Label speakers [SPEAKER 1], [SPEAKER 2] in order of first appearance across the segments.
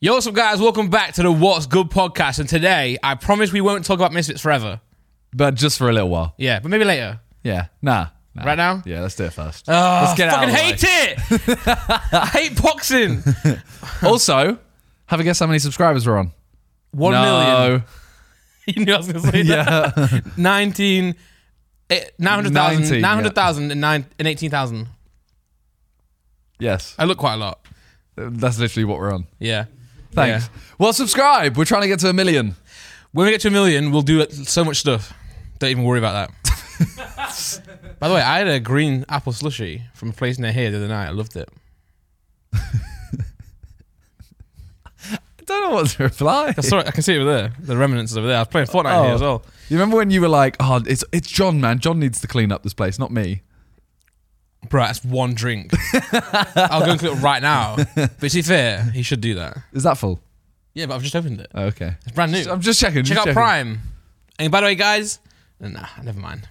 [SPEAKER 1] Yo, what's up, guys? Welcome back to the What's Good podcast. And today, I promise we won't talk about Misfits forever.
[SPEAKER 2] But just for a little while.
[SPEAKER 1] Yeah, but maybe later.
[SPEAKER 2] Yeah. Nah. nah.
[SPEAKER 1] Right now?
[SPEAKER 2] Yeah, let's do it first.
[SPEAKER 1] Let's
[SPEAKER 2] get it
[SPEAKER 1] I
[SPEAKER 2] out
[SPEAKER 1] fucking
[SPEAKER 2] of the way.
[SPEAKER 1] hate it. I hate boxing.
[SPEAKER 2] also, have a guess how many subscribers we're on.
[SPEAKER 1] One
[SPEAKER 2] no.
[SPEAKER 1] million. You knew I was going to say that.
[SPEAKER 2] Yeah.
[SPEAKER 1] 19, eh, 900,000,
[SPEAKER 2] 19,
[SPEAKER 1] 900,000 and, nine, and 18,000.
[SPEAKER 2] yes.
[SPEAKER 1] I look quite a lot.
[SPEAKER 2] That's literally what we're on.
[SPEAKER 1] Yeah.
[SPEAKER 2] Thanks.
[SPEAKER 1] Yeah.
[SPEAKER 2] Well, subscribe. We're trying to get to a million.
[SPEAKER 1] When we get to a million, we'll do so much stuff. Don't even worry about that. By the way, I had a green apple slushy from a place near here the other night. I loved it.
[SPEAKER 2] I don't know what to reply.
[SPEAKER 1] I saw it. I can see it over there. The remnants is over there. I was playing Fortnite
[SPEAKER 2] Oh.
[SPEAKER 1] here as well.
[SPEAKER 2] You remember when you were like, oh, it's it's John, man. John needs to clean up this place, not me.
[SPEAKER 1] Bro, that's one drink. I'll go and clean it right now. But to be fair, he should do that.
[SPEAKER 2] Is that full?
[SPEAKER 1] Yeah, but I've just opened it.
[SPEAKER 2] Oh, okay.
[SPEAKER 1] It's brand new.
[SPEAKER 2] I'm just checking.
[SPEAKER 1] Check
[SPEAKER 2] just
[SPEAKER 1] out
[SPEAKER 2] checking.
[SPEAKER 1] Prime. And by the way, guys, nah, never mind.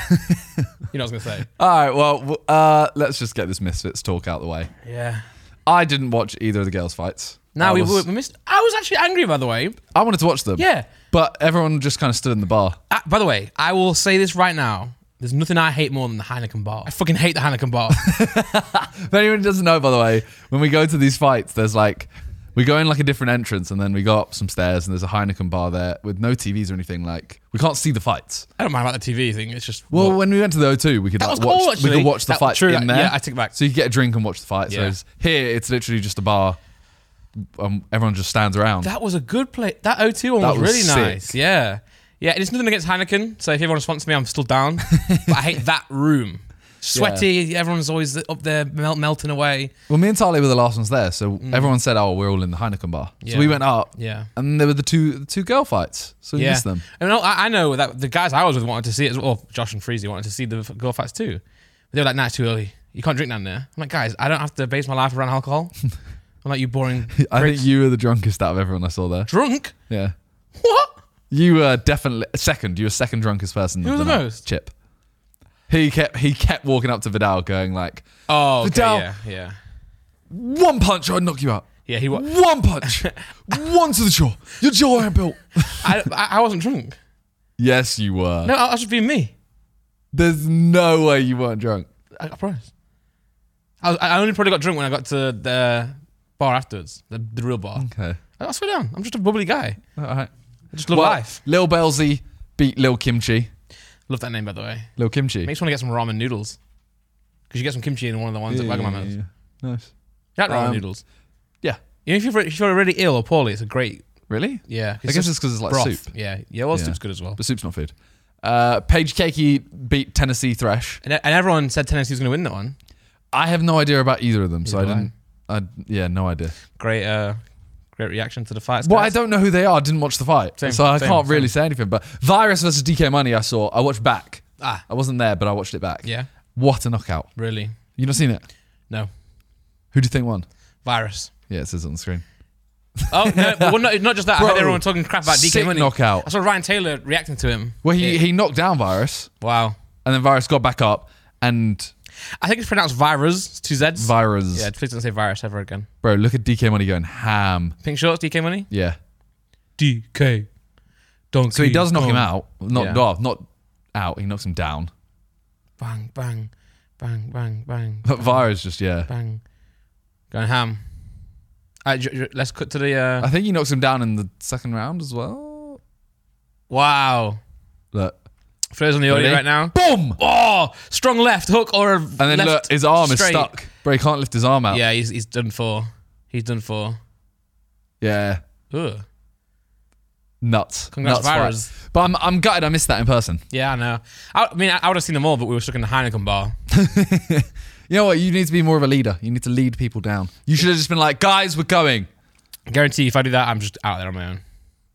[SPEAKER 1] you know what I was gonna say?
[SPEAKER 2] All right. Well, w- uh, let's just get this Misfits talk out the way.
[SPEAKER 1] Yeah.
[SPEAKER 2] I didn't watch either of the girls' fights.
[SPEAKER 1] Now
[SPEAKER 2] I
[SPEAKER 1] we,
[SPEAKER 2] was-
[SPEAKER 1] we missed. I was actually angry, by the way.
[SPEAKER 2] I wanted to watch them.
[SPEAKER 1] Yeah.
[SPEAKER 2] But everyone just kind of stood in the bar.
[SPEAKER 1] Uh, by the way, I will say this right now. There's nothing I hate more than the Heineken bar. I fucking hate the Heineken bar.
[SPEAKER 2] If anyone doesn't know, by the way, when we go to these fights, there's like we go in like a different entrance, and then we go up some stairs, and there's a Heineken bar there with no TVs or anything. Like we can't see the fights.
[SPEAKER 1] I don't mind about the TV thing. It's just
[SPEAKER 2] Well,
[SPEAKER 1] well,
[SPEAKER 2] when we went to the O2, we could like,
[SPEAKER 1] was cool,
[SPEAKER 2] watch, we
[SPEAKER 1] actually.
[SPEAKER 2] could watch the
[SPEAKER 1] That-
[SPEAKER 2] fights
[SPEAKER 1] true,
[SPEAKER 2] in
[SPEAKER 1] that-
[SPEAKER 2] there.
[SPEAKER 1] yeah, I take it back.
[SPEAKER 2] So you could get a drink and watch the fights.
[SPEAKER 1] Yeah.
[SPEAKER 2] Whereas here, it's literally just a bar. Um, everyone just stands around.
[SPEAKER 1] that was a good play. That 0 one
[SPEAKER 2] That
[SPEAKER 1] was,
[SPEAKER 2] was
[SPEAKER 1] really
[SPEAKER 2] sick.
[SPEAKER 1] nice. Yeah, yeah. It's nothing against Heineken. So if everyone sponsors me, I'm still down. but I hate that room. Sweaty. Everyone's always up there mel- melting away.
[SPEAKER 2] well, me and Tali were the last ones there, so everyone said, "Oh, we're all in the Heineken bar." So
[SPEAKER 1] Mm. Yeah.
[SPEAKER 2] we went up,
[SPEAKER 1] Yeah.
[SPEAKER 2] and there were the two the two girl fights. So we
[SPEAKER 1] yeah.
[SPEAKER 2] missed them.
[SPEAKER 1] And I, I know that the guys I was with wanted to see it as well. Josh and Freezy wanted to see the f- girl fights too. But they were like, nah, it's too early. You can't drink down there. I'm like, guys, I don't have to base my life around alcohol. I'm like, you boring.
[SPEAKER 2] I
[SPEAKER 1] pricks."
[SPEAKER 2] think you were the drunkest out of everyone I saw there.
[SPEAKER 1] drunk.
[SPEAKER 2] Yeah.
[SPEAKER 1] What?
[SPEAKER 2] You were definitely second. You were second drunkest person. Who
[SPEAKER 1] was the
[SPEAKER 2] night.
[SPEAKER 1] most?
[SPEAKER 2] Chip. He kept he kept walking up to Vidal, going like,
[SPEAKER 1] Oh, okay,
[SPEAKER 2] Vidal.
[SPEAKER 1] yeah, yeah,
[SPEAKER 2] "One punch, I'd knock you out.
[SPEAKER 1] yeah. He was.
[SPEAKER 2] One punch, one to the jaw. Your jaw ain't built."
[SPEAKER 1] I, I I wasn't drunk.
[SPEAKER 2] yes, you were.
[SPEAKER 1] No, I I was just being me.
[SPEAKER 2] There's no way you weren't drunk.
[SPEAKER 1] I, I promise. I, was, I only probably got drunk when I got to the bar afterwards, the, the real bar.
[SPEAKER 2] Okay.
[SPEAKER 1] I I swear down, I'm just a bubbly guy.
[SPEAKER 2] All right.
[SPEAKER 1] I just love life.
[SPEAKER 2] Lil Belzy beat Lil Kimchi.
[SPEAKER 1] Love that name, by the way.
[SPEAKER 2] Lil Kimchi.
[SPEAKER 1] Makes me want to get some ramen noodles. Because you get some kimchi in one of the ones at Wagamama's.
[SPEAKER 2] yeah. Nice.
[SPEAKER 1] You like ramen
[SPEAKER 2] Um,
[SPEAKER 1] noodles.
[SPEAKER 2] Yeah.
[SPEAKER 1] You know, if you're, if you're already ill or poorly, it's a great,
[SPEAKER 2] Really?
[SPEAKER 1] yeah.
[SPEAKER 2] I guess it's because it's like
[SPEAKER 1] broth.
[SPEAKER 2] soup,
[SPEAKER 1] Yeah, yeah, well,
[SPEAKER 2] Yeah.
[SPEAKER 1] soup's good as well.
[SPEAKER 2] but soup's not food. Uh, Paige Cakey beat Tennessee Thresh.
[SPEAKER 1] And, and everyone said Tennessee was going to win that one.
[SPEAKER 2] I have no idea about either of them, so I
[SPEAKER 1] Neither do I.
[SPEAKER 2] didn't. I yeah, no idea.
[SPEAKER 1] Great, uh, great reaction to the fights.
[SPEAKER 2] Well,
[SPEAKER 1] guys.
[SPEAKER 2] I don't know who they are. I didn't watch the fight,
[SPEAKER 1] Same,
[SPEAKER 2] so I
[SPEAKER 1] same,
[SPEAKER 2] can't
[SPEAKER 1] same.
[SPEAKER 2] really say anything. But Virus versus DK Money, I saw. I watched back.
[SPEAKER 1] Ah,
[SPEAKER 2] I wasn't there, but I watched it back.
[SPEAKER 1] yeah,
[SPEAKER 2] What a knockout!
[SPEAKER 1] really?
[SPEAKER 2] You not seen it?
[SPEAKER 1] No,
[SPEAKER 2] Who do you think won?
[SPEAKER 1] virus.
[SPEAKER 2] Yeah, it says it on the screen.
[SPEAKER 1] Oh no! Well, not, not just that. I heard
[SPEAKER 2] Bro,
[SPEAKER 1] everyone talking crap about DK
[SPEAKER 2] sick
[SPEAKER 1] Money.
[SPEAKER 2] knockout.
[SPEAKER 1] I saw Ryan Taylor reacting to him.
[SPEAKER 2] Well, he
[SPEAKER 1] Yeah.
[SPEAKER 2] he knocked down Virus,
[SPEAKER 1] Wow.
[SPEAKER 2] and then Virus got back up, and
[SPEAKER 1] I think it's pronounced virus. It's two Z's.
[SPEAKER 2] Virus.
[SPEAKER 1] yeah, please don't say virus ever again.
[SPEAKER 2] Bro, look at DK Money going ham.
[SPEAKER 1] Pink shorts, DK Money.
[SPEAKER 2] Yeah.
[SPEAKER 1] DK. Donkey.
[SPEAKER 2] So he does knock him
[SPEAKER 1] Kong.
[SPEAKER 2] out. Not
[SPEAKER 1] Yeah.
[SPEAKER 2] well, not out. He knocks him down.
[SPEAKER 1] Bang, bang, bang, bang, bang,
[SPEAKER 2] But Virus just yeah.
[SPEAKER 1] bang. Going ham. All right, j- j- let's cut to the. Uh,
[SPEAKER 2] I think he knocks him down in the second round as well.
[SPEAKER 1] wow.
[SPEAKER 2] Look.
[SPEAKER 1] For those on the audio
[SPEAKER 2] Ready?
[SPEAKER 1] right now.
[SPEAKER 2] Boom!
[SPEAKER 1] Oh, strong left hook or a and
[SPEAKER 2] And then look, his arm is
[SPEAKER 1] straight.
[SPEAKER 2] stuck. Bro, he can't lift his arm out.
[SPEAKER 1] Yeah, he's he's done for. He's done for.
[SPEAKER 2] Yeah.
[SPEAKER 1] Ugh.
[SPEAKER 2] Nuts.
[SPEAKER 1] Congrats,
[SPEAKER 2] Nuts fight.
[SPEAKER 1] virus.
[SPEAKER 2] But I'm, I'm gutted I missed that in person.
[SPEAKER 1] Yeah, I know. I, I mean, I, I would have seen them all, but we were stuck in the Heineken bar.
[SPEAKER 2] You know what? You need to be more of a leader. You need to lead people down. You should have just been like, guys, we're going.
[SPEAKER 1] Guarantee if I do that, I'm just out there on my own.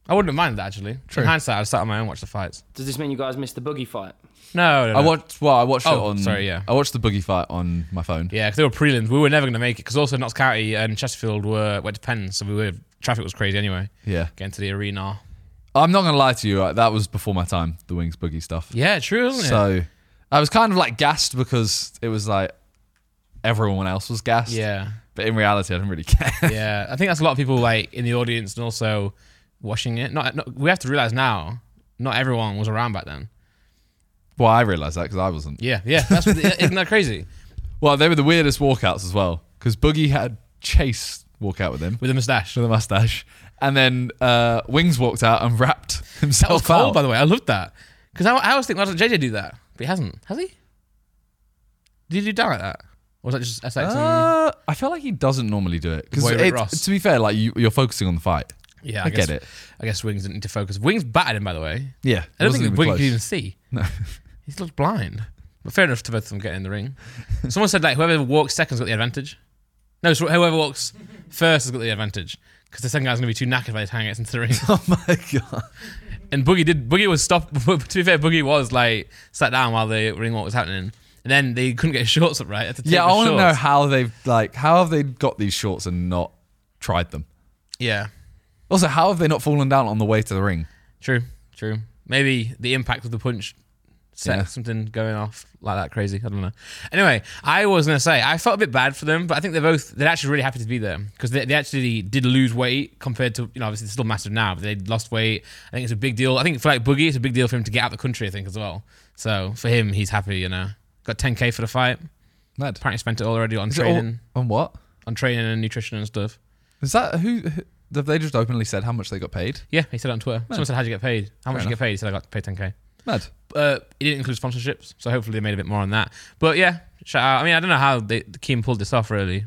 [SPEAKER 1] I wouldn't have minded that actually.
[SPEAKER 2] True.
[SPEAKER 1] In hindsight, I'd have sat on my own, watched the fights.
[SPEAKER 3] Does this mean you guys missed the boogie fight?
[SPEAKER 1] No, no, no.
[SPEAKER 2] I watched, well, I watched it
[SPEAKER 1] Oh,
[SPEAKER 2] on,
[SPEAKER 1] sorry, yeah.
[SPEAKER 2] I watched the boogie fight on my phone.
[SPEAKER 1] yeah, because they were prelims. We were never going to make it because also Notts County and Chesterfield were went to Penn, so we were traffic was crazy anyway.
[SPEAKER 2] Yeah.
[SPEAKER 1] Getting to the arena.
[SPEAKER 2] I'm not going to lie to you. Like, that was before my time, the Wings boogie stuff.
[SPEAKER 1] Yeah, true. Isn't it?
[SPEAKER 2] So I was kind of like gassed because it was like everyone else was gassed.
[SPEAKER 1] Yeah.
[SPEAKER 2] But in reality, I didn't really care.
[SPEAKER 1] yeah, I think that's a lot of people like in the audience and also watching it. Not, not we have to realize now, not everyone was around back then.
[SPEAKER 2] well, I realized that because I wasn't.
[SPEAKER 1] Yeah, yeah, that's what, isn't that crazy?
[SPEAKER 2] Well, they were the weirdest walkouts as well because Boogie had Chase walk out with him
[SPEAKER 1] With a mustache.
[SPEAKER 2] with a mustache, and then uh, Wings walked out and wrapped
[SPEAKER 1] That was
[SPEAKER 2] himself
[SPEAKER 1] cold,
[SPEAKER 2] out.
[SPEAKER 1] by the way. I loved that because I, I always think why doesn't JJ do that? But he hasn't, has he? Did you do that like that? Or was that just SX? and,
[SPEAKER 2] Uh, I feel like he doesn't normally do it because
[SPEAKER 1] Boy, Rick Ross.
[SPEAKER 2] to be fair, like you, you're focusing on the fight.
[SPEAKER 1] yeah,
[SPEAKER 2] I
[SPEAKER 1] guess,
[SPEAKER 2] get it.
[SPEAKER 1] I guess Wings didn't need to focus. Wings battered him, by the way.
[SPEAKER 2] Yeah,
[SPEAKER 1] I don't think Wings
[SPEAKER 2] Boogie
[SPEAKER 1] could even see.
[SPEAKER 2] No.
[SPEAKER 1] He looked blind. But fair enough to both of them get in the ring. Someone said like whoever walks second's got the advantage. No, so whoever walks first has got the advantage because the second guy's gonna be too knackered by the time he gets into the ring.
[SPEAKER 2] Oh my god!
[SPEAKER 1] and Boogie did. Boogie was stopped. To be fair, Boogie was like sat down while the ring walk was happening, and then they couldn't get his shorts up right. Had to take
[SPEAKER 2] Yeah, I
[SPEAKER 1] the
[SPEAKER 2] want to know
[SPEAKER 1] shorts.
[SPEAKER 2] how they've like how have they got these shorts and not tried them?
[SPEAKER 1] Yeah,
[SPEAKER 2] Also, how have they not fallen down on the way to the ring?
[SPEAKER 1] true, true. Maybe the impact of the punch set
[SPEAKER 2] Yeah.
[SPEAKER 1] something going off like that crazy. I don't know. Anyway, I was gonna say I felt a bit bad for them, but I think they're both they're actually really happy to be there because they, they actually did lose weight compared to you know obviously it's still massive now, but they lost weight. I think it's a big deal. I think for like Boogie, it's a big deal for him to get out of the country. I think as well. So for him, he's happy. You know, got 10k for the fight.
[SPEAKER 2] Mad.
[SPEAKER 1] Apparently spent it all already on
[SPEAKER 2] Is it all-
[SPEAKER 1] training,
[SPEAKER 2] on what?
[SPEAKER 1] on training and nutrition and stuff.
[SPEAKER 2] Is that who? who- Have they just openly said how much they got paid?
[SPEAKER 1] Yeah, he said it on Twitter. Someone said, "How'd you get paid? How much did
[SPEAKER 2] Fair
[SPEAKER 1] you get paid?" He said, "I got paid 10k."
[SPEAKER 2] Mad.
[SPEAKER 1] Uh, it didn't include sponsorships, so hopefully they made a bit more on that. But yeah, shout out. I mean, I don't know how they, Keem pulled this off. Really,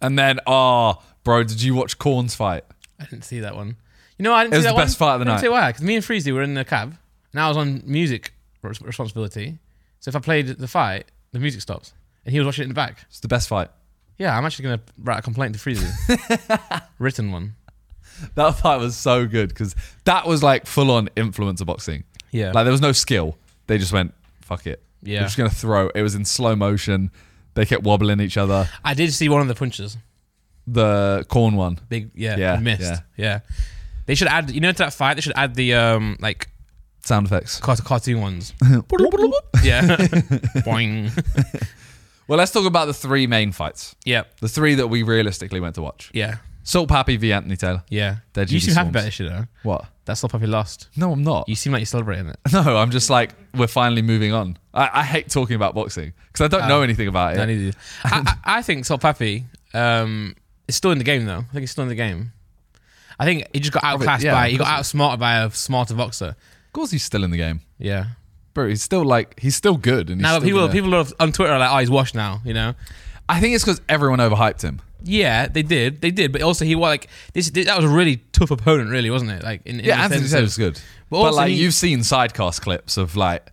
[SPEAKER 2] And then, ah, bro, did you watch Corn's fight?
[SPEAKER 1] I didn't see that one. You know, I didn't
[SPEAKER 2] It
[SPEAKER 1] see
[SPEAKER 2] was
[SPEAKER 1] that
[SPEAKER 2] the best
[SPEAKER 1] one.
[SPEAKER 2] fight of the
[SPEAKER 1] I
[SPEAKER 2] night.
[SPEAKER 1] didn't say why, because me and Freezy were in the cab, and I was on music res- responsibility. So if I played the fight, the music stops, and he was watching it in the back.
[SPEAKER 2] It's the best fight.
[SPEAKER 1] Yeah, I'm actually gonna write a complaint to Freezy, written one.
[SPEAKER 2] That fight was so good because that was like full on influencer boxing.
[SPEAKER 1] Yeah,
[SPEAKER 2] Like there was no skill. They just went, fuck it.
[SPEAKER 1] Yeah.
[SPEAKER 2] We're just gonna throw. It was in slow motion. They kept wobbling each other.
[SPEAKER 1] I did see one of the punches.
[SPEAKER 2] The corn one.
[SPEAKER 1] Big yeah,
[SPEAKER 2] Yeah,
[SPEAKER 1] missed.
[SPEAKER 2] yeah.
[SPEAKER 1] Yeah. They should add you know to that fight they should add the um like
[SPEAKER 2] Sound effects.
[SPEAKER 1] cart- cartoon ones. yeah. Boing.
[SPEAKER 2] Well, let's talk about the three main fights.
[SPEAKER 1] Yeah.
[SPEAKER 2] The three that we realistically went to watch.
[SPEAKER 1] Yeah.
[SPEAKER 2] Salt Pappy v Anthony Taylor.
[SPEAKER 1] Yeah.
[SPEAKER 2] They're
[SPEAKER 1] you
[SPEAKER 2] GG
[SPEAKER 1] seem happy about
[SPEAKER 2] swarms.
[SPEAKER 1] this shit though.
[SPEAKER 2] What?
[SPEAKER 1] That's not puppy lost.
[SPEAKER 2] No, I'm not.
[SPEAKER 1] You seem like you're celebrating it.
[SPEAKER 2] No, I'm just like we're finally moving on. I, I hate talking about boxing because I
[SPEAKER 1] Uh,
[SPEAKER 2] don't know anything about it.
[SPEAKER 1] I need you. I, I, I think Sol Pappy um, is still in the game though. I think he's still in the game. I think he just got outclassed
[SPEAKER 2] yeah,
[SPEAKER 1] by he got
[SPEAKER 2] because-
[SPEAKER 1] outsmarted by a smarter boxer.
[SPEAKER 2] of course, he's still in the game,
[SPEAKER 1] Yeah.
[SPEAKER 2] bro. He's still like he's still good. And he's
[SPEAKER 1] Now
[SPEAKER 2] still
[SPEAKER 1] people
[SPEAKER 2] gonna-
[SPEAKER 1] people are on Twitter are like, oh he's washed now, you know?
[SPEAKER 2] I think it's because everyone overhyped him.
[SPEAKER 1] Yeah, they did. They did. But also, he was like this. this that was a really tough opponent, really, wasn't it? Like, in, in
[SPEAKER 2] Yeah,
[SPEAKER 1] the
[SPEAKER 2] Anthony
[SPEAKER 1] sense
[SPEAKER 2] Taylor
[SPEAKER 1] of-
[SPEAKER 2] was good.
[SPEAKER 1] But
[SPEAKER 2] But,
[SPEAKER 1] also
[SPEAKER 2] like
[SPEAKER 1] he-
[SPEAKER 2] you've seen sidecast clips of like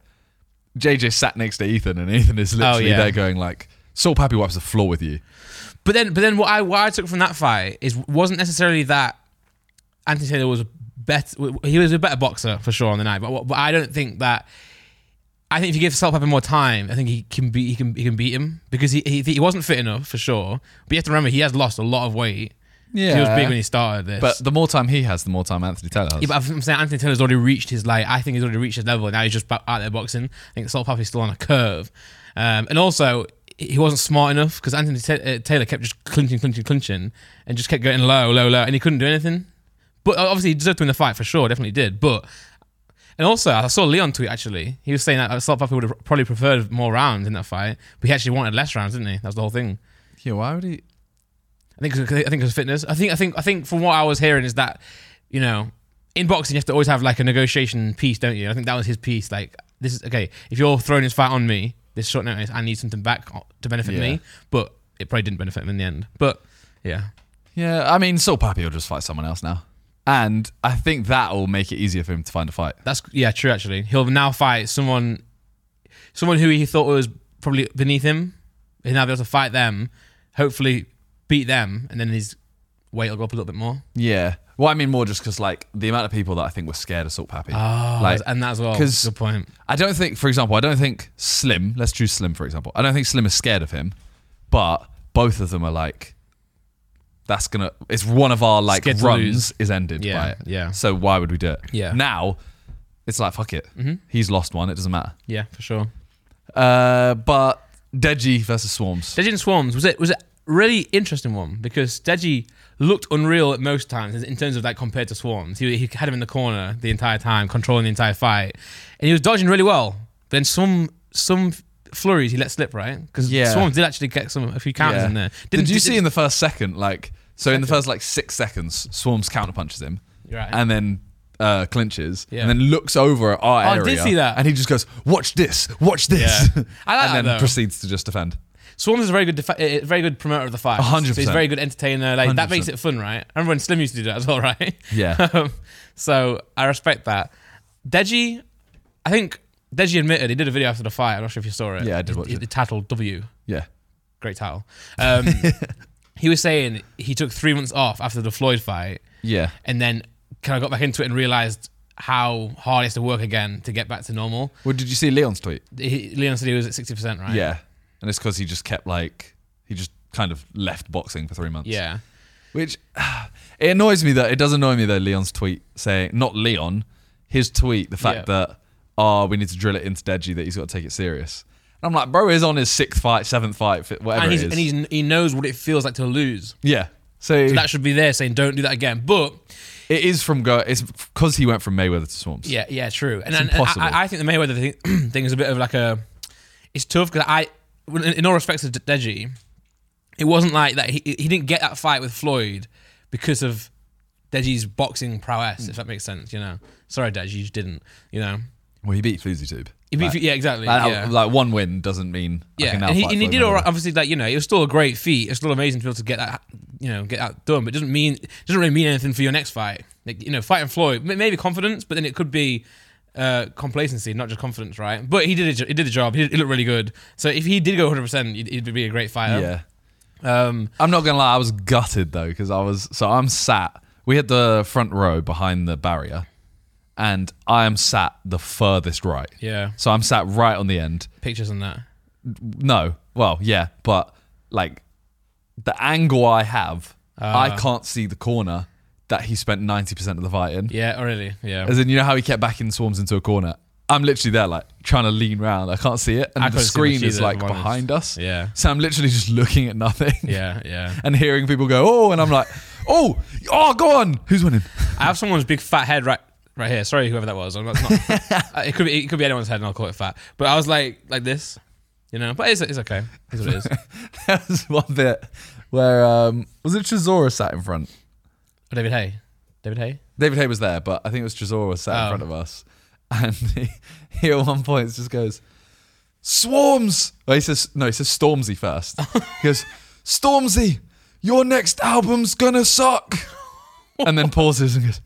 [SPEAKER 2] JJ sat next to Ethan and Ethan is literally
[SPEAKER 1] Oh, yeah.
[SPEAKER 2] there going like Saul Pappy wipes the floor with you.
[SPEAKER 1] But then, but then, what I what I took from that fight is wasn't necessarily that Anthony Taylor was better. He was a better boxer for sure on the night. But, what- but I don't think that. I think if you give Salt Pepper more time, I think he can beat he can he can beat him because he, he he wasn't fit enough for sure. But you have to remember he has lost a lot of weight.
[SPEAKER 2] Yeah,
[SPEAKER 1] He was big when he started this.
[SPEAKER 2] but the more time he has, the more time Anthony Taylor has.
[SPEAKER 1] Yeah, but I'm saying Anthony Taylor's already reached his like. I think he's already reached his level. Now he's just ba- out there boxing. I think Salt Pappy's still on a curve, um, and also he wasn't smart enough because Anthony Ta- uh, Taylor kept just clinching, clinching, clinching, and just kept going low, low, low, and he couldn't do anything. But uh, obviously he deserved to win the fight for sure, definitely did. But and also I saw Leon tweet actually. He was saying that uh, Salt Pappy would have probably preferred more rounds in that fight, but he actually wanted less rounds, didn't he? That was the whole thing.
[SPEAKER 2] yeah, why would he?
[SPEAKER 1] I think 'cause- I think because fitness. I think I think I think from what I was hearing is that you know in boxing you have to always have like a negotiation piece, don't you? I think that was his piece. Like this is okay. If you're throwing this fight on me, this short notice, I need something back to benefit
[SPEAKER 2] Yeah.
[SPEAKER 1] me. But it probably didn't benefit him in the end. But yeah,
[SPEAKER 2] Yeah, I mean Saul Pappy will just fight someone else now, and I think that will make it easier for him to find a fight.
[SPEAKER 1] that's yeah true. Actually, he'll now fight someone, someone who he thought was probably beneath him. He'll now be able to fight them, hopefully beat them, and then his weight will go up a little bit more.
[SPEAKER 2] Yeah. Well, I mean more just because like the amount of people that I think were scared of Salt Pappy.
[SPEAKER 1] Oh,
[SPEAKER 2] like,
[SPEAKER 1] and that as well.
[SPEAKER 2] 'cause-
[SPEAKER 1] Good point.
[SPEAKER 2] I don't think, for example, I don't think Slim. Let's choose Slim for example. I don't think Slim is scared of him, but both of them are like, that's gonna. It's one of our like
[SPEAKER 1] Scared to
[SPEAKER 2] runs
[SPEAKER 1] lose.
[SPEAKER 2] is ended
[SPEAKER 1] Yeah,
[SPEAKER 2] by it.
[SPEAKER 1] yeah.
[SPEAKER 2] So why would we do it?
[SPEAKER 1] Yeah. Mm-hmm.
[SPEAKER 2] Now, it's like fuck it. He's lost one. It doesn't matter.
[SPEAKER 1] Yeah, for sure.
[SPEAKER 2] Uh, but Deji versus Swarms.
[SPEAKER 1] Dead in Swarms was it was it really interesting one because Deji looked unreal at most times in terms of that compared to Swarms. He, he had him in the corner the entire time, controlling the entire fight, and he was dodging really well. But then some some flurries he let slip, right? Because
[SPEAKER 2] Yeah.
[SPEAKER 1] Swarms did actually get some a few counters
[SPEAKER 2] Yeah.
[SPEAKER 1] in there.
[SPEAKER 2] Did you
[SPEAKER 1] did-
[SPEAKER 2] see in the first second, like, so in the first like six seconds, Swarms counter punches him,
[SPEAKER 1] Right.
[SPEAKER 2] and then uh, clinches,
[SPEAKER 1] Yeah. Oh,
[SPEAKER 2] and then looks over at our
[SPEAKER 1] I did
[SPEAKER 2] area,
[SPEAKER 1] see that.
[SPEAKER 2] and he just goes, "Watch this, watch this,"
[SPEAKER 1] Yeah. I like
[SPEAKER 2] and
[SPEAKER 1] that,
[SPEAKER 2] then
[SPEAKER 1] though.
[SPEAKER 2] proceeds to just defend.
[SPEAKER 1] Swarms is a very good, defa- uh, very good promoter of the fight.
[SPEAKER 2] A
[SPEAKER 1] So
[SPEAKER 2] hundred
[SPEAKER 1] he's a
[SPEAKER 2] percent.
[SPEAKER 1] very good entertainer. Like that
[SPEAKER 2] Hundred
[SPEAKER 1] makes it fun, right? I remember when Slim used to do that as well, right?
[SPEAKER 2] Yeah.
[SPEAKER 1] um, so I respect that. Deji, I think Deji admitted he did a video after the fight. I'm not sure if you saw it.
[SPEAKER 2] Yeah, I did
[SPEAKER 1] He-
[SPEAKER 2] watch
[SPEAKER 1] he-
[SPEAKER 2] it.
[SPEAKER 1] The title W,
[SPEAKER 2] Yeah,
[SPEAKER 1] great title. Um, he was saying he took three months off after the Floyd fight,
[SPEAKER 2] yeah,
[SPEAKER 1] and then kind of got back into it and realized how hard it is to work again to get back to normal.
[SPEAKER 2] Well, did you see Leon's tweet?
[SPEAKER 1] He, Leon said he was at sixty percent, right?
[SPEAKER 2] Yeah, and it's because he just kept like he just kind of left boxing for three months.
[SPEAKER 1] yeah.
[SPEAKER 2] which it annoys me that it does annoy me though. Leon's tweet saying not Leon, his tweet, the fact
[SPEAKER 1] Yeah.
[SPEAKER 2] that oh we need to drill it into Deji that he's got to take it serious. And I'm like, bro is on his sixth fight, seventh fight, fi- whatever
[SPEAKER 1] And, he's,
[SPEAKER 2] it is.
[SPEAKER 1] and he's, he knows what it feels like to lose.
[SPEAKER 2] yeah, so,
[SPEAKER 1] that should be there saying don't do that again. But
[SPEAKER 2] it is from go. It's because he went from Mayweather to Swarms.
[SPEAKER 1] yeah, yeah, true. And, and- and
[SPEAKER 2] impossible.
[SPEAKER 1] I, I think the Mayweather thing, thing is a bit of like a it's tough because I, in, in all respects to De- Deji, it wasn't like that. He he didn't get that fight with Floyd because of Deji's boxing prowess, if that makes sense. You know, sorry, Deji, you just didn't. You know,
[SPEAKER 2] Well, he beat Floozy Tube.
[SPEAKER 1] He beat-
[SPEAKER 2] like,
[SPEAKER 1] yeah, exactly.
[SPEAKER 2] like,
[SPEAKER 1] yeah.
[SPEAKER 2] like, one win doesn't mean I
[SPEAKER 1] Yeah,
[SPEAKER 2] can now
[SPEAKER 1] and he,
[SPEAKER 2] fight
[SPEAKER 1] and he
[SPEAKER 2] Floyd
[SPEAKER 1] did all
[SPEAKER 2] Mayweather.
[SPEAKER 1] right. Obviously, like you know, it was still a great feat. It's still amazing to be able to get that, you know, get that done. But it doesn't mean it doesn't really mean anything for your next fight. Like you know, fighting Floyd, m- maybe confidence, but then it could be uh, complacency, not just confidence, right? But he did a, jo- he did a job. He, did, he looked really good. So if he did go 100, percent he'd he'd be a great fighter.
[SPEAKER 2] Yeah.
[SPEAKER 1] Yeah. Um,
[SPEAKER 2] I'm not gonna lie, I was gutted though because I was so I'm sat. We had the front row behind the barrier, and I am sat the furthest right.
[SPEAKER 1] yeah.
[SPEAKER 2] So I'm sat right on the end.
[SPEAKER 1] Pictures and that.
[SPEAKER 2] No, well, yeah, but like the angle I have,
[SPEAKER 1] Ah.
[SPEAKER 2] I can't see the corner that he spent 90% of the fight in.
[SPEAKER 1] Yeah. Oh, really? Yeah.
[SPEAKER 2] As in, you know how he kept backing swarms into a corner. I'm literally there, like trying to lean round. I can't see it, and
[SPEAKER 1] I
[SPEAKER 2] the
[SPEAKER 1] couldn't see much
[SPEAKER 2] screen
[SPEAKER 1] either,
[SPEAKER 2] is
[SPEAKER 1] if
[SPEAKER 2] like
[SPEAKER 1] I'm honest.
[SPEAKER 2] behind us.
[SPEAKER 1] Yeah.
[SPEAKER 2] So I'm literally just looking at nothing.
[SPEAKER 1] yeah. Yeah.
[SPEAKER 2] and hearing people go, oh, and I'm like, oh, oh, go on. Who's winning?
[SPEAKER 1] I have someone's big fat head right right here. Sorry, whoever that was. I'm not, it's not- Uh, it could be it could be anyone's head, and I'll call it fat. But I was like like this, you know. But it's, it's okay. It's what it is. Oh,
[SPEAKER 2] That was one bit where, um, was it Chisora sat in front?
[SPEAKER 1] Oh, David Hay, David Hay.
[SPEAKER 2] David Hay was there, but I think it was Chisora sat
[SPEAKER 1] Oh.
[SPEAKER 2] in front of us. And he, he at one point just goes, Swarms. Oh, he says, no, he says Stormzy first. he goes, Stormzy, your next album's gonna suck. And then pauses and goes,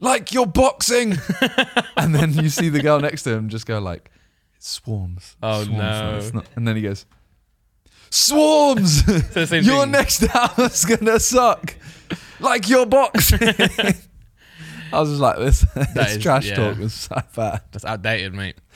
[SPEAKER 2] like your boxing. and then you see the girl next to him just go like, it's Swarms.
[SPEAKER 1] Oh,
[SPEAKER 2] Swarms,
[SPEAKER 1] no.
[SPEAKER 2] it's not." And then he goes, Swarms!
[SPEAKER 1] the same
[SPEAKER 2] your
[SPEAKER 1] thing.
[SPEAKER 2] next album's gonna suck. Like your boxing. I was just like, this, this
[SPEAKER 1] is-
[SPEAKER 2] trash
[SPEAKER 1] yeah.
[SPEAKER 2] talk was so bad.
[SPEAKER 1] That's outdated, mate.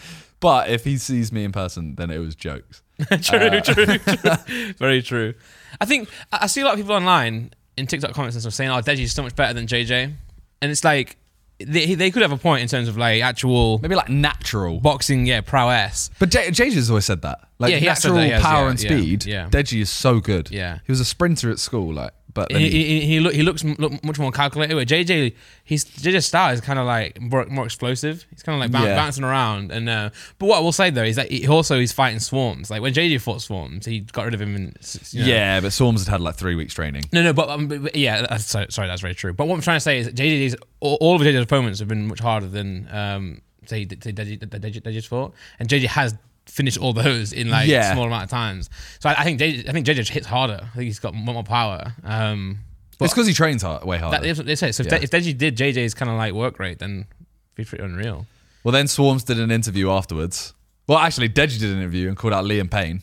[SPEAKER 2] But if he sees me in person, then it was jokes.
[SPEAKER 1] true, true, true. Very true. I think I I see a lot of people online in TikTok comments and stuff saying, "Oh, Deji's so much better than JJ," and it's like they they could have a point in terms of like actual
[SPEAKER 2] Maybe like natural.
[SPEAKER 1] boxing, yeah, prowess.
[SPEAKER 2] But J- JJ's always said that. Like
[SPEAKER 1] Yeah, he has said
[SPEAKER 2] natural
[SPEAKER 1] that, he has,
[SPEAKER 2] power
[SPEAKER 1] yeah,
[SPEAKER 2] and
[SPEAKER 1] yeah,
[SPEAKER 2] speed.
[SPEAKER 1] yeah.
[SPEAKER 2] Deji is so good.
[SPEAKER 1] Yeah.
[SPEAKER 2] He was a sprinter at school, like but then
[SPEAKER 1] he,
[SPEAKER 2] he-
[SPEAKER 1] he, he, look, he looks m- look much more calculated. Where JJ, he's JJ's style is kind of like more, more explosive. He's kind of like boun-
[SPEAKER 2] Yeah.
[SPEAKER 1] bouncing around. And uh, but what I will say though is that he also he's fighting swarms. Like when JJ fought swarms, he got rid of him. In, s- you know.
[SPEAKER 2] Yeah, but Storms had had like three weeks training.
[SPEAKER 1] No, no, but, um, but but yeah, that's, sorry, sorry, that's very true. But what I'm trying to say is that JJ's all, all of JJ's opponents have been much harder than um say that- say Deji- that Deji Deji's fought, and JJ has finished all those in like
[SPEAKER 2] Yeah.
[SPEAKER 1] small amount of times. So I, I think JJ, I think JJ hits harder. I think he's got more, more power. Um, but
[SPEAKER 2] it's because he trains hard, way harder.
[SPEAKER 1] That, that's what they say. So if,
[SPEAKER 2] Yeah.
[SPEAKER 1] De- if Deji did JJ's kind of like work rate, then it'd be pretty unreal.
[SPEAKER 2] Well, then Swarms did an interview afterwards. Well, actually, Deji did an interview and called out Liam Payne.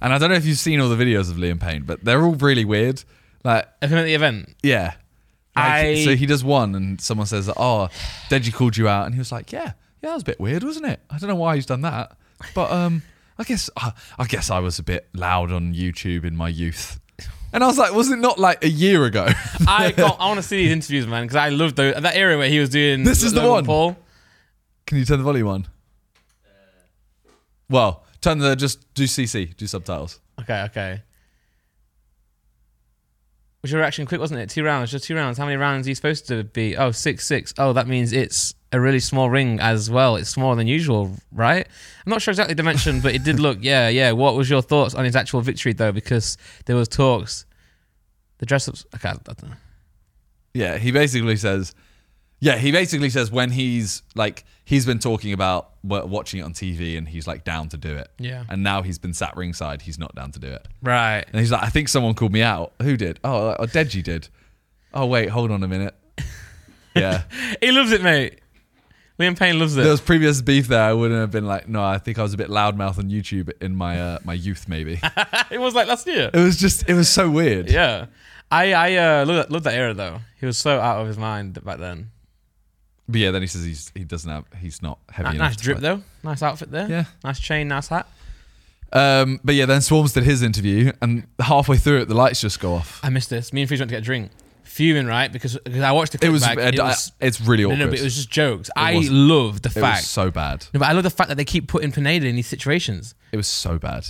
[SPEAKER 2] And I don't know if you've seen all the videos of Liam Payne, but they're all really weird. Like,
[SPEAKER 1] If I'm at the event,
[SPEAKER 2] yeah. Like,
[SPEAKER 1] I-
[SPEAKER 2] So he does one, and someone says, "Oh, Deji called you out," and he was like, "Yeah, yeah, that was a bit weird, wasn't it? I don't know why he's done that, but um, I guess I, I guess I was a bit loud on YouTube in my youth." And I was like, "Was it not like a year ago?"
[SPEAKER 1] I got, I want to see these interviews, man, because I love those that area where he was doing.
[SPEAKER 2] This is the
[SPEAKER 1] Logan
[SPEAKER 2] one.
[SPEAKER 1] Paul.
[SPEAKER 2] Can you turn the volume on? Well, turn the just do CC, do subtitles.
[SPEAKER 1] Okay, okay. was your reaction quick, wasn't it? Two rounds, just two rounds. How many rounds are you supposed to be? Oh, six, six. Oh, that means it's a really small ring as well. It's smaller than usual, right? I'm not sure exactly the dimension, but it did look, yeah, yeah. What was your thoughts on his actual victory though? Because there was talks, the dress ups. I can't. I don't know.
[SPEAKER 2] Yeah, he basically says, yeah, he basically says when he's like he's been talking about wa- watching it on TV and he's like down to do it.
[SPEAKER 1] Yeah.
[SPEAKER 2] And now he's been sat ringside, he's not down to do it.
[SPEAKER 1] Right.
[SPEAKER 2] And he's like, I think someone called me out. Who did? Oh, uh, Deji did. Oh wait, hold on a minute. Yeah,
[SPEAKER 1] He loves it, mate. Liam Payne loves it.
[SPEAKER 2] there was previous beef there. I wouldn't have been like, no, I think I was a bit loudmouth on YouTube in my uh, my youth. Maybe it
[SPEAKER 1] it was like last year.
[SPEAKER 2] was just it was so weird.
[SPEAKER 1] Yeah. I I uh, love, love that era though. He was so out of his mind back then.
[SPEAKER 2] But yeah, then he says he's he doesn't have he's not heavy
[SPEAKER 1] Ni-
[SPEAKER 2] enough.
[SPEAKER 1] nice
[SPEAKER 2] to
[SPEAKER 1] drip
[SPEAKER 2] fight.
[SPEAKER 1] though. Nice outfit there.
[SPEAKER 2] Yeah.
[SPEAKER 1] Nice chain. Nice hat.
[SPEAKER 2] Um, but yeah, then Swarms did his interview, and halfway through it, the lights just go off.
[SPEAKER 1] I missed this. Me and Freeze went to get a drink, fuming right because because I watched the
[SPEAKER 2] It
[SPEAKER 1] clip
[SPEAKER 2] was,
[SPEAKER 1] back.
[SPEAKER 2] it
[SPEAKER 1] it was
[SPEAKER 2] it's really
[SPEAKER 1] no,
[SPEAKER 2] awkward.
[SPEAKER 1] no, but it was just jokes. I
[SPEAKER 2] wasn't.
[SPEAKER 1] love the
[SPEAKER 2] It
[SPEAKER 1] fact.
[SPEAKER 2] was so bad.
[SPEAKER 1] no, but I love the fact that they keep putting Pineda in these situations.
[SPEAKER 2] It was so bad.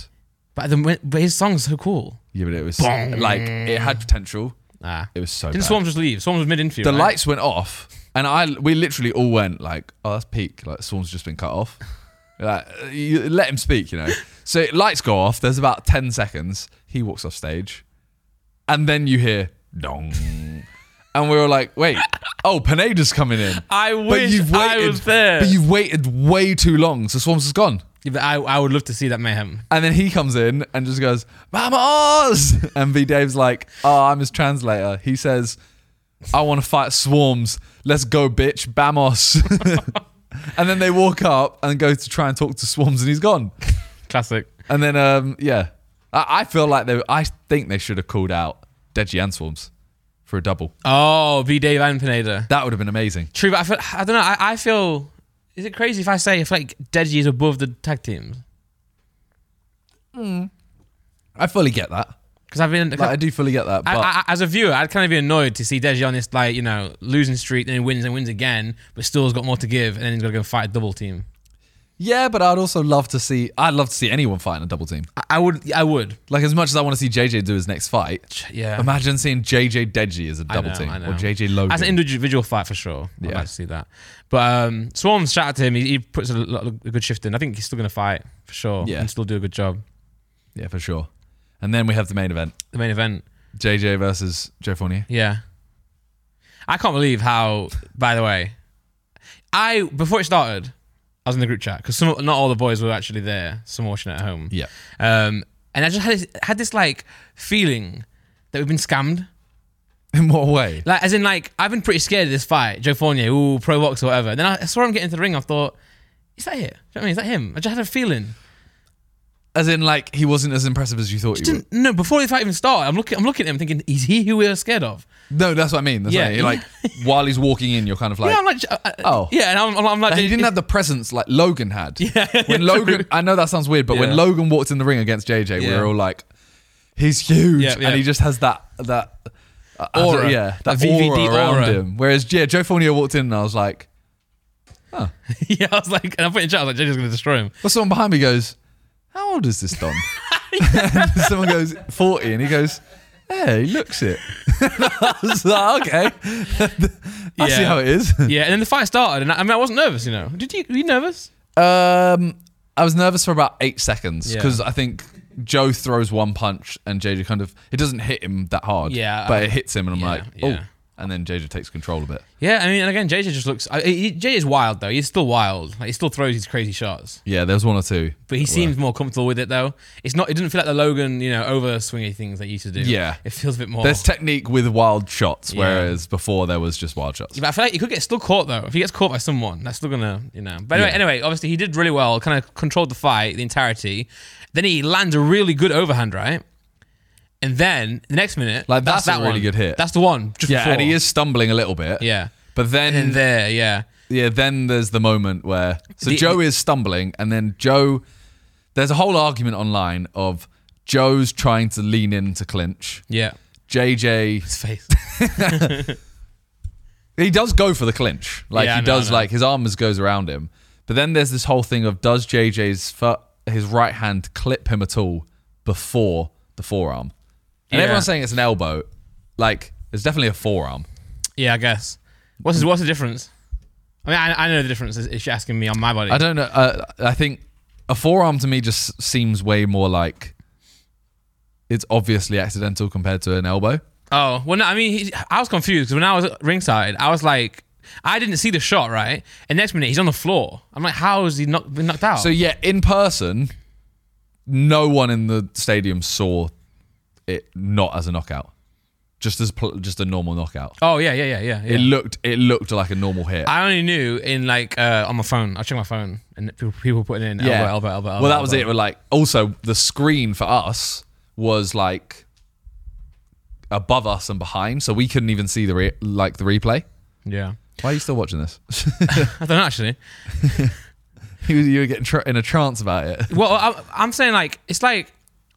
[SPEAKER 1] But then when, but his song's so cool.
[SPEAKER 2] Yeah, but it was like it had potential.
[SPEAKER 1] Ah.
[SPEAKER 2] It was so
[SPEAKER 1] Didn't
[SPEAKER 2] bad.
[SPEAKER 1] Swarm just leave? Swarm was mid interview.
[SPEAKER 2] the
[SPEAKER 1] right?
[SPEAKER 2] lights went off, and I we literally all went like, "Oh, that's peak." Like Swarm's just been cut off. Like you let him speak, you know. So lights go off. There's about ten seconds. He walks off stage, and then you hear dong, and we were like, "Wait, oh, Pineda's coming in."
[SPEAKER 1] I wish I was there.
[SPEAKER 2] But you've waited way too long. So Swarms is gone.
[SPEAKER 1] Yeah, but I, I would love to see that mayhem.
[SPEAKER 2] And then he comes in and just goes, Mama Oz! And V Dave's like, Oh, I'm his translator. He says, I want to fight swarms. Let's go, bitch. Bamos. and then they walk up and go to try and talk to swarms and he's gone.
[SPEAKER 1] Classic.
[SPEAKER 2] And then, um, yeah. I, I feel like they, I think they should have called out Deji and swarms for a double.
[SPEAKER 1] Oh, B Dave and Pineda.
[SPEAKER 2] That would have been amazing.
[SPEAKER 1] True, but I, feel, I don't know. I, I feel. Is it crazy if I say if like Deji is above the tag teams?
[SPEAKER 2] I fully get that.
[SPEAKER 1] Because I've been
[SPEAKER 2] Like, I do fully get that. But
[SPEAKER 1] I, I, as a viewer, I'd kind of be annoyed to see Deji on this like you know losing streak, then he wins and wins again, but still has got more to give, and then he's got to go fight a double team.
[SPEAKER 2] yeah, but I'd also love to see, I'd love to see anyone fighting a double team.
[SPEAKER 1] I, I would, I would,
[SPEAKER 2] Like as much as I want to see JJ do his next fight,
[SPEAKER 1] yeah.
[SPEAKER 2] imagine seeing JJ Deji as a
[SPEAKER 1] I
[SPEAKER 2] double
[SPEAKER 1] know,
[SPEAKER 2] team
[SPEAKER 1] I
[SPEAKER 2] or
[SPEAKER 1] know.
[SPEAKER 2] JJ Logan.
[SPEAKER 1] As an individual fight for sure, I'd
[SPEAKER 2] Yeah.
[SPEAKER 1] like to see that. But um, Swarm, shout out to him. He, he puts a, lot, a good shift in. I think he's still going to fight for sure.
[SPEAKER 2] Yeah.
[SPEAKER 1] and still do a good job.
[SPEAKER 2] yeah, for sure. And then we have the main event:
[SPEAKER 1] The main event,
[SPEAKER 2] JJ versus Joe Fournier.
[SPEAKER 1] yeah. I can't believe how. By the way, I before it started, I was in the group chat because some not all the boys were actually there. Some were watching at home.
[SPEAKER 2] Yeah,
[SPEAKER 1] Um, and I just had this, had this like feeling that we've been scammed.
[SPEAKER 2] in what way?
[SPEAKER 1] Like, as in, like, I've been pretty scared of this fight, Joe Fournier, ooh, pro box or whatever. Then I saw him get into the ring. I thought, is that it? Do you know what I mean? Is that him? I just had a feeling.
[SPEAKER 2] As in, like he wasn't as impressive as you thought he would.
[SPEAKER 1] Didn't, no, before the fight even started, I'm looking, I'm looking at him thinking, is he who we are scared of?
[SPEAKER 2] No, that's what I mean. That's
[SPEAKER 1] Yeah,
[SPEAKER 2] what I mean. like while he's walking in, you're kind of like.
[SPEAKER 1] yeah, I'm like, uh,
[SPEAKER 2] Oh.
[SPEAKER 1] yeah, and I'm, I'm, I'm like,
[SPEAKER 2] and he didn't
[SPEAKER 1] is-
[SPEAKER 2] have the presence like Logan had. Yeah. When Logan, I know that sounds weird, but
[SPEAKER 1] Yeah.
[SPEAKER 2] when Logan walked in the ring against JJ, we
[SPEAKER 1] Yeah.
[SPEAKER 2] were all like, "He's huge,"
[SPEAKER 1] Yeah, yeah.
[SPEAKER 2] and he just has that that uh, I
[SPEAKER 1] Aura.
[SPEAKER 2] don't- yeah,
[SPEAKER 1] That
[SPEAKER 2] that
[SPEAKER 1] VVD
[SPEAKER 2] aura around
[SPEAKER 1] aura.
[SPEAKER 2] him. Whereas, yeah, Joe Fournier walked in, and I was like,
[SPEAKER 1] yeah, I was like, and I put in chat, I was like, JJ's going to destroy him.
[SPEAKER 2] Well, someone behind me goes, How old is this Don? And someone goes, 40. And he goes, Hey, he looks it. I was like, Okay. I see
[SPEAKER 1] Yeah.
[SPEAKER 2] how it is.
[SPEAKER 1] yeah, and then the fight started, and I, I mean, I wasn't nervous, you know. Did you, were you nervous?
[SPEAKER 2] Um, I was nervous for about eight seconds
[SPEAKER 1] Yeah.
[SPEAKER 2] because I think Joe throws one punch and JJ kind of, it doesn't hit him that hard.
[SPEAKER 1] Yeah,
[SPEAKER 2] But
[SPEAKER 1] I-
[SPEAKER 2] it hits him and I'm
[SPEAKER 1] yeah,
[SPEAKER 2] like, Oh.
[SPEAKER 1] yeah.
[SPEAKER 2] And then JJ takes control of it.
[SPEAKER 1] Yeah, I mean, and again, JJ just looks, I, he, JJ is wild, though. He's still wild. Like, he still throws these crazy shots.
[SPEAKER 2] Yeah, there's one or two.
[SPEAKER 1] But he seems more comfortable with it though. It's not. It didn't feel like the Logan, you know, over swingy things that you used to do.
[SPEAKER 2] Yeah.
[SPEAKER 1] it feels a bit more.
[SPEAKER 2] There's technique with wild shots, whereas before there was just wild shots.
[SPEAKER 1] but I feel like he could get still caught though. If he gets caught by someone, that's still gonna, you know. But anyway,
[SPEAKER 2] Yeah.
[SPEAKER 1] anyway, obviously he did really well. Kind of controlled the fight the entirety. Then he lands a really good overhand, right? And then the next minute,
[SPEAKER 2] Like, that's
[SPEAKER 1] that
[SPEAKER 2] a really
[SPEAKER 1] one.
[SPEAKER 2] good hit.
[SPEAKER 1] That's the one. Just
[SPEAKER 2] Yeah,
[SPEAKER 1] before.
[SPEAKER 2] and he is stumbling a little bit.
[SPEAKER 1] Yeah,
[SPEAKER 2] But then,
[SPEAKER 1] and there, yeah,
[SPEAKER 2] yeah, then there's the moment where so
[SPEAKER 1] The-
[SPEAKER 2] Joe is stumbling, and then Joe, there's a whole argument online of Joe's trying to lean in to clinch.
[SPEAKER 1] yeah.
[SPEAKER 2] JJ,
[SPEAKER 1] His face.
[SPEAKER 2] he does go for the clinch, like
[SPEAKER 1] Yeah, I
[SPEAKER 2] he
[SPEAKER 1] know, I
[SPEAKER 2] does,
[SPEAKER 1] know.
[SPEAKER 2] like his arm is- goes around him. But then there's this whole thing of does JJ's foot, his right hand clip him at all before the forearm? And
[SPEAKER 1] Yeah.
[SPEAKER 2] everyone's saying it's an elbow. like there's definitely a forearm.
[SPEAKER 1] Yeah, I guess. What's his, what's the difference? I mean, I, I know the difference. Is if you're asking me on my body.
[SPEAKER 2] I don't know. Uh, I think a forearm to me just seems way more like it's obviously accidental compared to an elbow.
[SPEAKER 1] Oh well, no. I mean, he, I was confused because when I was at ringside, I was like, I didn't see the shot right, and next minute he's on the floor. I'm like, how has he not been knocked out?
[SPEAKER 2] So yeah, in person, no one in the stadium saw it not as a knockout, just as pl- just a normal knockout.
[SPEAKER 1] oh yeah, yeah, yeah, yeah. yeah.
[SPEAKER 2] It looked it looked like a normal hit.
[SPEAKER 1] I only knew in like uh, on my phone. I checked my phone, and people people putting in elbow, elbow, elbow. elbow
[SPEAKER 2] well, that was
[SPEAKER 1] elbow.
[SPEAKER 2] it. We're like, also the screen for us was like above us and behind, so we couldn't even see the re- like the replay.
[SPEAKER 1] Yeah,
[SPEAKER 2] Why are you still watching this?
[SPEAKER 1] I don't know actually.
[SPEAKER 2] you, you were getting tr in a trance about it.
[SPEAKER 1] Well, I, I'm saying like it's like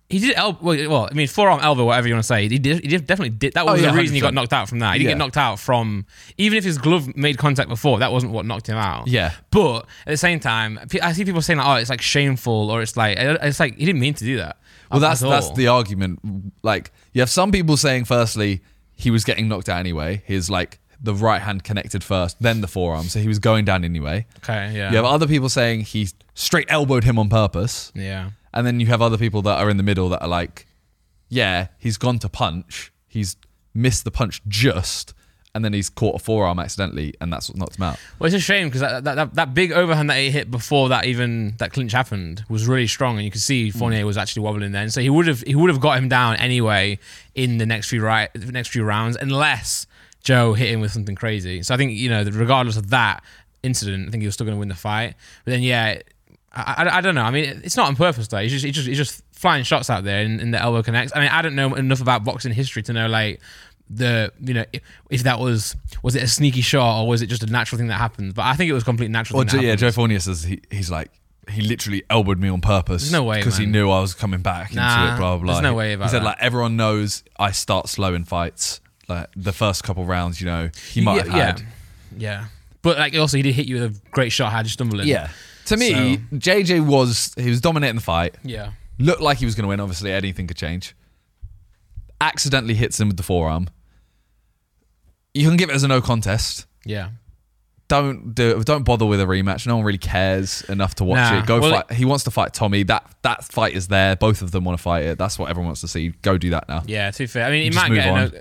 [SPEAKER 1] he did elbow. Well, well, I mean forearm, elbow, whatever you want to say. He did. He did- definitely did. That was
[SPEAKER 2] Oh, yeah,
[SPEAKER 1] the reason he got
[SPEAKER 2] 100%.
[SPEAKER 1] knocked out from that. He didn't
[SPEAKER 2] Yeah.
[SPEAKER 1] get knocked out from even if his glove made contact before. That wasn't what knocked him out.
[SPEAKER 2] Yeah.
[SPEAKER 1] But at the same time, pe- I see people saying like, "Oh, it's like shameful," or it's like it's like he didn't mean to do that.
[SPEAKER 2] Well,
[SPEAKER 1] at
[SPEAKER 2] that's that's
[SPEAKER 1] all.
[SPEAKER 2] the argument. Like you have some people saying, firstly, he was getting knocked out anyway. His like the right hand connected first, then the forearm, so he was going down anyway.
[SPEAKER 1] okay. Yeah.
[SPEAKER 2] You have other people saying he straight elbowed him on purpose,
[SPEAKER 1] yeah.
[SPEAKER 2] and then you have other people that are in the middle that are like, yeah, he's gone to punch, he's missed the punch just, and then he's caught a forearm accidentally, and that's what knocked him out.
[SPEAKER 1] Well, it's a shame because that, that, that, that big overhand that he hit before that even that clinch happened was really strong, and you could see Fournier was actually wobbling then. So he would have he would have got him down anyway in the next few right the next few rounds, unless Joe hit him with something crazy. So I think you know, that regardless of that incident, I think he was still going to win the fight. But then, yeah, I, I, I don't know. I mean, it's not on purpose though. He's just he's just, he's just flying shots out there, and, and the elbow connects. I mean, I don't know enough about boxing history to know like the you know if, if that was was it a sneaky shot or was it just a natural thing that happened? But I think it was completely natural.
[SPEAKER 2] Well,
[SPEAKER 1] thing that
[SPEAKER 2] Oh, yeah,
[SPEAKER 1] happened.
[SPEAKER 2] Joe Fournier says he, he's like he literally elbowed me on purpose.
[SPEAKER 1] There's no way,
[SPEAKER 2] because he
[SPEAKER 1] man.
[SPEAKER 2] knew I was coming back into
[SPEAKER 1] Nah,
[SPEAKER 2] it. Blah blah.
[SPEAKER 1] there's no way
[SPEAKER 2] He
[SPEAKER 1] about
[SPEAKER 2] said
[SPEAKER 1] that.
[SPEAKER 2] like everyone knows I start slow in fights. Like the first couple rounds, you know, he might
[SPEAKER 1] yeah,
[SPEAKER 2] have
[SPEAKER 1] yeah,
[SPEAKER 2] had.
[SPEAKER 1] yeah. But like also he did hit you with a great shot. Had you stumbling?
[SPEAKER 2] To me, JJ was he was dominating the fight.
[SPEAKER 1] yeah.
[SPEAKER 2] Looked like he was going to win. Obviously, anything could change. Accidentally hits him with the forearm. You can give it as a no contest.
[SPEAKER 1] Yeah.
[SPEAKER 2] don't do don't bother with a rematch. No one really cares enough to watch
[SPEAKER 1] Nah.
[SPEAKER 2] it. Go
[SPEAKER 1] Well,
[SPEAKER 2] fight. he wants to fight Tommy. That that fight is there. Both of them want to fight it. That's what everyone wants to see. Go do that now.
[SPEAKER 1] Yeah, to be fair. I mean, it
[SPEAKER 2] Just
[SPEAKER 1] might get a
[SPEAKER 2] move
[SPEAKER 1] no,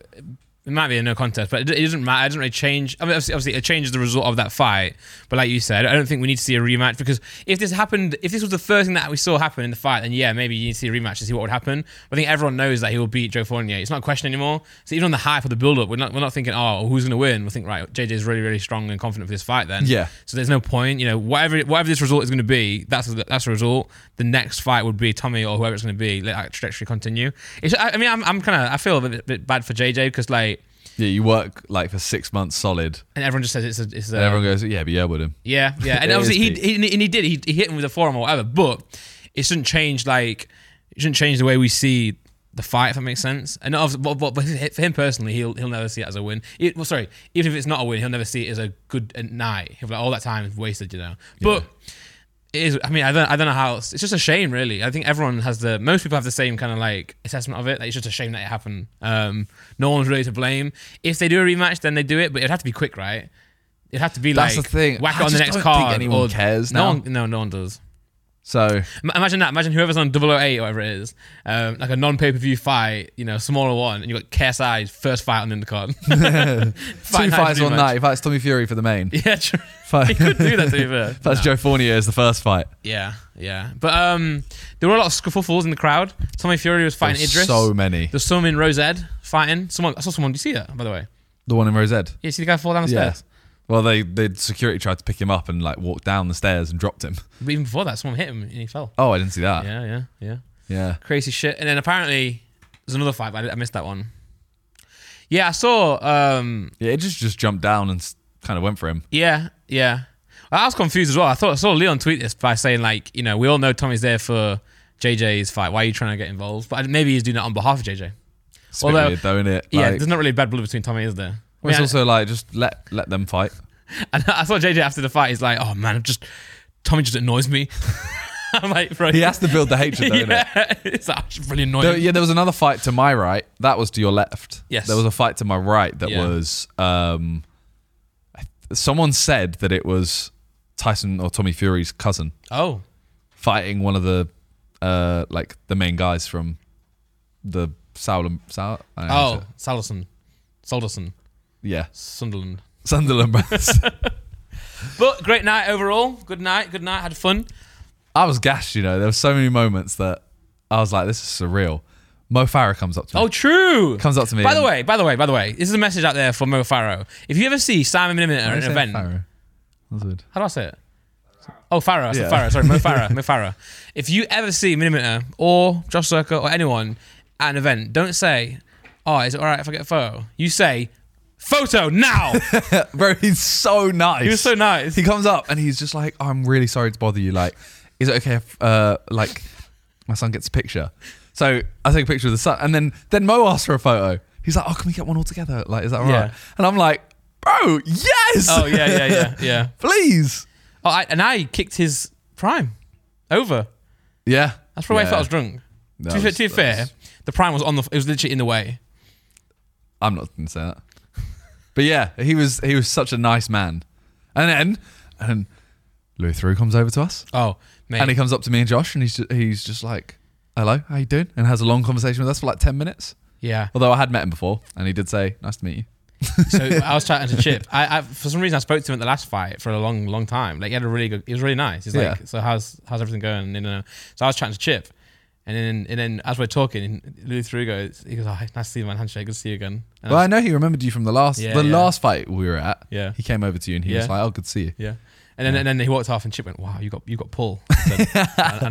[SPEAKER 1] it might be a no contest, but it, it doesn't matter. It doesn't really change. I mean, obviously, obviously, it changes the result of that fight. But like you said, I don't think we need to see a rematch because if this happened, if this was the first thing that we saw happen in the fight, then yeah, maybe you need to see a rematch to see what would happen. But I think everyone knows that he will beat Joe Fournier. It's not a question anymore. So even on the hype of the build-up, we're not we're not thinking, oh, who's going to win? We think right, JJ's really really strong and confident for this fight. Then
[SPEAKER 2] Yeah.
[SPEAKER 1] So there's no point. You know, whatever whatever this result is going to be, that's the- that's the result. The next fight would be Tommy or whoever it's going to be. Let that trajectory continue. It's, I, I mean, I'm, I'm kind of I feel a bit, bit bad for JJ because like,
[SPEAKER 2] Yeah, you work like for six months solid,
[SPEAKER 1] and everyone just says it's a it's a
[SPEAKER 2] and everyone goes, "Yeah, but yeah, with him."
[SPEAKER 1] yeah yeah, and
[SPEAKER 2] It
[SPEAKER 1] obviously
[SPEAKER 2] is
[SPEAKER 1] he, he and he did he, he hit him with a forearm or whatever, but it shouldn't change like it shouldn't change the way we see. The fight, if that makes sense, and obviously, but, but, but for him personally, he'll he'll never see it as a win. It, well, sorry, even if it's not a win, he'll never see it as a good uh, night. He'll be like, all that time is wasted, you know. But it is. I mean, I don't. I don't know how. Else. It's just a shame, really. I think everyone has the. Most people have the same kind of like assessment of it. Like, it's just a shame that it happened. Um, no one's really to blame. If they do a rematch, then they do it. But it'd have to be quick, right? It'd have to be
[SPEAKER 2] That's
[SPEAKER 1] like
[SPEAKER 2] the thing.
[SPEAKER 1] whack
[SPEAKER 2] I
[SPEAKER 1] it on the
[SPEAKER 2] just
[SPEAKER 1] next
[SPEAKER 2] don't
[SPEAKER 1] card.
[SPEAKER 2] think anyone
[SPEAKER 1] or-
[SPEAKER 2] cares
[SPEAKER 1] No
[SPEAKER 2] now.
[SPEAKER 1] one. No, no one does.
[SPEAKER 2] So
[SPEAKER 1] Ma- Imagine that. Imagine whoever's on 008 or whatever it is, um, like a non pay per view fight, you know, smaller one, and you got KSI's first fight on the undercard.
[SPEAKER 2] two fights one
[SPEAKER 1] on
[SPEAKER 2] night. He fights Tommy Fury for the main.
[SPEAKER 1] Yeah, true.
[SPEAKER 2] Fight-
[SPEAKER 1] he could do that to be fair.
[SPEAKER 2] That's Joe Fournier as the first fight.
[SPEAKER 1] Yeah, yeah. But um, there were a lot of scuffles in the crowd. Tommy Fury was fighting
[SPEAKER 2] There's
[SPEAKER 1] Idris.
[SPEAKER 2] So many.
[SPEAKER 1] There's some in Rosed fighting. Someone I saw someone. Do you see that? By the way,
[SPEAKER 2] The one in Rose Ed.
[SPEAKER 1] yeah, you see the guy fall down the
[SPEAKER 2] Yeah.
[SPEAKER 1] stairs.
[SPEAKER 2] Well, they the security tried to pick him up and like walked down the stairs and dropped him.
[SPEAKER 1] But even before that, someone hit him and he fell.
[SPEAKER 2] Oh, I didn't see that.
[SPEAKER 1] Yeah, yeah, yeah.
[SPEAKER 2] yeah.
[SPEAKER 1] Crazy shit. And then apparently there's another fight, but I I missed that one. Yeah, I saw. Um,
[SPEAKER 2] Yeah, it just just jumped down and s- kind of went for him.
[SPEAKER 1] yeah, yeah. I was confused as well. I thought I saw Leon tweet this by saying like, you know, we all know Tommy's there for JJ's fight. Why are you trying to get involved? But maybe he's doing that on behalf of JJ.
[SPEAKER 2] It's a bit
[SPEAKER 1] Although-
[SPEAKER 2] weird, though, innit?
[SPEAKER 1] yeah,
[SPEAKER 2] Like,
[SPEAKER 1] there's not really bad blood between Tommy, is there? I
[SPEAKER 2] well, it's
[SPEAKER 1] mean, I-
[SPEAKER 2] also like just let let them fight.
[SPEAKER 1] And I saw JJ after the fight. He's like, "Oh man, I'm just Tommy just annoys me." I'm like, bro.
[SPEAKER 2] He has to build the hatred, though, innit?
[SPEAKER 1] yeah. It's actually really annoying.
[SPEAKER 2] There- yeah, there was another fight to my right. That was to your left.
[SPEAKER 1] Yes.
[SPEAKER 2] There was a fight to my right that
[SPEAKER 1] Yeah.
[SPEAKER 2] was. Um, I th- someone said that it was Tyson or Tommy Fury's cousin
[SPEAKER 1] Oh,
[SPEAKER 2] fighting one of the, uh, like the main guys from, the Saul Saul. I don't know how to
[SPEAKER 1] oh,
[SPEAKER 2] say it.
[SPEAKER 1] Salderson, Salderson,
[SPEAKER 2] yeah,
[SPEAKER 1] Sunderland.
[SPEAKER 2] Sunderland brothers.
[SPEAKER 1] But great night overall. Good night. Good night. Had fun.
[SPEAKER 2] I was gashed. You know, there were so many moments that I was like, "This is surreal." Mo Farah comes up to me.
[SPEAKER 1] Oh, true.
[SPEAKER 2] comes up to me.
[SPEAKER 1] By the
[SPEAKER 2] and-
[SPEAKER 1] way, by the way, by the way, this is a message out there for Mo Farrow. If you ever see Simon Miniman
[SPEAKER 2] Why
[SPEAKER 1] at
[SPEAKER 2] are
[SPEAKER 1] an
[SPEAKER 2] you saying
[SPEAKER 1] event,
[SPEAKER 2] Farah? That's weird.
[SPEAKER 1] How do I say it? Oh, Farah. I said
[SPEAKER 2] Yeah.
[SPEAKER 1] Farah. Sorry, Mo Farah. Mo Farah. If you ever see Minimeter or Josh Circa or anyone at an event, don't say, oh, is it all right if I get a photo? You say, photo now.
[SPEAKER 2] Bro, he's so nice.
[SPEAKER 1] he was so nice.
[SPEAKER 2] He comes up and he's just like, "I'm really sorry to bother you. Like, is it okay if uh, like my son gets a picture?" So I take a picture of the son, and then then Mo asks for a photo. He's like, "Oh, can we get one all together? Like, is that all right?"
[SPEAKER 1] Yeah.
[SPEAKER 2] And I'm like, "Bro, yes!
[SPEAKER 1] oh, yeah, yeah, yeah, yeah.
[SPEAKER 2] please."
[SPEAKER 1] Oh, I, and I kicked his prime over.
[SPEAKER 2] Yeah,
[SPEAKER 1] That's probably why
[SPEAKER 2] yeah.
[SPEAKER 1] I thought I was drunk.
[SPEAKER 2] That
[SPEAKER 1] to be fair,
[SPEAKER 2] was-
[SPEAKER 1] to be
[SPEAKER 2] that
[SPEAKER 1] fair,
[SPEAKER 2] was-
[SPEAKER 1] the prime was on the, it was literally in the way.
[SPEAKER 2] I'm not going to say that. But yeah, he was he was such a nice man, and then and Louis Theroux comes over to us.
[SPEAKER 1] Oh, man.
[SPEAKER 2] And he comes up to me and Josh, and he's just, he's just like, "Hello, how you doing?" And has a long conversation with us for like ten minutes.
[SPEAKER 1] yeah.
[SPEAKER 2] Although I had met him before, and he did say, "Nice to meet you."
[SPEAKER 1] So I was chatting to Chip. I, I for some reason I spoke to him at the last fight for a long, long time. Like he had a really good. He was really nice. He's
[SPEAKER 2] Yeah.
[SPEAKER 1] like, so how's how's everything going? And, uh, so I was chatting to Chip, and then and then as we're talking, Louis Theroux goes, he goes, oh, nice to see you, man. Handshake, good to see you again. And I
[SPEAKER 2] Well,
[SPEAKER 1] was-
[SPEAKER 2] I know he remembered you from the last
[SPEAKER 1] Yeah,
[SPEAKER 2] the
[SPEAKER 1] yeah.
[SPEAKER 2] last fight we were at.
[SPEAKER 1] Yeah.
[SPEAKER 2] he came over to you, and he was
[SPEAKER 1] Yeah.
[SPEAKER 2] like, "Oh, good to see you."
[SPEAKER 1] yeah. And then, and then he walked off, and Chip went, "Wow, you got you got pull." I, said,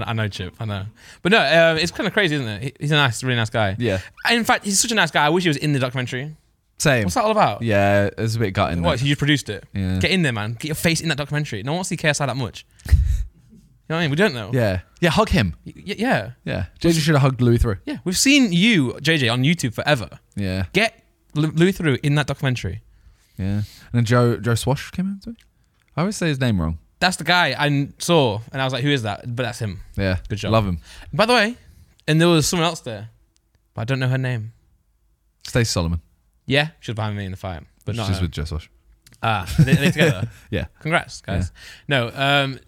[SPEAKER 1] I, I know Chip, I know, but no, um, it's kind of crazy, isn't it? He- He's a nice, really nice guy.
[SPEAKER 2] Yeah,
[SPEAKER 1] And in fact, he's such a nice guy. I wish he was in the documentary.
[SPEAKER 2] same.
[SPEAKER 1] What's that all about?
[SPEAKER 2] Yeah, it was a bit gutting.
[SPEAKER 1] What? So you produced it?
[SPEAKER 2] Yeah.
[SPEAKER 1] Get in there, man. Get your face in that documentary. No one wants to see KSI that much. you know what I mean? We don't know.
[SPEAKER 2] yeah, yeah, hug him.
[SPEAKER 1] Y- y- yeah.
[SPEAKER 2] Yeah, JJ should have hugged Louis Theroux.
[SPEAKER 1] Yeah. We've seen you, JJ, on YouTube forever.
[SPEAKER 2] Yeah,
[SPEAKER 1] Get Lu- Lou through in that documentary.
[SPEAKER 2] yeah. And then Joe Joe Swash came over to me. I always say his name wrong.
[SPEAKER 1] That's the guy I n- saw, and I was like, who is that? But that's him.
[SPEAKER 2] Yeah,
[SPEAKER 1] Good job.
[SPEAKER 2] Love him.
[SPEAKER 1] By the way, and there was someone else there, but I don't know her name.
[SPEAKER 2] Stacey Solomon,
[SPEAKER 1] Yeah, she was behind me in the fight, but not
[SPEAKER 2] she's
[SPEAKER 1] her.
[SPEAKER 2] with Joe Swash.
[SPEAKER 1] Ah, are they, are they together?
[SPEAKER 2] Yeah.
[SPEAKER 1] Congrats, guys. No, um,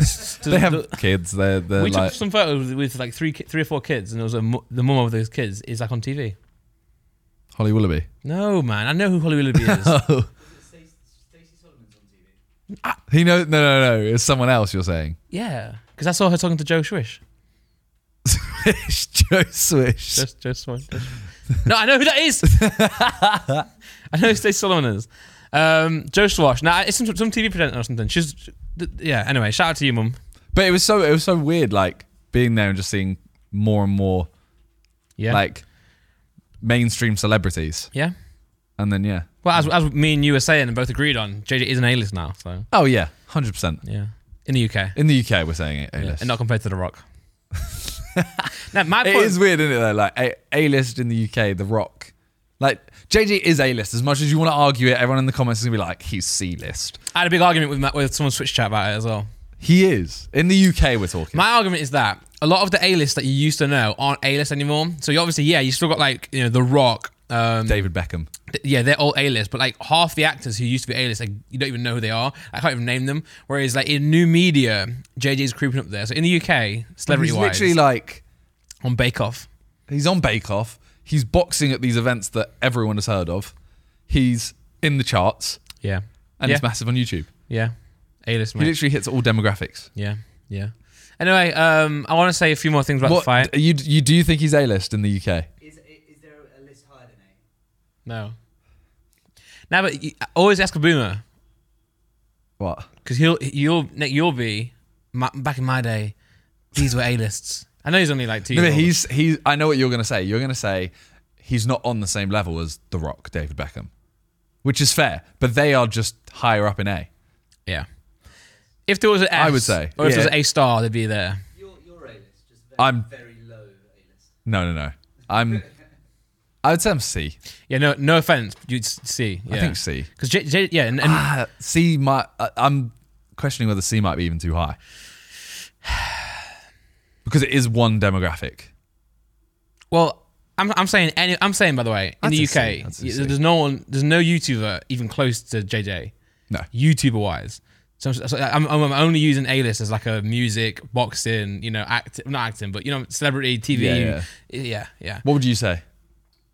[SPEAKER 1] s-
[SPEAKER 2] They have kids. They're they're
[SPEAKER 1] we
[SPEAKER 2] like
[SPEAKER 1] took some photos with, with like three, ki- three or four kids, and there was a mu- the mum of those kids is like on TV.
[SPEAKER 2] Holly Willoughby.
[SPEAKER 1] No, man, I know who Holly Willoughby is.
[SPEAKER 2] Oh. He know no no no. It's someone else. You're saying
[SPEAKER 1] yeah, because I saw her talking to Joe Swish.
[SPEAKER 2] It's Joe Swish.
[SPEAKER 1] Just, just one. just- no, I know who that is. I know who Stacey Solomon is. Um, Joe Swash. Now it's some, some TV presenter or something. She's th- yeah. Anyway, shout out to you, mum.
[SPEAKER 2] But it was so it was so weird, like being there and just seeing more and more
[SPEAKER 1] Yeah.
[SPEAKER 2] like mainstream celebrities,
[SPEAKER 1] yeah.
[SPEAKER 2] and then yeah,
[SPEAKER 1] Well, as, as me and you were saying and both agreed on, JJ is an A-list now. So
[SPEAKER 2] oh yeah, hundred percent.
[SPEAKER 1] yeah, in the UK,
[SPEAKER 2] In the UK, we're saying it. A-list.
[SPEAKER 1] and not compared to The Rock. now my
[SPEAKER 2] it
[SPEAKER 1] point
[SPEAKER 2] is weird, isn't it? Though, like a A list in the UK, The Rock. Like JJ is A list. As much as you want to argue it, everyone in the comments is gonna be like, he's C list.
[SPEAKER 1] I had a big argument with my, with someone on Switch chat about it as well.
[SPEAKER 2] He is. In the UK, we're talking.
[SPEAKER 1] My argument is that a lot of the A list that you used to know aren't A list anymore. So you obviously, yeah, you still got like you know The Rock. Um,
[SPEAKER 2] David Beckham.
[SPEAKER 1] th- yeah, they're all A list, but like half the actors who used to be A list, like you don't even know who they are. I can't even name them. Whereas like in new media, JJ's creeping up there. So in the UK, celebrity
[SPEAKER 2] He's
[SPEAKER 1] wise,
[SPEAKER 2] literally like
[SPEAKER 1] on Bake Off.
[SPEAKER 2] He's on Bake Off. He's boxing at these events that everyone has heard of. He's in the charts
[SPEAKER 1] Yeah,
[SPEAKER 2] and
[SPEAKER 1] yeah,
[SPEAKER 2] he's massive on YouTube.
[SPEAKER 1] yeah, A list,
[SPEAKER 2] He
[SPEAKER 1] mate.
[SPEAKER 2] literally hits all demographics.
[SPEAKER 1] Yeah, yeah. Anyway, um, I want to say a few more things about the fight.
[SPEAKER 2] You you do think he's a list in the UK?
[SPEAKER 4] Is, is there a list higher than eight?
[SPEAKER 1] No. Now, but you, always ask a boomer.
[SPEAKER 2] What?
[SPEAKER 1] because he'll you'll Nick you'll be my, back in my day. These were A lists. I know he's only like two.
[SPEAKER 2] No,
[SPEAKER 1] years
[SPEAKER 2] but
[SPEAKER 1] old.
[SPEAKER 2] he's he's. I know what you're gonna say. You're gonna say he's not on the same level as The Rock, David Beckham, which is fair. But they are just higher up in A.
[SPEAKER 1] yeah. If there was an S,
[SPEAKER 2] I would say,
[SPEAKER 1] or if there was
[SPEAKER 2] yeah.
[SPEAKER 1] an A star, they'd be there.
[SPEAKER 4] Your, your A-list, just very,
[SPEAKER 2] I'm-
[SPEAKER 4] very low A-list.
[SPEAKER 2] No, no, no. I'm. I would say I'm C.
[SPEAKER 1] Yeah, no, no offense, you'd s- see.
[SPEAKER 2] I
[SPEAKER 1] yeah.
[SPEAKER 2] think C.
[SPEAKER 1] Because J, J, yeah, and, and
[SPEAKER 2] Ah, C might. I- I'm questioning whether C might be even too high. because it is one demographic.
[SPEAKER 1] Well, I'm, I'm saying any, I'm saying by the way in
[SPEAKER 2] That's
[SPEAKER 1] the
[SPEAKER 2] a
[SPEAKER 1] UK,
[SPEAKER 2] C, that's a
[SPEAKER 1] y-
[SPEAKER 2] C.
[SPEAKER 1] there's no one, there's no YouTuber even close to JJ.
[SPEAKER 2] No.
[SPEAKER 1] YouTuber wise. So, I'm- so I'm, I'm only using A list as like a music, boxing, you know, act, not acting, but you know, celebrity TV.
[SPEAKER 2] Yeah, yeah.
[SPEAKER 1] yeah. yeah.
[SPEAKER 2] What would you say?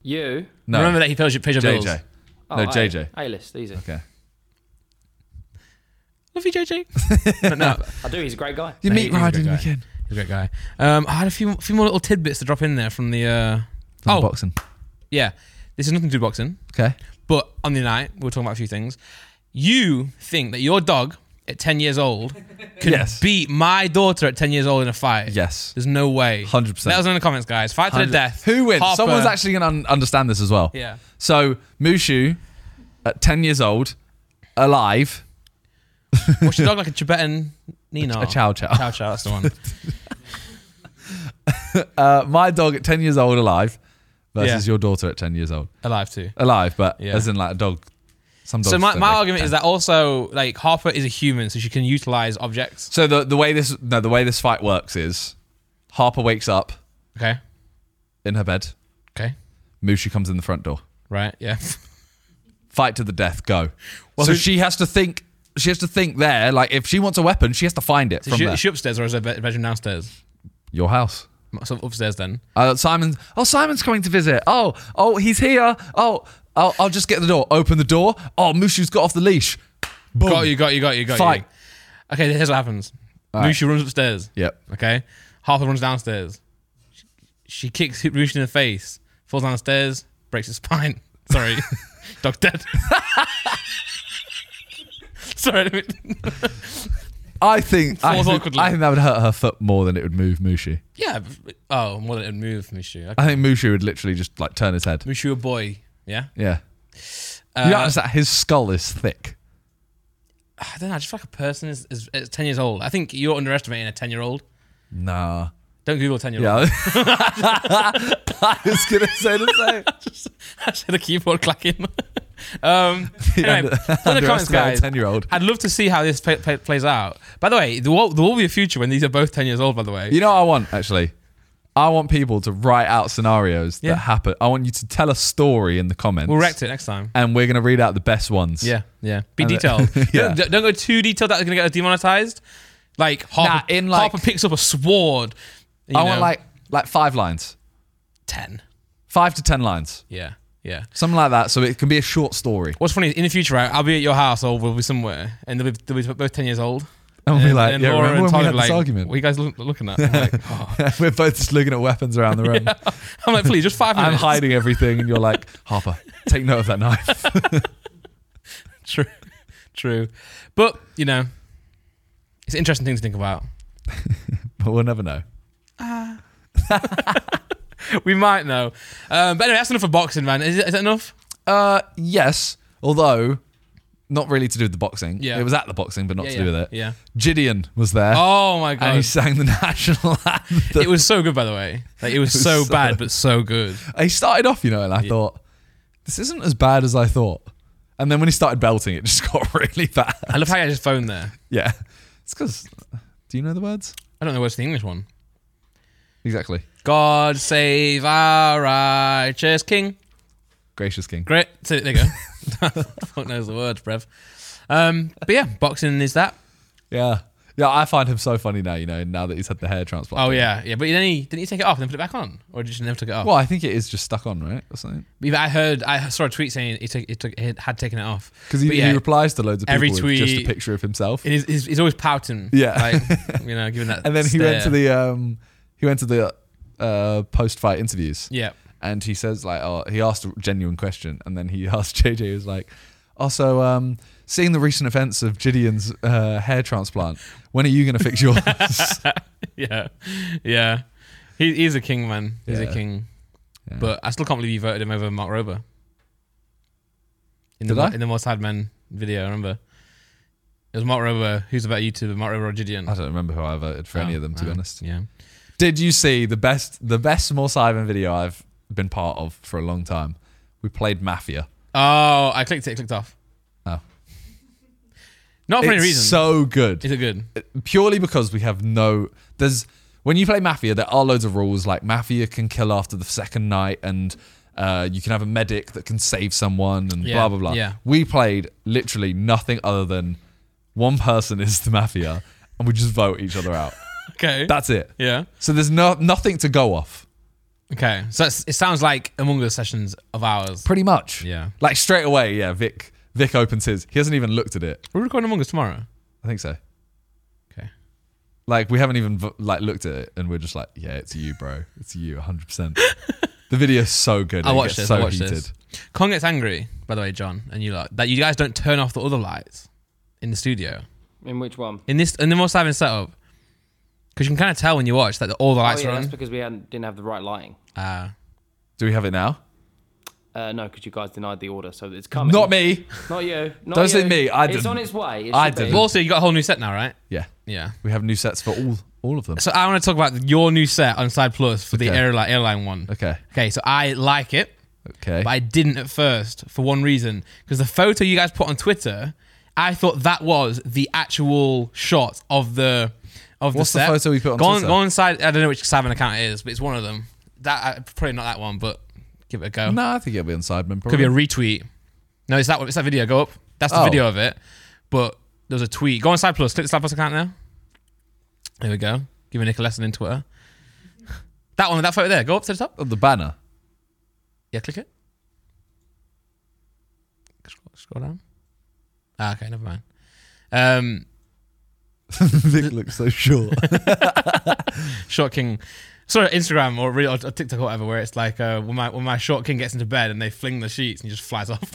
[SPEAKER 3] You?
[SPEAKER 2] No,
[SPEAKER 1] Remember that he pays your, pays your bills.
[SPEAKER 2] JJ. No,
[SPEAKER 3] I-
[SPEAKER 2] JJ.
[SPEAKER 3] A-list, easy.
[SPEAKER 2] Okay.
[SPEAKER 1] Love you, JJ. no, no,
[SPEAKER 3] I do, he's a great guy.
[SPEAKER 2] You
[SPEAKER 1] No,
[SPEAKER 2] meet
[SPEAKER 1] he- he's a
[SPEAKER 2] Ryden
[SPEAKER 1] good guy.
[SPEAKER 2] again.
[SPEAKER 1] he's a great guy. Um, I had a few, few more little tidbits to drop in there from the. Uh, oh,
[SPEAKER 2] boxing.
[SPEAKER 1] yeah. This is nothing to do with boxing.
[SPEAKER 2] Okay.
[SPEAKER 1] But on the night, we were talking about a few things. You think that your dog at 10 years old could
[SPEAKER 2] Yes.
[SPEAKER 1] beat my daughter at 10 years old in a fight?
[SPEAKER 2] Yes.
[SPEAKER 1] There's no way.
[SPEAKER 2] 100%.
[SPEAKER 1] Let us know in the comments, guys. Fight to the death.
[SPEAKER 2] Who wins?
[SPEAKER 1] Harper.
[SPEAKER 2] Someone's actually going to un- understand this as well.
[SPEAKER 1] Yeah.
[SPEAKER 2] So Mushu, at ten years old, alive,
[SPEAKER 1] What's your dog like a Tibetan Nino?
[SPEAKER 2] a chow chow.
[SPEAKER 1] Chow chow, that's the one.
[SPEAKER 2] Uh, my dog at ten years old, alive, versus
[SPEAKER 1] Yeah.
[SPEAKER 2] your daughter at ten years old,
[SPEAKER 1] Alive too.
[SPEAKER 2] alive, but
[SPEAKER 1] Yeah.
[SPEAKER 2] as in like a dog. Some dogs
[SPEAKER 1] So my,
[SPEAKER 2] don't
[SPEAKER 1] my
[SPEAKER 2] make-
[SPEAKER 1] argument is that also like Harper is a human, so she can utilize objects.
[SPEAKER 2] So the the way this no the way this fight works is, Harper wakes up
[SPEAKER 1] Okay.
[SPEAKER 2] in her bed.
[SPEAKER 1] Okay.
[SPEAKER 2] Mushu comes in the front door.
[SPEAKER 1] Right. Yeah.
[SPEAKER 2] Fight to the death. Go.
[SPEAKER 1] Well,
[SPEAKER 2] so
[SPEAKER 1] who-
[SPEAKER 2] she has to think. She has to think there. Like if she wants a weapon, she has to find it
[SPEAKER 1] So
[SPEAKER 2] from
[SPEAKER 1] she,
[SPEAKER 2] there.
[SPEAKER 1] she upstairs or is her bed- bedroom downstairs?
[SPEAKER 2] your house.
[SPEAKER 1] So upstairs then.
[SPEAKER 2] Uh, Simon. Oh, Simon's coming to visit. Oh, oh, he's here. Oh, I'll, I'll just get the door. Open the door. Oh, Mushu's got off the leash. Boom.
[SPEAKER 1] Got you, got you, got you, got
[SPEAKER 2] Fight.
[SPEAKER 1] you. Okay, here's what happens. Mushu runs upstairs.
[SPEAKER 2] Yep.
[SPEAKER 1] Okay. Harper runs downstairs. She, she kicks Rushi in the face, falls down the stairs, breaks his spine. Sorry. Dog's dead. Sorry. I didn't-
[SPEAKER 2] I think. I
[SPEAKER 1] Falls
[SPEAKER 2] think,
[SPEAKER 1] awkwardly.
[SPEAKER 2] I think that would hurt her foot more than it would move Mushu.
[SPEAKER 1] Yeah. but- Oh, more than it would move Mushu. Okay.
[SPEAKER 2] I think Mushu would literally just like turn his head.
[SPEAKER 1] Mushu a boy. Yeah.
[SPEAKER 2] Yeah.
[SPEAKER 1] Uh,
[SPEAKER 2] you notice that his skull is thick.
[SPEAKER 1] I don't know. I just feel like a person is, is, is 10 years old. I think you're underestimating a 10 year old.
[SPEAKER 2] Nah.
[SPEAKER 1] Don't Google 10 year old.
[SPEAKER 2] Yeah. I was gonna say the same.
[SPEAKER 1] I said the keyboard clacking. um, anyway, put in
[SPEAKER 2] under-
[SPEAKER 1] the comments,
[SPEAKER 2] underestimate
[SPEAKER 1] guys.
[SPEAKER 2] a 10-year-old.
[SPEAKER 1] I'd love to see how this play, play, plays out. By the way, there will, there will be a future when these are both 10 years old, by the way.
[SPEAKER 2] You know what I want actually? I want people to write out scenarios
[SPEAKER 1] Yeah.
[SPEAKER 2] that happen. I want you to tell a story in the comments.
[SPEAKER 1] We'll react to it next time.
[SPEAKER 2] and we're gonna read out the best ones.
[SPEAKER 1] Yeah, yeah. Be
[SPEAKER 2] And-
[SPEAKER 1] detailed.
[SPEAKER 2] Yeah.
[SPEAKER 1] don't, don't go too detailed. That's going to get us demonetized. Like Harper,
[SPEAKER 2] Nah, in like-
[SPEAKER 1] Harper picks up a sword. you
[SPEAKER 2] I want
[SPEAKER 1] know,
[SPEAKER 2] like like five lines,
[SPEAKER 1] 10.
[SPEAKER 2] five to ten lines,
[SPEAKER 1] Yeah, yeah.
[SPEAKER 2] something like that. So it can be a short story.
[SPEAKER 1] What's funny is in the future, right, I'll be at your house or we'll be somewhere and they'll be, they'll be both 10 years old.
[SPEAKER 2] And we'll be like,
[SPEAKER 1] and
[SPEAKER 2] yeah,
[SPEAKER 1] Laura
[SPEAKER 2] remember
[SPEAKER 1] and
[SPEAKER 2] when
[SPEAKER 1] Tyler
[SPEAKER 2] we had
[SPEAKER 1] be
[SPEAKER 2] this
[SPEAKER 1] like,
[SPEAKER 2] argument?
[SPEAKER 1] What are you guys loo- looking at? I'm like, oh.
[SPEAKER 2] we're both just looking at weapons around the room.
[SPEAKER 1] I'm like, please, just five minutes.
[SPEAKER 2] I'm hiding everything, and you're like, Harper, take note of that knife.
[SPEAKER 1] True, true. But you know, it's an interesting thing to think about.
[SPEAKER 2] but we'll never know.
[SPEAKER 1] We might know. Um, but anyway, that's enough for boxing, man. Is, it, is that enough?
[SPEAKER 2] Uh, yes, although not really to do with the boxing.
[SPEAKER 1] Yeah.
[SPEAKER 2] it was at the boxing, but not
[SPEAKER 1] Yeah,
[SPEAKER 2] to do
[SPEAKER 1] yeah,
[SPEAKER 2] with it.
[SPEAKER 1] yeah.
[SPEAKER 2] Gideon was there,
[SPEAKER 1] Oh my
[SPEAKER 2] and he
[SPEAKER 1] god,
[SPEAKER 2] sang the national anthem.
[SPEAKER 1] it was so good, by the way. Like, it was so
[SPEAKER 2] so-
[SPEAKER 1] bad, but so good.
[SPEAKER 2] he started off, you know, and I thought this isn't as bad as I thought. And then when he started belting, it just got really bad.
[SPEAKER 1] I love how I just phone there.
[SPEAKER 2] Yeah. It's because. Do you know the words?
[SPEAKER 1] I don't know what's the English one.
[SPEAKER 2] Exactly.
[SPEAKER 1] God save our righteous king.
[SPEAKER 2] Gracious King.
[SPEAKER 1] Great. So, there you go. Fuck knows the words, bruv. Um, but yeah, boxing is that.
[SPEAKER 2] Yeah. Yeah, I find him so funny now, you know, now that he's had the hair transplant.
[SPEAKER 1] Oh yeah, yeah. But then he didn't he take it off and then put it back on, or did you never took it off?
[SPEAKER 2] Well, I think it is just stuck on, right? Or something.
[SPEAKER 1] Yeah, I heard, I saw a tweet saying he, took, he, took, he had taken it off.
[SPEAKER 2] Because he,
[SPEAKER 1] But
[SPEAKER 2] he
[SPEAKER 1] yeah,
[SPEAKER 2] replies to loads of people
[SPEAKER 1] Every
[SPEAKER 2] with just a
[SPEAKER 1] tweet-
[SPEAKER 2] picture of himself.
[SPEAKER 1] it is, he's, he's always pouting.
[SPEAKER 2] Yeah.
[SPEAKER 1] Like, you know, giving that.
[SPEAKER 2] and then he went to
[SPEAKER 1] stare.
[SPEAKER 2] the um he went to the uh post fight interviews.
[SPEAKER 1] Yeah.
[SPEAKER 2] and he says like oh he asked a genuine question and then he asked JJ he was like also um seeing the recent events of Gideon's uh, hair transplant when are you going to fix yours
[SPEAKER 1] Yeah. Yeah. He, he's a king, man. He's
[SPEAKER 2] Yeah.
[SPEAKER 1] a king.
[SPEAKER 2] Yeah.
[SPEAKER 1] But I still can't believe you voted him over Mark Rober. In the,
[SPEAKER 2] Did I?
[SPEAKER 1] In the More Sad Men video, I remember. It was Mark Rober. Who's about YouTuber? Mark Rober or Gideon?
[SPEAKER 2] I don't remember who I voted for any
[SPEAKER 1] Oh,
[SPEAKER 2] of them to be
[SPEAKER 1] wow.
[SPEAKER 2] honest
[SPEAKER 1] Yeah.
[SPEAKER 2] did you see the best the best more Simon video I've been part of for a long time we played Mafia
[SPEAKER 1] Oh, I clicked it, it clicked off.
[SPEAKER 2] Oh.
[SPEAKER 1] Not Oh, for any
[SPEAKER 2] it's
[SPEAKER 1] reason.
[SPEAKER 2] so good
[SPEAKER 1] is it good?
[SPEAKER 2] purely because we have no there's when you play Mafia, there are loads of rules. Like Mafia can kill after the second night, and uh, you can have a medic that can save someone, and
[SPEAKER 1] Yeah,
[SPEAKER 2] blah blah blah.
[SPEAKER 1] yeah.
[SPEAKER 2] We played literally nothing other than one person is the Mafia, and we just vote each other out.
[SPEAKER 1] Okay.
[SPEAKER 2] That's it.
[SPEAKER 1] yeah.
[SPEAKER 2] So there's no nothing to go off.
[SPEAKER 1] Okay. So that's, it sounds like Among Us sessions of ours.
[SPEAKER 2] Pretty much.
[SPEAKER 1] Yeah.
[SPEAKER 2] Like straight away, yeah. Vic Vic opens his. He hasn't even looked at it.
[SPEAKER 1] We're recording Among Us tomorrow.
[SPEAKER 2] I think so.
[SPEAKER 1] Okay.
[SPEAKER 2] Like we haven't even v- like looked at it, and we're just like, yeah, it's you, bro. It's you, 100. percent The video's so good.
[SPEAKER 1] I
[SPEAKER 2] It
[SPEAKER 1] watched
[SPEAKER 2] gets
[SPEAKER 1] this.
[SPEAKER 2] So
[SPEAKER 1] I watched
[SPEAKER 2] heated.
[SPEAKER 1] this. Con gets angry, by the way, John, and you lot, that you guys don't turn off the other lights in the studio
[SPEAKER 3] In which one?
[SPEAKER 1] in this in the most having setup because you can kind of tell when you watch that the- all the
[SPEAKER 3] Oh,
[SPEAKER 1] lights
[SPEAKER 3] yeah,
[SPEAKER 1] are
[SPEAKER 3] that's
[SPEAKER 1] on.
[SPEAKER 3] because we hadn't, didn't have the right lighting.
[SPEAKER 1] Uh,
[SPEAKER 2] Do we have it now?
[SPEAKER 3] Uh, no, because you guys denied the order, so it's coming.
[SPEAKER 2] Not me.
[SPEAKER 3] Not you. Not
[SPEAKER 2] Don't say
[SPEAKER 3] you.
[SPEAKER 2] me, I
[SPEAKER 3] it's
[SPEAKER 2] didn't.
[SPEAKER 3] on its way. It
[SPEAKER 2] I
[SPEAKER 3] should be.
[SPEAKER 1] but
[SPEAKER 2] didn't.
[SPEAKER 1] also, you got a whole new set now, right?
[SPEAKER 2] Yeah,
[SPEAKER 1] Yeah.
[SPEAKER 2] we have new sets for all all of them.
[SPEAKER 1] So I want to talk about your new set on Side Plus for the
[SPEAKER 2] Okay.
[SPEAKER 1] airline airline one.
[SPEAKER 2] Okay.
[SPEAKER 1] Okay. So I like it.
[SPEAKER 2] Okay.
[SPEAKER 1] but I didn't at first for one reason because the photo you guys put on Twitter, I thought that was the actual shot of the of
[SPEAKER 2] What's the
[SPEAKER 1] set.
[SPEAKER 2] photo we put on
[SPEAKER 1] go
[SPEAKER 2] Twitter?
[SPEAKER 1] On, go inside. I don't know which Savin account it is, but it's one of them. That uh, probably not that one, but give it a go.
[SPEAKER 2] no, I think it'll be on Sidemen.
[SPEAKER 1] Could be a
[SPEAKER 2] probably.
[SPEAKER 1] retweet. No, it's that one. It's that video. Go up. That's the
[SPEAKER 2] Oh.
[SPEAKER 1] video of it. But there was a tweet. Go on Side Plus. Click the Side Plus account now. There we go. Giving Nick a lesson in Twitter. That one, that photo there. Go up to the top.
[SPEAKER 2] Oh, the banner.
[SPEAKER 1] Yeah, click it. Scroll, scroll down. Ah, okay, never mind. Um,
[SPEAKER 2] Vic looks so sure.
[SPEAKER 1] Short King, sort of Instagram or real or TikTok or whatever, where it's like uh, when my when my Short King gets into bed and they fling the sheets and he just flies off.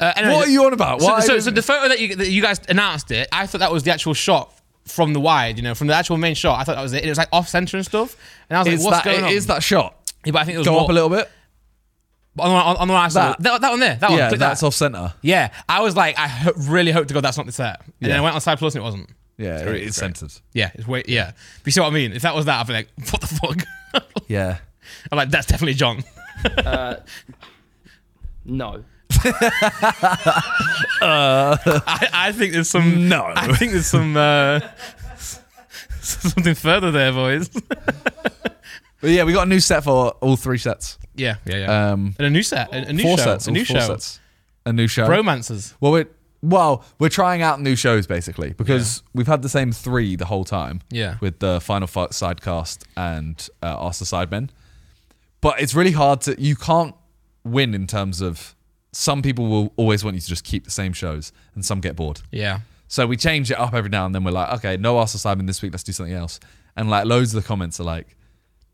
[SPEAKER 1] uh, anyway,
[SPEAKER 2] what are you on about?
[SPEAKER 1] So,
[SPEAKER 2] Why?
[SPEAKER 1] so, so the photo that you that you guys announced it, I thought that was the actual shot from the wide, you know, from the actual main shot. I thought that was it. And it was like off center and stuff. And I was
[SPEAKER 2] it's
[SPEAKER 1] like, what's
[SPEAKER 2] that,
[SPEAKER 1] going on?
[SPEAKER 2] It is that shot.
[SPEAKER 1] Yeah, but I think it was
[SPEAKER 2] Go
[SPEAKER 1] more,
[SPEAKER 2] up a little bit.
[SPEAKER 1] On the, one- on, on the one I saw.
[SPEAKER 2] That.
[SPEAKER 1] That, that, one there. That one.
[SPEAKER 2] yeah,
[SPEAKER 1] Oh, click
[SPEAKER 2] that's
[SPEAKER 1] that.
[SPEAKER 2] off center.
[SPEAKER 1] Yeah, I was like, I ho- really hope to God that's not the set. And then
[SPEAKER 2] Yeah.
[SPEAKER 1] I went on Side Plus and it wasn't.
[SPEAKER 2] Yeah,
[SPEAKER 1] great, it's
[SPEAKER 2] it's
[SPEAKER 1] great.
[SPEAKER 2] centered.
[SPEAKER 1] Yeah, it's way, yeah. But you see what I mean? If that was that, I'd be like, what the fuck?
[SPEAKER 2] Yeah.
[SPEAKER 1] I'm like, that's definitely John.
[SPEAKER 3] No.
[SPEAKER 1] I, I think there's some.
[SPEAKER 2] No.
[SPEAKER 1] I think there's some. Uh, something further there, boys.
[SPEAKER 2] But yeah, we got a new set for all three sets.
[SPEAKER 1] yeah, yeah, yeah.
[SPEAKER 2] Um,
[SPEAKER 1] and a new set, a, a new
[SPEAKER 2] four
[SPEAKER 1] show,
[SPEAKER 2] sets.
[SPEAKER 1] a
[SPEAKER 2] all
[SPEAKER 1] new
[SPEAKER 2] four
[SPEAKER 1] show.
[SPEAKER 2] Sets. A new show.
[SPEAKER 1] Romances.
[SPEAKER 2] well, we're well, we're trying out new shows basically because we've had the same three the whole time.
[SPEAKER 1] Yeah.
[SPEAKER 2] With the final Fight sidecast and uh, Arthur Sidemen, but it's really hard to. You can't win in terms of. Some people will always want you to just keep the same shows, and some get bored.
[SPEAKER 1] Yeah,
[SPEAKER 2] So we change it up every now and then. We're like, okay, no Arsenal Simon this week. Let's do something else. And like loads of the comments are like,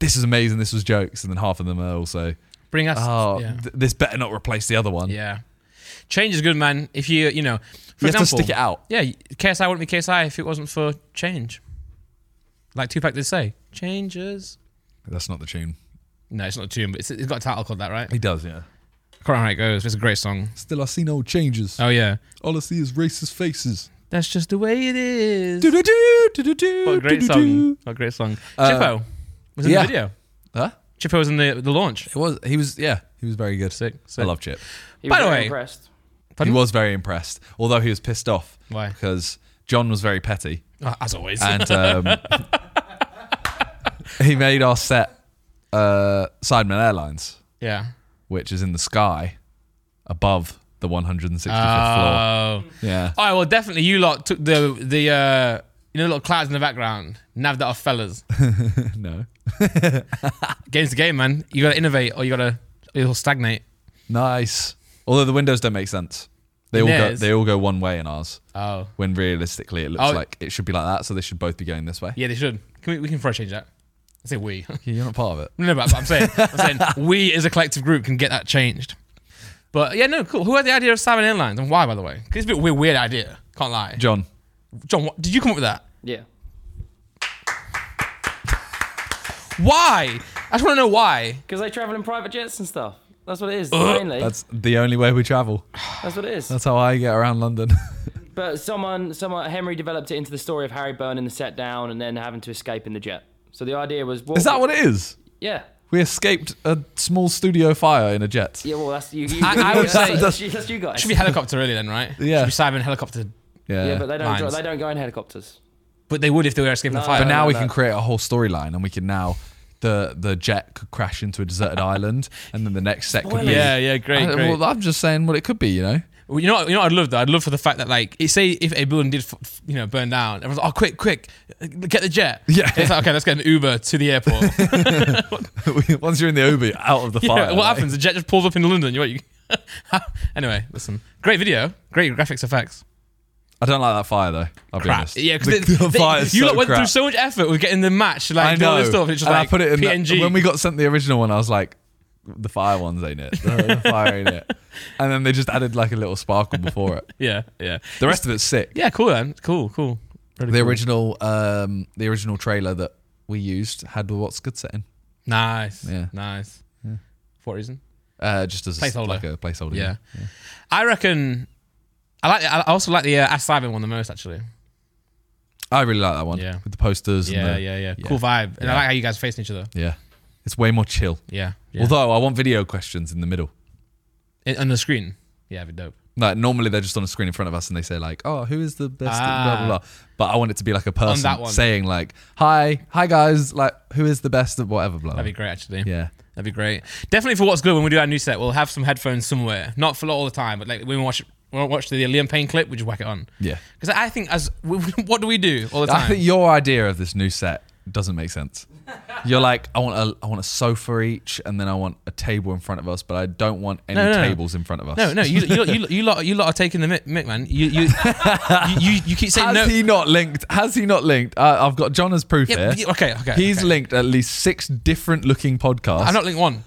[SPEAKER 2] this is amazing. This was jokes. And then half of them are also,
[SPEAKER 1] bring us.
[SPEAKER 2] oh,
[SPEAKER 1] yeah.
[SPEAKER 2] th- this better not replace the other one.
[SPEAKER 1] yeah, change is good, man. If you, you know, for
[SPEAKER 2] You have to
[SPEAKER 1] example,
[SPEAKER 2] stick it out.
[SPEAKER 1] Yeah, KSI wouldn't be KSI if it wasn't for change. Like Tupac did say, changes.
[SPEAKER 2] That's not the tune.
[SPEAKER 1] No, it's not a tune, but it's, it's got a title called that, right?
[SPEAKER 2] He does, yeah.
[SPEAKER 1] Current how it goes. It's a great song.
[SPEAKER 2] Still, I see no changes.
[SPEAKER 1] Oh yeah,
[SPEAKER 2] All I see is racist faces.
[SPEAKER 1] that's just the way it is.
[SPEAKER 2] Do do do do do
[SPEAKER 1] what a
[SPEAKER 2] do.
[SPEAKER 1] great song! What a great song. Chippo was in
[SPEAKER 2] yeah.
[SPEAKER 1] the video.
[SPEAKER 2] Huh?
[SPEAKER 1] Chippo was in the the launch.
[SPEAKER 2] It was. He was. Yeah, he was very good.
[SPEAKER 1] Sick,
[SPEAKER 2] I
[SPEAKER 1] sick.
[SPEAKER 2] love Chip.
[SPEAKER 3] He
[SPEAKER 1] By
[SPEAKER 3] was
[SPEAKER 1] the
[SPEAKER 3] very
[SPEAKER 1] way-
[SPEAKER 3] impressed.
[SPEAKER 1] Pardon?
[SPEAKER 2] He was very impressed, although he was pissed off.
[SPEAKER 1] Why?
[SPEAKER 2] Because John was very petty.
[SPEAKER 1] Oh, as always.
[SPEAKER 2] and um, he made our set uh, Sidemen Airlines,
[SPEAKER 1] yeah.
[SPEAKER 2] which is in the sky above the 165th floor.
[SPEAKER 1] Oh.
[SPEAKER 2] Yeah,
[SPEAKER 1] All right. Well, definitely you lot took the the uh, you know little clouds in the background, nabbed that off fellas.
[SPEAKER 2] no,
[SPEAKER 1] Game's the game, man. You gotta innovate, or you gotta it'll stagnate.
[SPEAKER 2] nice. Although the windows don't make sense. They all go,
[SPEAKER 1] Theirs?
[SPEAKER 2] they all go one way in ours.
[SPEAKER 1] Oh.
[SPEAKER 2] When realistically, it looks
[SPEAKER 1] Oh.
[SPEAKER 2] like it should be like that. So they should both be going this way.
[SPEAKER 1] Yeah, they should. Can we, we can probably change that. I say we.
[SPEAKER 2] You're not part of it.
[SPEAKER 1] No, but I'm saying, I'm saying we as a collective group can get that changed. But yeah, no, cool. Who had the idea of Simon Airlines and why, by the way? 'Cause it's a bit weird, weird idea. Can't lie. John,
[SPEAKER 2] John,
[SPEAKER 1] what, did you come up with that?
[SPEAKER 3] Yeah.
[SPEAKER 1] Why? I just want to know why.
[SPEAKER 3] Because they travel in private jets and stuff. That's what it is. mainly. That's,
[SPEAKER 2] that's the only way we travel.
[SPEAKER 3] what it is.
[SPEAKER 2] That's how I get around London.
[SPEAKER 3] But someone, someone, Henry developed it into the story of Harry burning the set down and then having to escape in the jet. So the idea was.
[SPEAKER 2] is that what it is?
[SPEAKER 3] Yeah.
[SPEAKER 2] We escaped a small studio fire in a jet.
[SPEAKER 3] Yeah, well, that's you. you
[SPEAKER 1] I- I would
[SPEAKER 3] that's,
[SPEAKER 1] say-
[SPEAKER 3] that's, you- that's you guys.
[SPEAKER 1] Should be helicopter, really, then, right?
[SPEAKER 2] Yeah.
[SPEAKER 1] Should be Simon helicopter.
[SPEAKER 2] uh,
[SPEAKER 3] yeah, but they don't.
[SPEAKER 1] Lines.
[SPEAKER 3] Dri- they don't go in helicopters.
[SPEAKER 1] But they would if they were escaping
[SPEAKER 3] No,
[SPEAKER 1] the fire.
[SPEAKER 2] But now we
[SPEAKER 3] no.
[SPEAKER 2] can create a whole storyline, and we can now the the jet could crash into a deserted island, and then the next set could be.
[SPEAKER 1] yeah, yeah, great,
[SPEAKER 2] I-
[SPEAKER 1] great.
[SPEAKER 2] Well, I'm just saying what it could be, you know.
[SPEAKER 1] Well, you know, what, you know, what I'd love that. I'd love for the fact that, like, it, say if a building did, f- f- you know, burn down, everyone's like, "Oh, quick, quick, get the jet!"
[SPEAKER 2] Yeah.
[SPEAKER 1] it's like, okay, let's get an Uber to the airport.
[SPEAKER 2] Once you're in the Uber, you're out of the fire.
[SPEAKER 1] yeah, what happens? The jet just pulls up in London. You're like, you anyway, listen, great video, great graphics effects.
[SPEAKER 2] I don't like that fire though. I'll be
[SPEAKER 1] Crap.
[SPEAKER 2] honest.
[SPEAKER 1] Yeah,
[SPEAKER 2] the,
[SPEAKER 1] because
[SPEAKER 2] the fire is
[SPEAKER 1] you
[SPEAKER 2] so
[SPEAKER 1] lot went
[SPEAKER 2] crap.
[SPEAKER 1] through so much effort with getting the match, like
[SPEAKER 2] I
[SPEAKER 1] doing all
[SPEAKER 2] know.
[SPEAKER 1] this stuff. and It's just
[SPEAKER 2] and
[SPEAKER 1] like
[SPEAKER 2] I put it in the-
[SPEAKER 1] PNG.
[SPEAKER 2] when we got sent the original one. I was like, the fire one's ain't it? The, the fire ain't it. And then they just added like a little sparkle before it.
[SPEAKER 1] yeah, yeah,
[SPEAKER 2] The rest of it's sick.
[SPEAKER 1] yeah. Cool, man. Cool, cool. Really
[SPEAKER 2] The
[SPEAKER 1] cool.
[SPEAKER 2] original, um, the original trailer that we used had what's good setting.
[SPEAKER 1] Nice.
[SPEAKER 2] Yeah.
[SPEAKER 1] Nice. For what reason?
[SPEAKER 2] Uh, just as
[SPEAKER 1] Placeholder.
[SPEAKER 2] like a placeholder.
[SPEAKER 1] Yeah. I reckon. I like. I also like the uh, Ask Simon one the most, actually.
[SPEAKER 2] I really like that one.
[SPEAKER 1] Yeah.
[SPEAKER 2] With the posters.
[SPEAKER 1] Yeah,
[SPEAKER 2] and the,
[SPEAKER 1] yeah, yeah, Cool vibe, and I like how you guys facing each other.
[SPEAKER 2] Yeah. It's way more chill.
[SPEAKER 1] Yeah. yeah.
[SPEAKER 2] Although I want video questions in the middle.
[SPEAKER 1] In- on the screen. Yeah, it'd be dope.
[SPEAKER 2] Like normally they're just on a screen in front of us and they say like, "Oh, who is the best?" at
[SPEAKER 1] Ah.
[SPEAKER 2] blah blah blah. But I want it to be like a
[SPEAKER 1] that
[SPEAKER 2] person
[SPEAKER 1] one.
[SPEAKER 2] saying like, "Hi, hi guys, like who is the best at whatever?" Blah.
[SPEAKER 1] That'd be great, actually.
[SPEAKER 2] yeah.
[SPEAKER 1] That'd be great. Definitely for what's good when we do our new set, we'll have some headphones somewhere. Not for all the time, but like when we watch when we watch the Liam Payne clip, we just whack it on.
[SPEAKER 2] Yeah.
[SPEAKER 1] Because I think as what do we do all the
[SPEAKER 2] I
[SPEAKER 1] time?
[SPEAKER 2] think your idea of this new set doesn't make sense. You're like, I want a, I want a sofa each, and then I want a table in front of us, but I don't want any
[SPEAKER 1] No, no, no.
[SPEAKER 2] tables in front of us.
[SPEAKER 1] no, no, you you, you you lot you lot are taking the mick, mick man. You you, you you you keep saying
[SPEAKER 2] Has
[SPEAKER 1] no.
[SPEAKER 2] he not linked? Has he not linked? Uh, I've got John as proof
[SPEAKER 1] Yeah,
[SPEAKER 2] here.
[SPEAKER 1] yeah, okay, okay.
[SPEAKER 2] He's
[SPEAKER 1] okay.
[SPEAKER 2] linked at least six different looking podcasts.
[SPEAKER 1] I'm not linked one.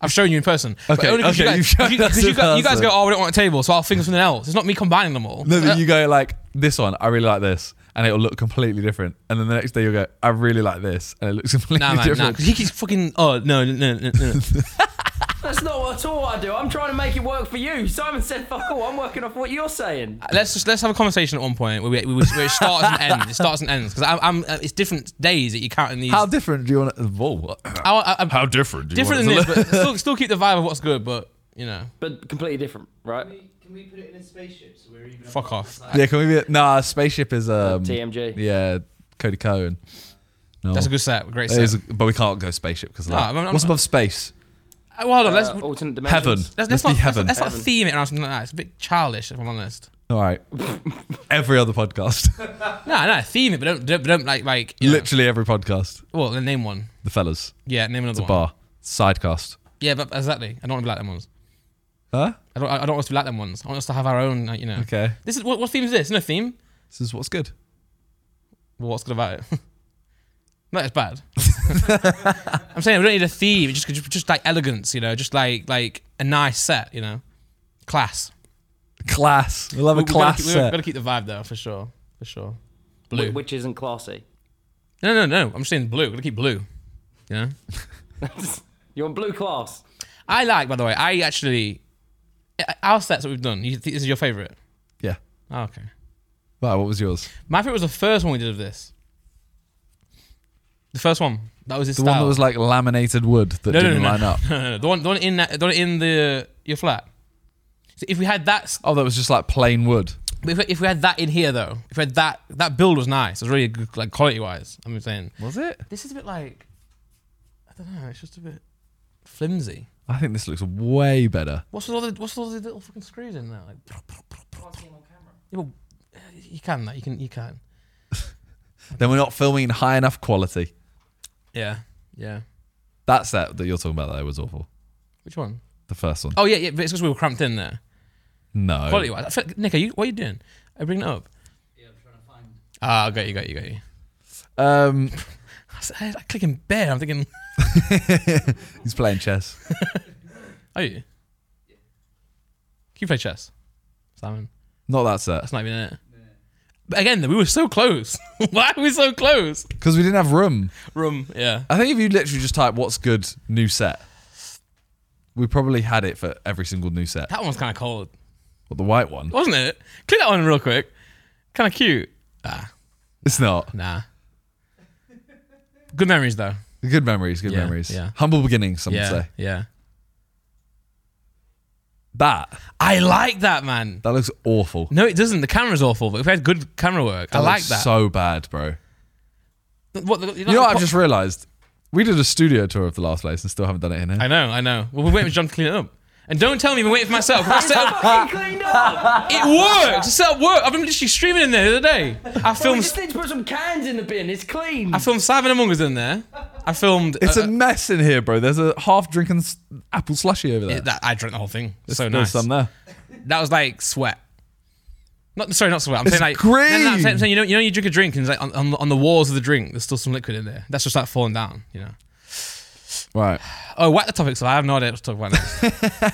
[SPEAKER 1] I've shown you in person. But
[SPEAKER 2] Okay,
[SPEAKER 1] only 'cause
[SPEAKER 2] okay, you've
[SPEAKER 1] You
[SPEAKER 2] shown
[SPEAKER 1] guys, you, 'cause
[SPEAKER 2] us
[SPEAKER 1] you
[SPEAKER 2] in
[SPEAKER 1] guys- you guys
[SPEAKER 2] person.
[SPEAKER 1] go, oh, we don't want a table, so I'll think of something else. It's not me combining them all.
[SPEAKER 2] No, that you go like this one. I really like this, and it'll look completely different. And then the next day you'll go, I really like this, and it looks completely
[SPEAKER 1] Nah, man, nah.
[SPEAKER 2] different.
[SPEAKER 1] 'cause he keeps fucking. Oh no, no, no, no. no.
[SPEAKER 3] That's not at all what I do. I'm trying to make it work for you. Simon said, fuck all. I'm working off what you're saying.
[SPEAKER 1] let's just let's have a conversation at one point where, we, where, we, where it starts and ends. It starts and ends because I'm, I'm uh, it's different days that you count in these.
[SPEAKER 2] How different do you want? It? Whoa,
[SPEAKER 1] I, I, I'm
[SPEAKER 2] how different? Do
[SPEAKER 1] different
[SPEAKER 2] you
[SPEAKER 1] than
[SPEAKER 2] want
[SPEAKER 1] this,
[SPEAKER 2] it to
[SPEAKER 1] but still, still keep the vibe of what's good. But you know,
[SPEAKER 3] But completely different, right?
[SPEAKER 4] Can we, can we put it in a spaceship so we're even?
[SPEAKER 1] Fuck
[SPEAKER 4] apart
[SPEAKER 1] off.
[SPEAKER 4] the
[SPEAKER 2] look?
[SPEAKER 4] size?
[SPEAKER 2] yeah, can we? Be, a- nah, spaceship is um,
[SPEAKER 3] TMG.
[SPEAKER 2] Yeah, Cody Cohen. No,
[SPEAKER 1] that's a good set, a great
[SPEAKER 2] It
[SPEAKER 1] set.
[SPEAKER 2] is a- but we can't go spaceship because
[SPEAKER 1] I'm- I'm
[SPEAKER 2] what's
[SPEAKER 1] not-
[SPEAKER 2] above space?
[SPEAKER 1] Uh, well, hold on, let's
[SPEAKER 3] Uh, alternate dimensions.
[SPEAKER 2] Heaven.
[SPEAKER 1] let's,
[SPEAKER 2] Let's
[SPEAKER 1] let's not
[SPEAKER 2] be heaven.
[SPEAKER 1] Let's, let's not
[SPEAKER 3] Heaven.
[SPEAKER 1] theme it around something like that. It's a bit childish, if I'm honest.
[SPEAKER 2] All right. every other podcast,
[SPEAKER 1] No, no, theme it, but don't don't, don't like like. You know,
[SPEAKER 2] literally every podcast.
[SPEAKER 1] well, then name one.
[SPEAKER 2] The fellas,
[SPEAKER 1] Yeah, name another
[SPEAKER 2] the
[SPEAKER 1] one.
[SPEAKER 2] bar, sidecast.
[SPEAKER 1] Yeah, but exactly. I don't want to be like them ones.
[SPEAKER 2] Huh?
[SPEAKER 1] I don't. I don't want us to be like them ones. I want us to have our own. Like, you know.
[SPEAKER 2] Okay.
[SPEAKER 1] This is what, what theme is this? No theme.
[SPEAKER 2] This is what's good.
[SPEAKER 1] Well, what's good about it? Not as bad. I'm saying we don't need a theme. Just, just, just like elegance, you know. Just like like a nice set, you know. Class.
[SPEAKER 2] Class. We love a
[SPEAKER 1] We- we
[SPEAKER 2] class
[SPEAKER 1] Gotta, keep- we
[SPEAKER 2] set.
[SPEAKER 1] gotta keep the vibe though, for sure, for sure. Blue.
[SPEAKER 3] Wh- Which isn't classy.
[SPEAKER 1] No, no, no. I'm saying blue. We're gonna keep blue. You know.
[SPEAKER 3] You're on blue class.
[SPEAKER 1] I like, by the way. I actually our sets that we've done. You think this is your favorite?
[SPEAKER 2] yeah.
[SPEAKER 1] Oh, okay.
[SPEAKER 2] Wow. What was yours?
[SPEAKER 1] My favorite was the first one we did of this. The first one. That was his
[SPEAKER 2] The
[SPEAKER 1] style.
[SPEAKER 2] one that was like laminated wood that
[SPEAKER 1] No, no,
[SPEAKER 2] didn't
[SPEAKER 1] no, no.
[SPEAKER 2] line up.
[SPEAKER 1] No, no, no. The one, the one in that, the one in the your flat. So if we had that, s-
[SPEAKER 2] Oh, that was just like plain wood.
[SPEAKER 1] if we, if we had that in here though, if we had that, that build was nice. It was really good, like quality wise. I'm saying
[SPEAKER 2] Was it?
[SPEAKER 1] this is a bit like, I don't know. It's just a bit flimsy.
[SPEAKER 2] I think this looks way better.
[SPEAKER 1] What's with all the what's with all the little fucking screws in there? Like, yeah, well, uh, you can that. You can. You can.
[SPEAKER 2] Then we're not filming in high enough quality.
[SPEAKER 1] Yeah. Yeah.
[SPEAKER 2] That set that you're talking about though was awful.
[SPEAKER 1] Which one?
[SPEAKER 2] The first one.
[SPEAKER 1] Oh yeah, yeah. But it's because we were cramped in there.
[SPEAKER 2] No.
[SPEAKER 1] Quality wise, like, Nick, are you what are you doing? Are you bringing it up?
[SPEAKER 4] Yeah, I'm trying to find.
[SPEAKER 1] Ah, I got you, got you, got you.
[SPEAKER 2] Um,
[SPEAKER 1] I, was- I, I click in bed. I'm thinking,
[SPEAKER 2] he's playing chess.
[SPEAKER 1] Are Oh, you? Can you play chess, Simon?
[SPEAKER 2] Not that set
[SPEAKER 1] That's not even it. But again, we were so close. Why are we so close?
[SPEAKER 2] because we didn't have room.
[SPEAKER 1] Room, yeah.
[SPEAKER 2] I think if you literally just type "what's good new set," we probably had it for every single new set.
[SPEAKER 1] That one's kind of cold,
[SPEAKER 2] But the white one,
[SPEAKER 1] wasn't it? Click that one real quick. Kind of cute. Ah,
[SPEAKER 2] it's not.
[SPEAKER 1] nah. Good memories though.
[SPEAKER 2] Good memories. Good
[SPEAKER 1] Yeah,
[SPEAKER 2] memories.
[SPEAKER 1] yeah.
[SPEAKER 2] Humble beginnings. Some would
[SPEAKER 1] Yeah,
[SPEAKER 2] say.
[SPEAKER 1] yeah.
[SPEAKER 2] That
[SPEAKER 1] I like that, man.
[SPEAKER 2] that looks awful.
[SPEAKER 1] No, it doesn't. The camera's awful, but if we had good camera work, I
[SPEAKER 2] looks
[SPEAKER 1] like that.
[SPEAKER 2] So bad, bro.
[SPEAKER 1] What, you
[SPEAKER 2] You know what I've just realised? We did a studio tour of the last place and still haven't done it in here.
[SPEAKER 1] I know, I know. Well, we're waiting for John to clean it up. And don't tell me I've been waiting for myself. I set up-
[SPEAKER 3] Fucking cleaned up.
[SPEAKER 1] it works. The setup worked. I've been literally streaming in there the other day. I
[SPEAKER 3] We
[SPEAKER 1] filmed.
[SPEAKER 3] just need to put some cans in the bin. It's clean.
[SPEAKER 1] I filmed Simon Among Us in there. I filmed.
[SPEAKER 2] It's
[SPEAKER 1] uh,
[SPEAKER 2] a mess in here, bro. There's a half drinking s- apple slushy over there.
[SPEAKER 1] uh, that, I drank the whole thing. It's so
[SPEAKER 2] There's
[SPEAKER 1] nice.
[SPEAKER 2] some there.
[SPEAKER 1] That was like sweat. Not sorry, not sweat. I'm
[SPEAKER 2] It's
[SPEAKER 1] saying like
[SPEAKER 2] green.
[SPEAKER 1] No, no, I'm saying, I'm saying, you know, you know, you drink a drink and it's like on, on, on the walls of the drink, there's still some liquid in there. That's just like falling down, you know.
[SPEAKER 2] Right.
[SPEAKER 1] Oh, whack the topic, so I have no idea what to talk about next. but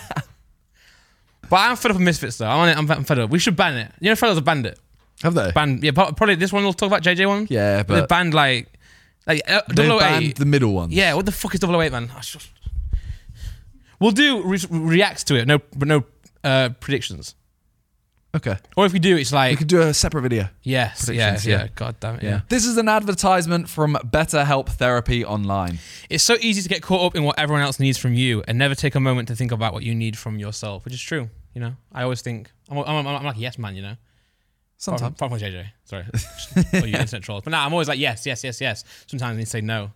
[SPEAKER 1] I'm fed up with misfits though. I'm, on it, I'm, I'm fed up. We should ban it. You know, fellas, banned it.
[SPEAKER 2] Have they?
[SPEAKER 1] Banned. Yeah, pro- probably this one we'll talk about JJ one.
[SPEAKER 2] Yeah,
[SPEAKER 1] they
[SPEAKER 2] but-
[SPEAKER 1] banned like like uh,
[SPEAKER 2] They've
[SPEAKER 1] 008.
[SPEAKER 2] banned the middle ones.
[SPEAKER 1] Yeah, what the fuck is 008, man? I just- We'll do re- reacts to it. No, but no uh, predictions.
[SPEAKER 2] Okay.
[SPEAKER 1] Or if we do, it's like
[SPEAKER 2] We could do a separate video.
[SPEAKER 1] Yes, yeah,
[SPEAKER 2] predictions,
[SPEAKER 1] yeah,
[SPEAKER 2] yeah.
[SPEAKER 1] God damn it. Yeah.
[SPEAKER 2] Yeah. This is an advertisement from BetterHelp Therapy Online.
[SPEAKER 1] It's so easy to get caught up in what everyone else needs from you and never take a moment to think about what you need from yourself, which is true. You know, I always think, I'm, I'm, I'm, I'm like a yes man, you know. Apart from,
[SPEAKER 2] Sometimes.
[SPEAKER 1] apart from JJ, sorry. Just all you internet trolls. But now I'm always like, yes, yes, yes, yes. Sometimes they say no.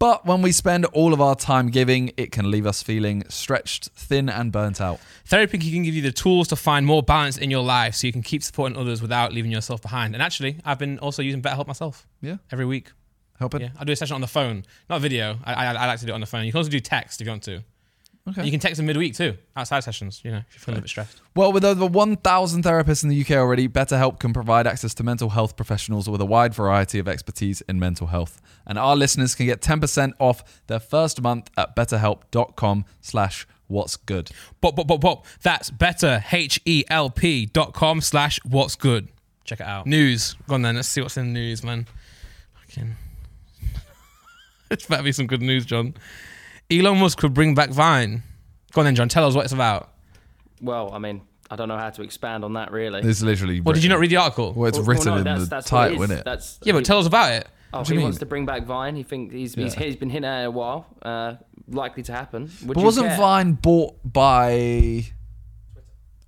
[SPEAKER 2] But when we spend all of our time giving, it can leave us feeling stretched, thin, and burnt out.
[SPEAKER 1] Therapy can give you the tools to find more balance in your life so you can keep supporting others without leaving yourself behind. And actually, I've been also using BetterHelp myself
[SPEAKER 2] Yeah.
[SPEAKER 1] every week.
[SPEAKER 2] Help it.
[SPEAKER 1] Yeah, I do a session on the phone, not video. I, I, I like to do it on the phone. You can also do text if you want to.
[SPEAKER 2] Okay.
[SPEAKER 1] You can text them midweek too, outside sessions. You know, if you're feeling a bit stressed.
[SPEAKER 2] Well, with over 1,000 therapists in the UK already, BetterHelp can provide access to mental health professionals with a wide variety of expertise in mental health. And our listeners can get 10% off their first month at betterhelp.com slash what's good.
[SPEAKER 1] Bop, bop, bop, bop. That's better. H E L P dot com slash what's good. Check it out. News. Go on then. Let's see what's in the news, man. Fucking. it's better be some good news, John. Elon Musk could bring back Vine. Go on then, John. Tell us what it's about.
[SPEAKER 3] well, I mean, I don't know how to expand on that really.
[SPEAKER 2] This is literally...
[SPEAKER 1] Well, did you not
[SPEAKER 2] written-
[SPEAKER 1] read the article?
[SPEAKER 2] Well, it's
[SPEAKER 3] Well,
[SPEAKER 2] written
[SPEAKER 3] no,
[SPEAKER 2] in
[SPEAKER 3] that's-
[SPEAKER 2] the
[SPEAKER 3] that's what it
[SPEAKER 2] title,
[SPEAKER 3] is.
[SPEAKER 2] isn't it?
[SPEAKER 3] That's
[SPEAKER 1] Yeah, but tell us about it.
[SPEAKER 3] Oh,
[SPEAKER 2] do
[SPEAKER 3] he
[SPEAKER 2] you
[SPEAKER 3] wants
[SPEAKER 2] mean?
[SPEAKER 3] to bring back Vine. He think he's he's, he's been hinting at it a while. Uh, likely to happen. Would
[SPEAKER 2] But
[SPEAKER 3] you
[SPEAKER 2] wasn't
[SPEAKER 3] care?
[SPEAKER 2] Vine bought by...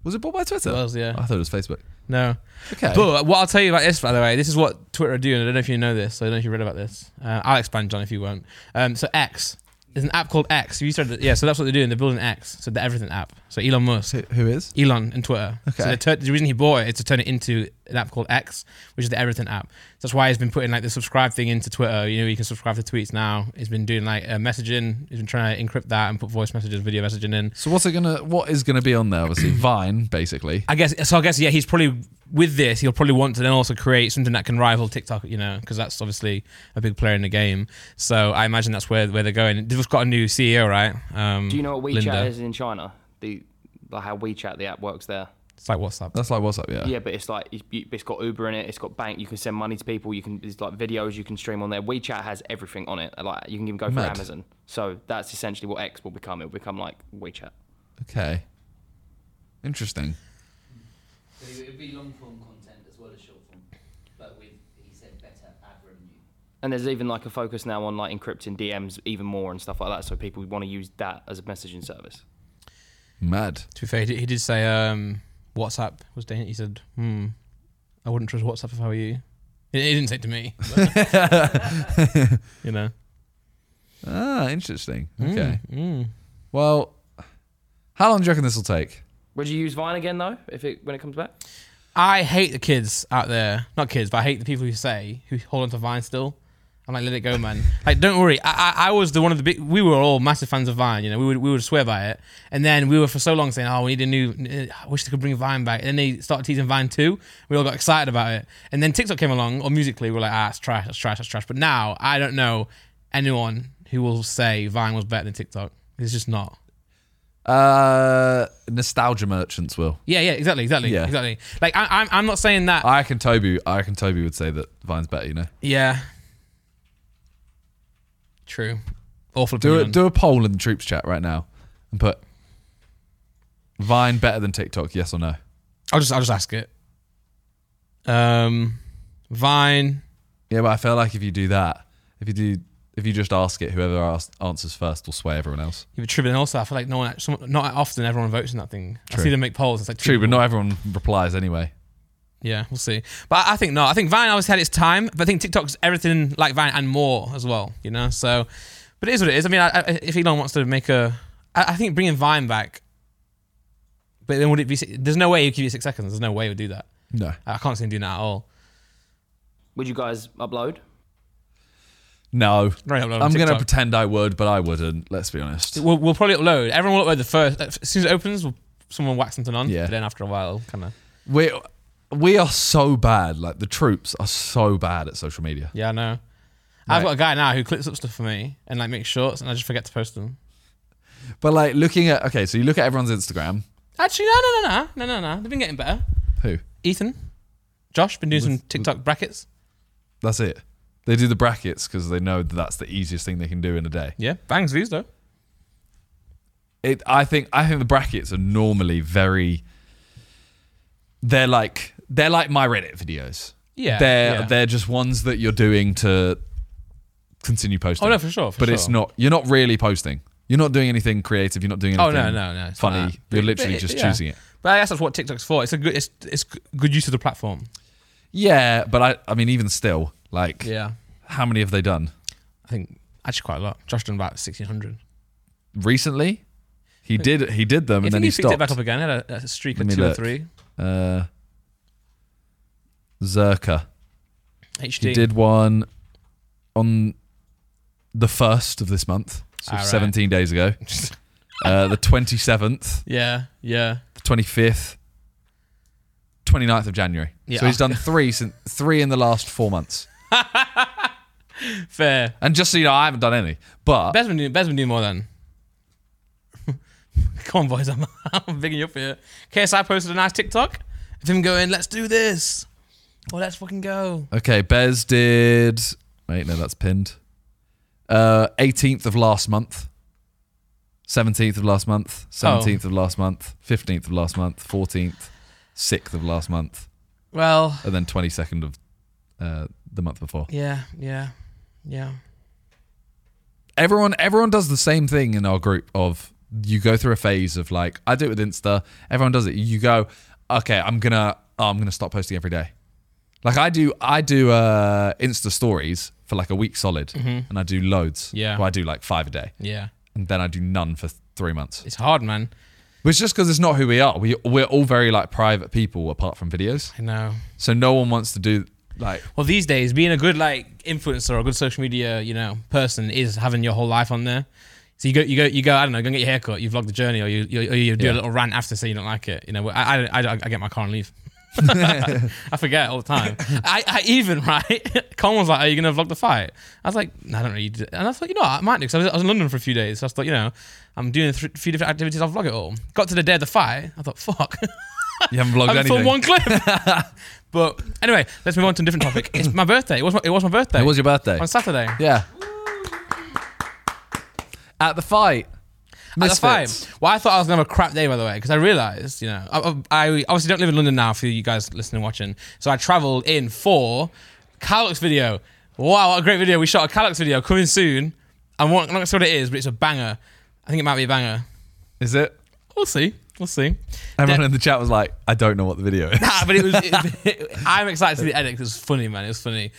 [SPEAKER 2] Was it bought by Twitter?
[SPEAKER 1] It was, yeah.
[SPEAKER 2] I thought it was Facebook.
[SPEAKER 1] No.
[SPEAKER 2] Okay.
[SPEAKER 1] But what I'll tell you about this, by the way, this is what Twitter are doing. I don't know if you know this. So I don't know if you read about this. Uh, I'll expand, John, if you won't. Um, so X. There's an app called X. You said, that- yeah. So that's what they're doing. They're building X. So the everything app. So Elon Musk,
[SPEAKER 2] Who- Who is?
[SPEAKER 1] Elon, and Twitter.
[SPEAKER 2] Okay.
[SPEAKER 1] So they tur- the reason he bought it is to turn it into an app called X, which is the everything app. So that's why he's been putting like the subscribe thing into Twitter. You know, you can subscribe to tweets now. He's been doing like uh, messaging. He's been trying to encrypt that and put voice messages, video messaging in.
[SPEAKER 2] So what's it gonna? What is gonna be on there? Obviously, Vine, basically.
[SPEAKER 1] I guess so. I guess yeah, he's probably with this. He'll probably want to then also create something that can rival TikTok, you know, because that's obviously a big player in the game. So I imagine that's where where they're going. They've just got a new CEO, right? Um,
[SPEAKER 3] Do you know what WeChat
[SPEAKER 1] Linda.
[SPEAKER 3] is in China? The like how WeChat the app works there.
[SPEAKER 1] It's like WhatsApp.
[SPEAKER 2] That's like WhatsApp, yeah.
[SPEAKER 3] Yeah, but it's like it's- it's got Uber in it. It's got bank. You can send money to people. You can there's like videos you can stream on there. WeChat has everything on it. Like you can even go for
[SPEAKER 2] Mad.
[SPEAKER 3] Amazon. So that's essentially what X will become. It'll become like WeChat.
[SPEAKER 2] Okay. Interesting.
[SPEAKER 4] So it'd be long form content as well as short form, but with he said better ad revenue.
[SPEAKER 3] And there's even like a focus now on like encrypting DMs even more and stuff like that. So people want to use that as a messaging service.
[SPEAKER 2] Mad.
[SPEAKER 1] To be fair, he did, he did say um, WhatsApp was dangerous. He said, "Hmm, I wouldn't trust WhatsApp if I were you." He, he didn't say it to me. but- you know.
[SPEAKER 2] Ah, interesting. Okay.
[SPEAKER 1] Mm.
[SPEAKER 2] Well, how long do you reckon this will take?
[SPEAKER 3] Would you use Vine again though, if it when it comes back?
[SPEAKER 1] I hate the kids out there. Not kids, but I hate the people who say who hold on to Vine still. I'm like, let it go, man. like, don't worry. I, I, I was the one of the big. We were all massive fans of Vine. You know, we would we would swear by it. And then we were for so long saying, oh, we need a new. I wish they could bring Vine back. And then they started teasing Vine too. We all got excited about it. And then TikTok came along, or musically, we were like, ah, it's trash, that's trash, that's trash. But now I don't know anyone who will say Vine was better than TikTok. It's just not.
[SPEAKER 2] Uh, nostalgia merchants will.
[SPEAKER 1] Yeah, yeah, exactly, exactly,
[SPEAKER 2] Yeah.
[SPEAKER 1] exactly. Like, I, I'm I'm not saying that.
[SPEAKER 2] I reckon Toby. I reckon Toby would say that Vine's better. You know.
[SPEAKER 1] Yeah. True. Awful
[SPEAKER 2] Do a,
[SPEAKER 1] opinion.
[SPEAKER 2] do a poll in the troops chat right now, and put Vine better than TikTok. Yes or no?
[SPEAKER 1] I'll just I'll just ask it. Um Vine.
[SPEAKER 2] Yeah, but I feel like if you do that, if you do If you just ask it, whoever asked, answers first will sway everyone else.
[SPEAKER 1] Yeah, but true, but then also I feel like no one, act- some, not often everyone votes in that thing. I
[SPEAKER 2] True.
[SPEAKER 1] see them make polls. It's like two
[SPEAKER 2] True, but
[SPEAKER 1] people.
[SPEAKER 2] not everyone replies anyway.
[SPEAKER 1] Yeah, we'll see. But I I think no. I think Vine always had its time, but I think TikTok's everything like Vine and more as well. You know, so. But it is what it is. I mean, I, I, if Elon wants to make a, I, I think bringing Vine back. But then would it be? si- There's no way he'd give you six seconds. There's no way he would do that.
[SPEAKER 2] No.
[SPEAKER 1] I can't see him doing that at all.
[SPEAKER 3] Would you guys upload?
[SPEAKER 2] No.
[SPEAKER 1] Right, upload on
[SPEAKER 2] I'm going to
[SPEAKER 1] TikTok.
[SPEAKER 2] pretend I would, but I wouldn't. Let's be honest.
[SPEAKER 1] We'll, we'll probably upload. Everyone will upload the first. As soon as it opens, we'll, someone whack something on.
[SPEAKER 2] Yeah.
[SPEAKER 1] But then after a while, kind of.
[SPEAKER 2] We we are so bad. Like the troops are so bad at social media.
[SPEAKER 1] Yeah, I know.
[SPEAKER 2] Right.
[SPEAKER 1] I've got a guy now who clips up stuff for me and like makes shorts, and I just forget to post them.
[SPEAKER 2] But like looking at okay, so you look at everyone's Instagram.
[SPEAKER 1] Actually, no, no, no, no, no, no, no. They've been getting better.
[SPEAKER 2] Who?
[SPEAKER 1] Ethan, Josh, been doing some TikTok brackets.
[SPEAKER 2] That's it. They do the brackets because they know that that's the easiest thing they can do in a day.
[SPEAKER 1] Yeah, bangs views though.
[SPEAKER 2] It, I think I think the brackets are normally very. They're like they're like my Reddit videos.
[SPEAKER 1] Yeah,
[SPEAKER 2] they're
[SPEAKER 1] yeah.
[SPEAKER 2] they're just ones that you're doing to continue posting.
[SPEAKER 1] Oh, no, for sure, for
[SPEAKER 2] but it's
[SPEAKER 1] sure.
[SPEAKER 2] not. You're not really posting. You're not doing anything creative. You're not doing anything.
[SPEAKER 1] Oh no, no, no. it's
[SPEAKER 2] funny.
[SPEAKER 1] not that.
[SPEAKER 2] You're
[SPEAKER 1] But-
[SPEAKER 2] literally
[SPEAKER 1] but it-
[SPEAKER 2] just
[SPEAKER 1] yeah.
[SPEAKER 2] choosing it.
[SPEAKER 1] But I guess that's what TikTok's for. It's a good, it's it's g- good use of the platform.
[SPEAKER 2] Yeah, but I I mean even still, like
[SPEAKER 1] Yeah,
[SPEAKER 2] how many have they done?
[SPEAKER 1] I think actually quite a lot. Josh done about sixteen hundred.
[SPEAKER 2] Recently? He did he did them
[SPEAKER 1] I think
[SPEAKER 2] and then
[SPEAKER 1] he
[SPEAKER 2] he
[SPEAKER 1] picked it back
[SPEAKER 2] stopped.
[SPEAKER 1] up again. Had a, a streak
[SPEAKER 2] Let
[SPEAKER 1] of
[SPEAKER 2] me
[SPEAKER 1] two or
[SPEAKER 2] look.
[SPEAKER 1] three.
[SPEAKER 2] Uh Zerka.
[SPEAKER 1] HD.
[SPEAKER 2] He did one on the first of this month. So
[SPEAKER 1] All right.
[SPEAKER 2] 17 days ago. uh, the 27th,
[SPEAKER 1] Yeah, yeah.
[SPEAKER 2] the 25th, 29th of January.
[SPEAKER 1] Yeah.
[SPEAKER 2] So he's done three since three in the last 4 months.
[SPEAKER 1] Fair.
[SPEAKER 2] And just so you know, I haven't done any. But
[SPEAKER 1] Bez been doing, Bez been doing more than. Come on, boys. I'm, I'm bigging you up here. KSI posted a nice TikTok of him going, let's do this. Or let's fucking go.
[SPEAKER 2] Okay, Bez did. Wait, no, that's pinned. Uh, 18th of last month, 17th of last month, 17th of last month, 15th of last month, 14th, 6th of last month,
[SPEAKER 1] Well,
[SPEAKER 2] and then 22nd of uh, the month before.
[SPEAKER 1] yeah, yeah, yeah.
[SPEAKER 2] Everyone, everyone does the same thing in our group. Of you go through a phase of like, I do it with Insta. Everyone does it. You go, okay, I'm gonna, oh, I'm gonna stop posting every day. Like I do, I do uh, Insta stories for like a week solid, and I do loads.
[SPEAKER 1] Mm-hmm. Yeah.
[SPEAKER 2] well, I do like five a day,
[SPEAKER 1] Yeah.
[SPEAKER 2] and then I do none for th- three months.
[SPEAKER 1] It's hard, man.
[SPEAKER 2] But it's just because it's not who we are. We we're all very like private people, apart from videos.
[SPEAKER 1] I know.
[SPEAKER 2] So no one wants to do like
[SPEAKER 1] Well, these days, being a good like influencer or a good social media, you know, person is having your whole life on there. So you go, you go, you go. I don't know, go and get your haircut. You vlog the journey, or you, you, or you do
[SPEAKER 2] Yeah.
[SPEAKER 1] a little rant after saying you don't like it. You know, I, I, I, I get in my car and leave. I forget all the time. I, I even right. Colin was like, "Are you gonna vlog the fight?" I was like, "No, "I don't really." Do it." And I thought, you know, what, I might because I, was- I was in London for a few days. So I thought, you know, I'm doing a th- few different activities. I'll vlog it all. Got to the day of the fight. I thought, "Fuck."
[SPEAKER 2] you haven't vlogged
[SPEAKER 1] I
[SPEAKER 2] anything.
[SPEAKER 1] filmed one clip. but anyway, let's move on to a different topic. It's my birthday. It was my, it was my birthday.
[SPEAKER 2] it was your birthday.
[SPEAKER 1] on Saturday.
[SPEAKER 2] Yeah. At the fight.
[SPEAKER 1] That's fine. Well, I thought I was gonna have a crap day, by the way, because I realized, you know, I, I I obviously don't live in London now for you guys listening and watching. So I traveled in for Calix video. Wow, what a great video. We shot a Calix video coming soon. I'm not, I'm not gonna say what it is, but it's a banger. I think it might be a banger.
[SPEAKER 2] Is it?
[SPEAKER 1] We'll see. We'll see.
[SPEAKER 2] Everyone in the chat was like, I don't know what the video is.
[SPEAKER 1] Nah, but it was. it- I'm excited to see the edit. 'cause It was funny, man. It was funny.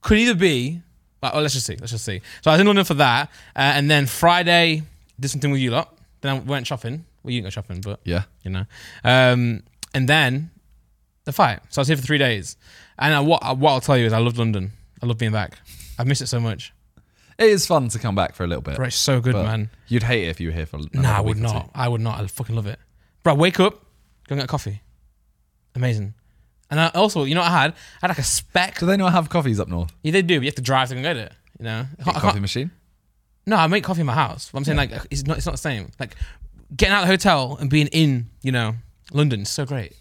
[SPEAKER 1] Could either be. Well, well, let's just see. Let's just see. So I was in London for that, uh, and then Friday did something with you lot. Then I went shopping. Well, you didn't go shopping, but
[SPEAKER 2] Yeah.
[SPEAKER 1] you know. Um, and then the fight. So I was here for three days, and I, what what I'll tell you is I loved London. I love being back. I miss it so much.
[SPEAKER 2] It is fun to come back for a little bit.
[SPEAKER 1] Bro, it's so good,
[SPEAKER 2] but
[SPEAKER 1] man.
[SPEAKER 2] You'd hate it if you were here for another
[SPEAKER 1] Nah, I would
[SPEAKER 2] week or
[SPEAKER 1] not. I would not. I fucking love it. Bro, wake up, go and get a coffee. Amazing. And I also, you know what I had? I had like a speck.
[SPEAKER 2] two. Do they not have coffees up north?
[SPEAKER 1] Yeah, they do. But you have to drive to go and get it. You know, I
[SPEAKER 2] A
[SPEAKER 1] can't- I
[SPEAKER 2] coffee
[SPEAKER 1] can't-
[SPEAKER 2] machine?
[SPEAKER 1] no, I make coffee in my house. But I'm saying like it's not it's not the same. Like getting out of the hotel and being in, you know, London is so great.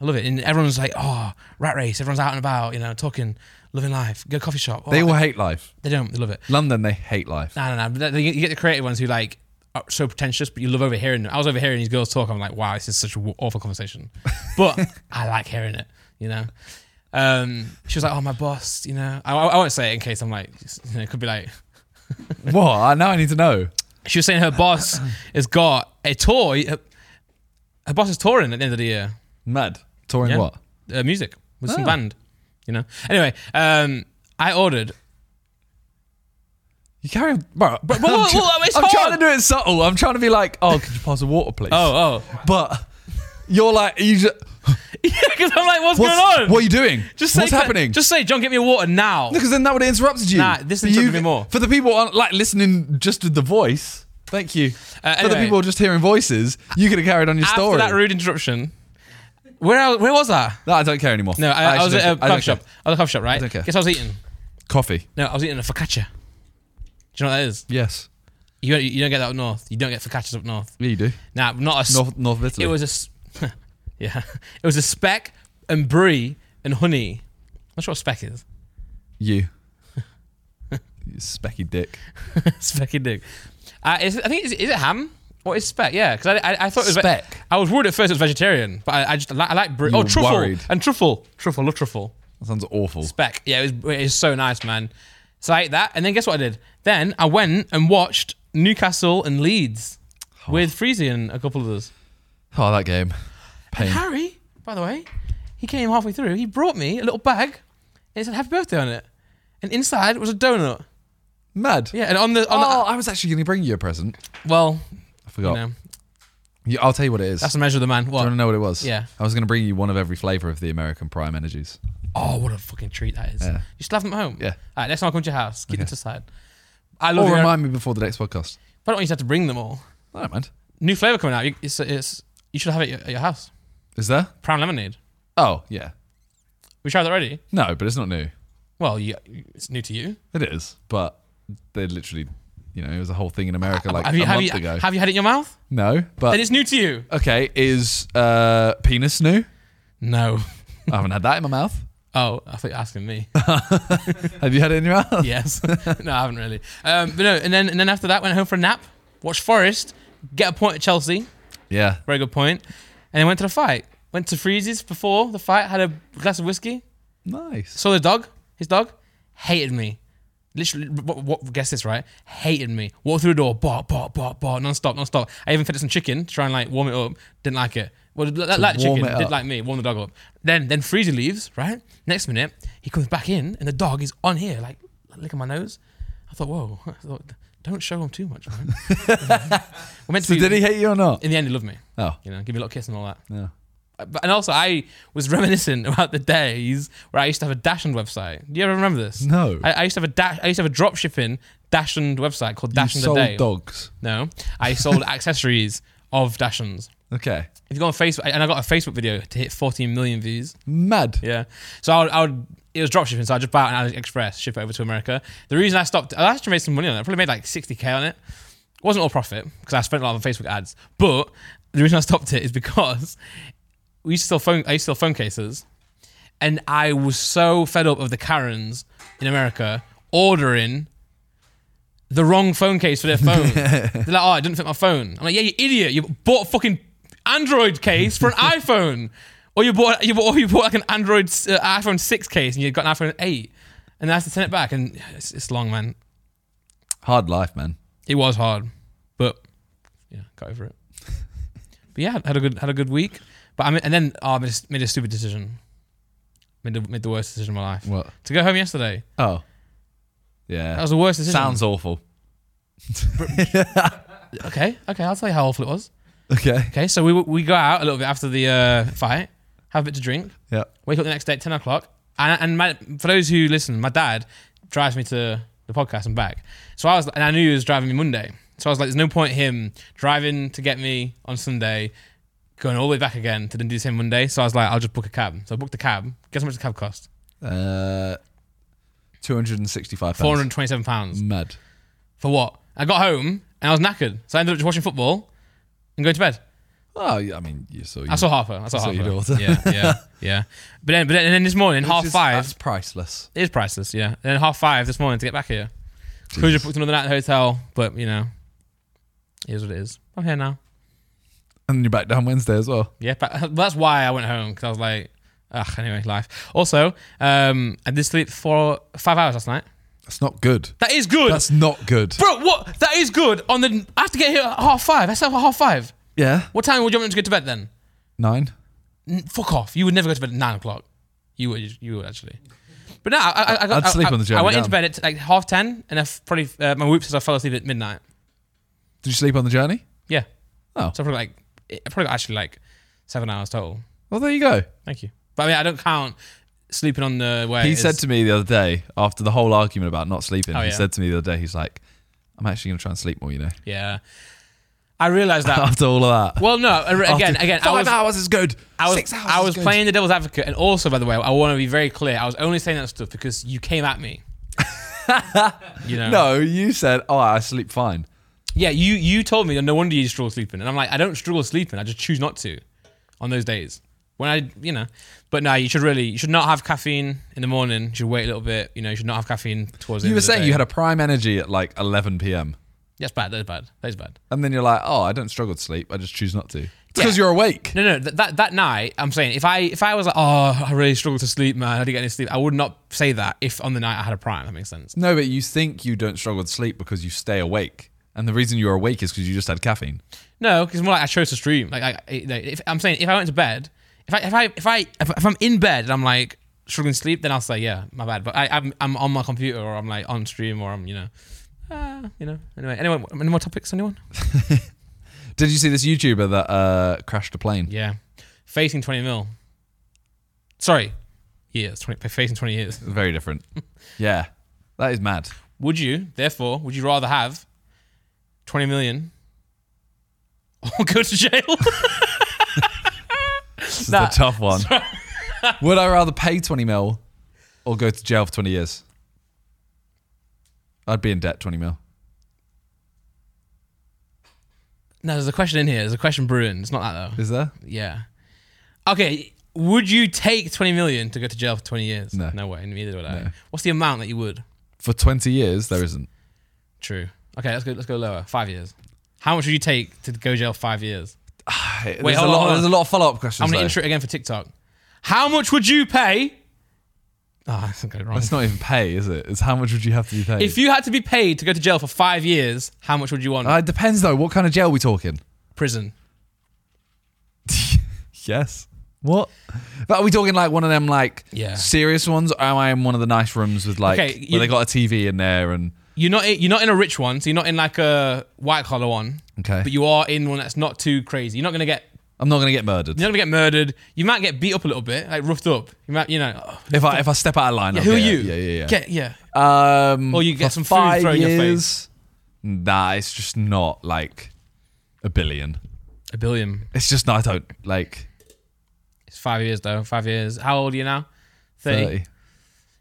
[SPEAKER 1] I love it. And everyone's like, oh, rat race. Everyone's out and about, you know, talking, loving life. Go to a coffee shop. Oh,
[SPEAKER 2] They all hate life.
[SPEAKER 1] they don't. They love it.
[SPEAKER 2] London, they hate life.
[SPEAKER 1] No, no, no. But then You get the creative ones who like are so pretentious, but you love overhearing them. I was overhearing these girls talk. I'm like, wow, this is such an awful conversation, but I like hearing it. You know. Um, she was like, oh, my boss. You know, I, I won't say it in case I'm like, you know, it could be like,
[SPEAKER 2] what? I- Now I need to know.
[SPEAKER 1] She was saying her boss has got a tour. Her, her boss is touring at the end of the year.
[SPEAKER 2] Mad. Touring
[SPEAKER 1] Yeah.
[SPEAKER 2] what?
[SPEAKER 1] Uh, music with some
[SPEAKER 2] Oh.
[SPEAKER 1] band, you know. Anyway, um, I ordered.
[SPEAKER 2] You carry on. Bro, bro, bro,
[SPEAKER 1] Well,
[SPEAKER 2] I'm,
[SPEAKER 1] well, it's
[SPEAKER 2] I'm
[SPEAKER 1] hard.
[SPEAKER 2] trying to do it subtle. I'm trying to be like, oh, could you pass a water, please?
[SPEAKER 1] Oh, oh,
[SPEAKER 2] But you're like, you just,
[SPEAKER 1] yeah, because I'm like, what's,
[SPEAKER 2] what's,
[SPEAKER 1] going on?
[SPEAKER 2] what are you doing?
[SPEAKER 1] just say,
[SPEAKER 2] what's happening?
[SPEAKER 1] Just say, John, get me a water now.
[SPEAKER 2] because then that would have interrupted you.
[SPEAKER 1] Nah, this
[SPEAKER 2] But
[SPEAKER 1] interrupted
[SPEAKER 2] you-
[SPEAKER 1] me more.
[SPEAKER 2] For the people on, like listening just with the voice, thank you.
[SPEAKER 1] Uh,
[SPEAKER 2] For the
[SPEAKER 1] anyway.
[SPEAKER 2] people just hearing voices, you could have carried on your
[SPEAKER 1] After
[SPEAKER 2] story.
[SPEAKER 1] that rude interruption, where I, where was I?
[SPEAKER 2] no, I don't care anymore.
[SPEAKER 1] No, I, I,
[SPEAKER 2] actually
[SPEAKER 1] was at
[SPEAKER 2] don't
[SPEAKER 1] a
[SPEAKER 2] care. I don't
[SPEAKER 1] coffee shop.
[SPEAKER 2] care.
[SPEAKER 1] I was at a coffee shop, right?
[SPEAKER 2] don't care.
[SPEAKER 1] Guess I was eating.
[SPEAKER 2] Coffee.
[SPEAKER 1] No, I was eating a focaccia. Do you know what that is?
[SPEAKER 2] Yes.
[SPEAKER 1] You don't, you don't get that up north. You don't get focaccias up north.
[SPEAKER 2] Yeah, you do.
[SPEAKER 1] Nah, not a s-
[SPEAKER 2] North, North of Italy.
[SPEAKER 1] It was a, s- yeah, it was a speck and brie and honey. I'm not sure what speck is.
[SPEAKER 2] you. you specky dick.
[SPEAKER 1] speck and dig. Uh, is, I think is, is it ham? What is speck? Yeah, because I, I, I thought it was ve-
[SPEAKER 2] Speck.
[SPEAKER 1] I was worried at first it was vegetarian, but I, I just I like, I like brie.
[SPEAKER 2] You
[SPEAKER 1] Oh,
[SPEAKER 2] were
[SPEAKER 1] truffle
[SPEAKER 2] worried.
[SPEAKER 1] and truffle, truffle, love truffle.
[SPEAKER 2] That sounds awful.
[SPEAKER 1] Speck. Yeah, it was, it was so nice, man. So I ate that, and then guess what I did? Then I went and watched Newcastle and Leeds with Freezy and a couple of us.
[SPEAKER 2] Oh, that game. Pain.
[SPEAKER 1] Harry, by the way, he came halfway through. He brought me a little bag, and it said "Happy Birthday" on it, and inside was a donut.
[SPEAKER 2] Mad.
[SPEAKER 1] Yeah, and on the on
[SPEAKER 2] Oh, I was actually going to bring you a present.
[SPEAKER 1] the well,
[SPEAKER 2] I
[SPEAKER 1] you
[SPEAKER 2] forgot.
[SPEAKER 1] know,
[SPEAKER 2] You- I'll tell you what it is.
[SPEAKER 1] that's the measure of the man.
[SPEAKER 2] Do you
[SPEAKER 1] What?
[SPEAKER 2] want to know what it was?
[SPEAKER 1] Yeah.
[SPEAKER 2] I was going to bring you one of every flavor of the American Prime Energies.
[SPEAKER 1] Oh, what a fucking treat that is!
[SPEAKER 2] Yeah.
[SPEAKER 1] You still have them at home.
[SPEAKER 2] Yeah.
[SPEAKER 1] All right, next time I come to your house, keep them to the side. I love it.
[SPEAKER 2] Or
[SPEAKER 1] I
[SPEAKER 2] remind me before the next podcast.
[SPEAKER 1] don't want you to have to bring them all.
[SPEAKER 2] I don't mind.
[SPEAKER 1] New flavor coming out. You- It's, it's you should have it at your- at your house.
[SPEAKER 2] Is there?
[SPEAKER 1] Prime lemonade.
[SPEAKER 2] Oh, yeah.
[SPEAKER 1] We tried that already.
[SPEAKER 2] No, but it's not new.
[SPEAKER 1] Well, you, it's new to you.
[SPEAKER 2] It is, but they literally, you know, it was a whole thing in America like
[SPEAKER 1] have you
[SPEAKER 2] a
[SPEAKER 1] have
[SPEAKER 2] month
[SPEAKER 1] you
[SPEAKER 2] ago.
[SPEAKER 1] have you had it in your mouth?
[SPEAKER 2] no, but
[SPEAKER 1] Then it's new to you.
[SPEAKER 2] okay. Is uh, penis new?
[SPEAKER 1] No.
[SPEAKER 2] I haven't had that in my mouth.
[SPEAKER 1] Oh, I think you're asking me.
[SPEAKER 2] Have you had it in your mouth?
[SPEAKER 1] yes. no, I haven't really. Um, but no, and then and then after that, went home for a nap. Watched Forest. Get a point at Chelsea.
[SPEAKER 2] Yeah.
[SPEAKER 1] Very good point. And then went to the fight. Went to Freezy's before the fight. Had a glass of whiskey.
[SPEAKER 2] Nice.
[SPEAKER 1] Saw the dog. His dog hated me. Literally, what, what, guess this right? Hated me. Walked through the door, bark, bark, bark, bark, non-stop, non-stop. I even fed it some chicken to try and like warm it up. Didn't like it. Well, li- li- like the
[SPEAKER 2] warm
[SPEAKER 1] chicken,
[SPEAKER 2] it
[SPEAKER 1] did
[SPEAKER 2] up.
[SPEAKER 1] like me. Warm the dog up. Then, then Freezy leaves. Right. Next minute, he comes back in, and the dog is on here, like licking my nose. I thought, whoa. I thought, don't show him too much, man. We're meant to
[SPEAKER 2] So
[SPEAKER 1] be-
[SPEAKER 2] did he hate you or not?
[SPEAKER 1] In the end, he loved me.
[SPEAKER 2] Oh,
[SPEAKER 1] You know, give me a little kiss and all that.
[SPEAKER 2] no.
[SPEAKER 1] But, and also, I was reminiscent about the days where I used to have a Dashend website. Do you ever remember this?
[SPEAKER 2] No.
[SPEAKER 1] I, I used to have a dash. I used to have a drop shipping Dashend website called
[SPEAKER 2] You
[SPEAKER 1] Dashend
[SPEAKER 2] sold
[SPEAKER 1] the Day.
[SPEAKER 2] dogs.
[SPEAKER 1] No, I sold accessories of Dashens.
[SPEAKER 2] Okay.
[SPEAKER 1] If you go on Facebook, and I got a Facebook video to hit 14 million views.
[SPEAKER 2] Mad.
[SPEAKER 1] Yeah. So I would, I would it was drop shipping, so I just buy it on AliExpress, ship it over to America. The reason I stopped, I actually made some money on it. I probably made like 60K on it. It wasn't all profit because I spent a lot on Facebook ads. But the reason I stopped it is because we used to sell phone, I used to sell phone cases. And I was so fed up of the Karens in America ordering the wrong phone case for their phone. They're like, oh, it didn't fit my phone. I'm like, yeah, you idiot. You bought a fucking Android case for an iPhone. Or you bought, you bought, or you bought like an Android uh, iPhone 6 case and you got an iPhone 8. And I had to send it back. And it's, it's long, man.
[SPEAKER 2] Hard life, man.
[SPEAKER 1] It was hard, but yeah, got over it. but yeah, had a good had a good week. But I mean, and then oh, I made a, made a stupid decision. Made the, made the worst decision of my life.
[SPEAKER 2] What?
[SPEAKER 1] To go home yesterday.
[SPEAKER 2] Oh.
[SPEAKER 1] That
[SPEAKER 2] Yeah.
[SPEAKER 1] was the worst decision.
[SPEAKER 2] Sounds awful.
[SPEAKER 1] okay. Okay, I'll tell you how awful it was.
[SPEAKER 2] Okay.
[SPEAKER 1] Okay, so we we go out a little bit after the uh, fight, have a bit to drink,
[SPEAKER 2] Yeah.
[SPEAKER 1] wake up the next day at ten o'clock, and and my, for those who listen, my dad drives me to the podcast and back. So I was and I knew he was driving me Monday, so I was like, there's no point him driving to get me on Sunday, going all the way back again to then do the same Monday. So I was like, I'll just book a cab. So I booked a cab. Guess how much the cab cost?
[SPEAKER 2] Uh, two hundred and sixty-five.
[SPEAKER 1] Four hundred twenty-seven pounds
[SPEAKER 2] Mad.
[SPEAKER 1] for what? I got home and I was knackered, so I ended up just watching football and going to bed.
[SPEAKER 2] Oh, yeah, I mean, you saw. You.
[SPEAKER 1] I saw Harper. I saw,
[SPEAKER 2] saw
[SPEAKER 1] Harper.
[SPEAKER 2] your daughter.
[SPEAKER 1] Yeah, yeah, yeah. But then, but then, and then this morning, half five.
[SPEAKER 2] That's priceless.
[SPEAKER 1] It is priceless, yeah. And then half five this morning to get back here. Could have booked another night at the hotel, but you know, it is what it is. I'm here now.
[SPEAKER 2] And you're back down Wednesday as well.
[SPEAKER 1] Yeah, but that's why I went home because I was like, ugh, anyway, life. Also, um, I did sleep for five hours last night.
[SPEAKER 2] That's not good.
[SPEAKER 1] That is good.
[SPEAKER 2] That's not good.
[SPEAKER 1] Bro, what? That is good. On the, I have to get here at half five. I said half five.
[SPEAKER 2] Yeah.
[SPEAKER 1] What time would you want me to get to bed then?
[SPEAKER 2] Nine.
[SPEAKER 1] N- Fuck off. You would never go to bed at nine o'clock. You would. You would actually. But no, I, I, I got.
[SPEAKER 2] I'd sleep
[SPEAKER 1] I,
[SPEAKER 2] on the journey
[SPEAKER 1] I went
[SPEAKER 2] down.
[SPEAKER 1] into bed at like half ten, and I f- probably uh, my whoop says I fell asleep at midnight.
[SPEAKER 2] Did you sleep on the journey?
[SPEAKER 1] Yeah.
[SPEAKER 2] Oh.
[SPEAKER 1] So probably like, I probably got actually like seven hours total.
[SPEAKER 2] Well, there you go.
[SPEAKER 1] Thank you. But I mean, I don't count sleeping on the way.
[SPEAKER 2] He
[SPEAKER 1] it's-
[SPEAKER 2] said to me the other day, after the whole argument about not sleeping,
[SPEAKER 1] Oh,
[SPEAKER 2] he
[SPEAKER 1] yeah.
[SPEAKER 2] said to me the other day, he's like, I'm actually going to try and sleep more, you know.
[SPEAKER 1] "Yeah." I realized that.
[SPEAKER 2] after all of that.
[SPEAKER 1] well, no. I re- Again,
[SPEAKER 2] After-
[SPEAKER 1] again, I
[SPEAKER 2] Five
[SPEAKER 1] was,
[SPEAKER 2] hours is good.
[SPEAKER 1] I was,
[SPEAKER 2] Six hours
[SPEAKER 1] I was
[SPEAKER 2] is good.
[SPEAKER 1] playing the devil's advocate, and also, by the way, I want to be very clear. I was only saying that stuff because you came at me. you know,
[SPEAKER 2] No, you said, oh, I sleep fine.
[SPEAKER 1] yeah, you you told me, no wonder you struggle sleeping, and I'm like, I don't struggle sleeping. I just choose not to on those days when I, you know. But no, you should really, you should not have caffeine in the morning. You should wait a little bit. You know, you should not have caffeine towards. The
[SPEAKER 2] You
[SPEAKER 1] end
[SPEAKER 2] were
[SPEAKER 1] of the
[SPEAKER 2] saying
[SPEAKER 1] day.
[SPEAKER 2] you had a prime energy at like 11 p.m.
[SPEAKER 1] That's bad. That's bad. That's bad.
[SPEAKER 2] And then you're like, oh, I don't struggle to sleep. I just choose not to. It's
[SPEAKER 1] Yeah.
[SPEAKER 2] because you're awake.
[SPEAKER 1] No, no, th- that that night, I'm saying if I if I was like, oh, I really struggled to sleep, man, I didn't get any sleep, I would not say that if on the night I had a prime. That makes sense.
[SPEAKER 2] No, but you think you don't struggle to sleep because you stay awake. And the reason you're awake is because you just had caffeine.
[SPEAKER 1] No, because more like I chose to stream. Like, I, I, like, if, I'm saying if I went to bed, if I if I if I if, if I'm in bed and I'm like struggling to sleep, then I'll say yeah, my bad. But I, I'm I'm on my computer or I'm like on stream or I'm you know, uh, you know. Anyway, anyone, any more topics? Anyone?
[SPEAKER 2] Did you see this YouTuber that uh, crashed a plane?
[SPEAKER 1] Yeah, facing 20 mil. Sorry, years 20 facing 20 years.
[SPEAKER 2] Very different. yeah. That is mad.
[SPEAKER 1] Would you, therefore, would you rather have 20 million or go to jail?
[SPEAKER 2] This is
[SPEAKER 1] That-
[SPEAKER 2] a tough one. Would I rather pay 20 mil or go to jail for 20 years? I'd be in debt 20 mil.
[SPEAKER 1] no, there's a question in here. There's a question brewing. It's not that, though.
[SPEAKER 2] Is there?
[SPEAKER 1] Yeah. Okay. Would you take 20 million to go to jail for 20 years?
[SPEAKER 2] No.
[SPEAKER 1] No way. Neither would I. What's the amount that you would?
[SPEAKER 2] For 20 years, there isn't.
[SPEAKER 1] True. Okay, let's go, let's go lower. Five years. How much would you take to go to jail five years?
[SPEAKER 2] there's,
[SPEAKER 1] hold
[SPEAKER 2] a
[SPEAKER 1] on,
[SPEAKER 2] lot,
[SPEAKER 1] hold on.
[SPEAKER 2] there's a lot of follow up questions.
[SPEAKER 1] I'm going to
[SPEAKER 2] though.
[SPEAKER 1] intro it again for TikTok. How much would you pay? Ah, I think I got it wrong.
[SPEAKER 2] That's not even pay, is it? It's how much would you have to be paid?
[SPEAKER 1] If you had to be paid to go to jail for five years, how much would you want?
[SPEAKER 2] uh, it depends, though. What kind of jail are we talking?
[SPEAKER 1] Prison.
[SPEAKER 2] Yes. What? But are we talking like one of them like
[SPEAKER 1] Yeah.
[SPEAKER 2] serious ones? Or am I in one of the nice rooms with like
[SPEAKER 1] Okay, you-
[SPEAKER 2] where they got a TV in there and
[SPEAKER 1] You're not you're not in a rich one, so you're not in like a white collar one.
[SPEAKER 2] Okay.
[SPEAKER 1] But you are in one that's not too crazy. You're not gonna get
[SPEAKER 2] I'm not gonna get murdered.
[SPEAKER 1] you're not gonna get murdered. You might get beat up a little bit, like roughed up. You might you know oh,
[SPEAKER 2] If I if I step out of line, I'll
[SPEAKER 1] who are
[SPEAKER 2] get-
[SPEAKER 1] you?
[SPEAKER 2] Yeah, yeah, yeah.
[SPEAKER 1] Get yeah.
[SPEAKER 2] Um,
[SPEAKER 1] Or you get
[SPEAKER 2] for
[SPEAKER 1] some food thrown in your face.
[SPEAKER 2] Nah, it's just not like a billion.
[SPEAKER 1] A billion.
[SPEAKER 2] It's just I don't like
[SPEAKER 1] It's five years though. Five years. How old are you now?
[SPEAKER 2] 30.
[SPEAKER 1] Thirty.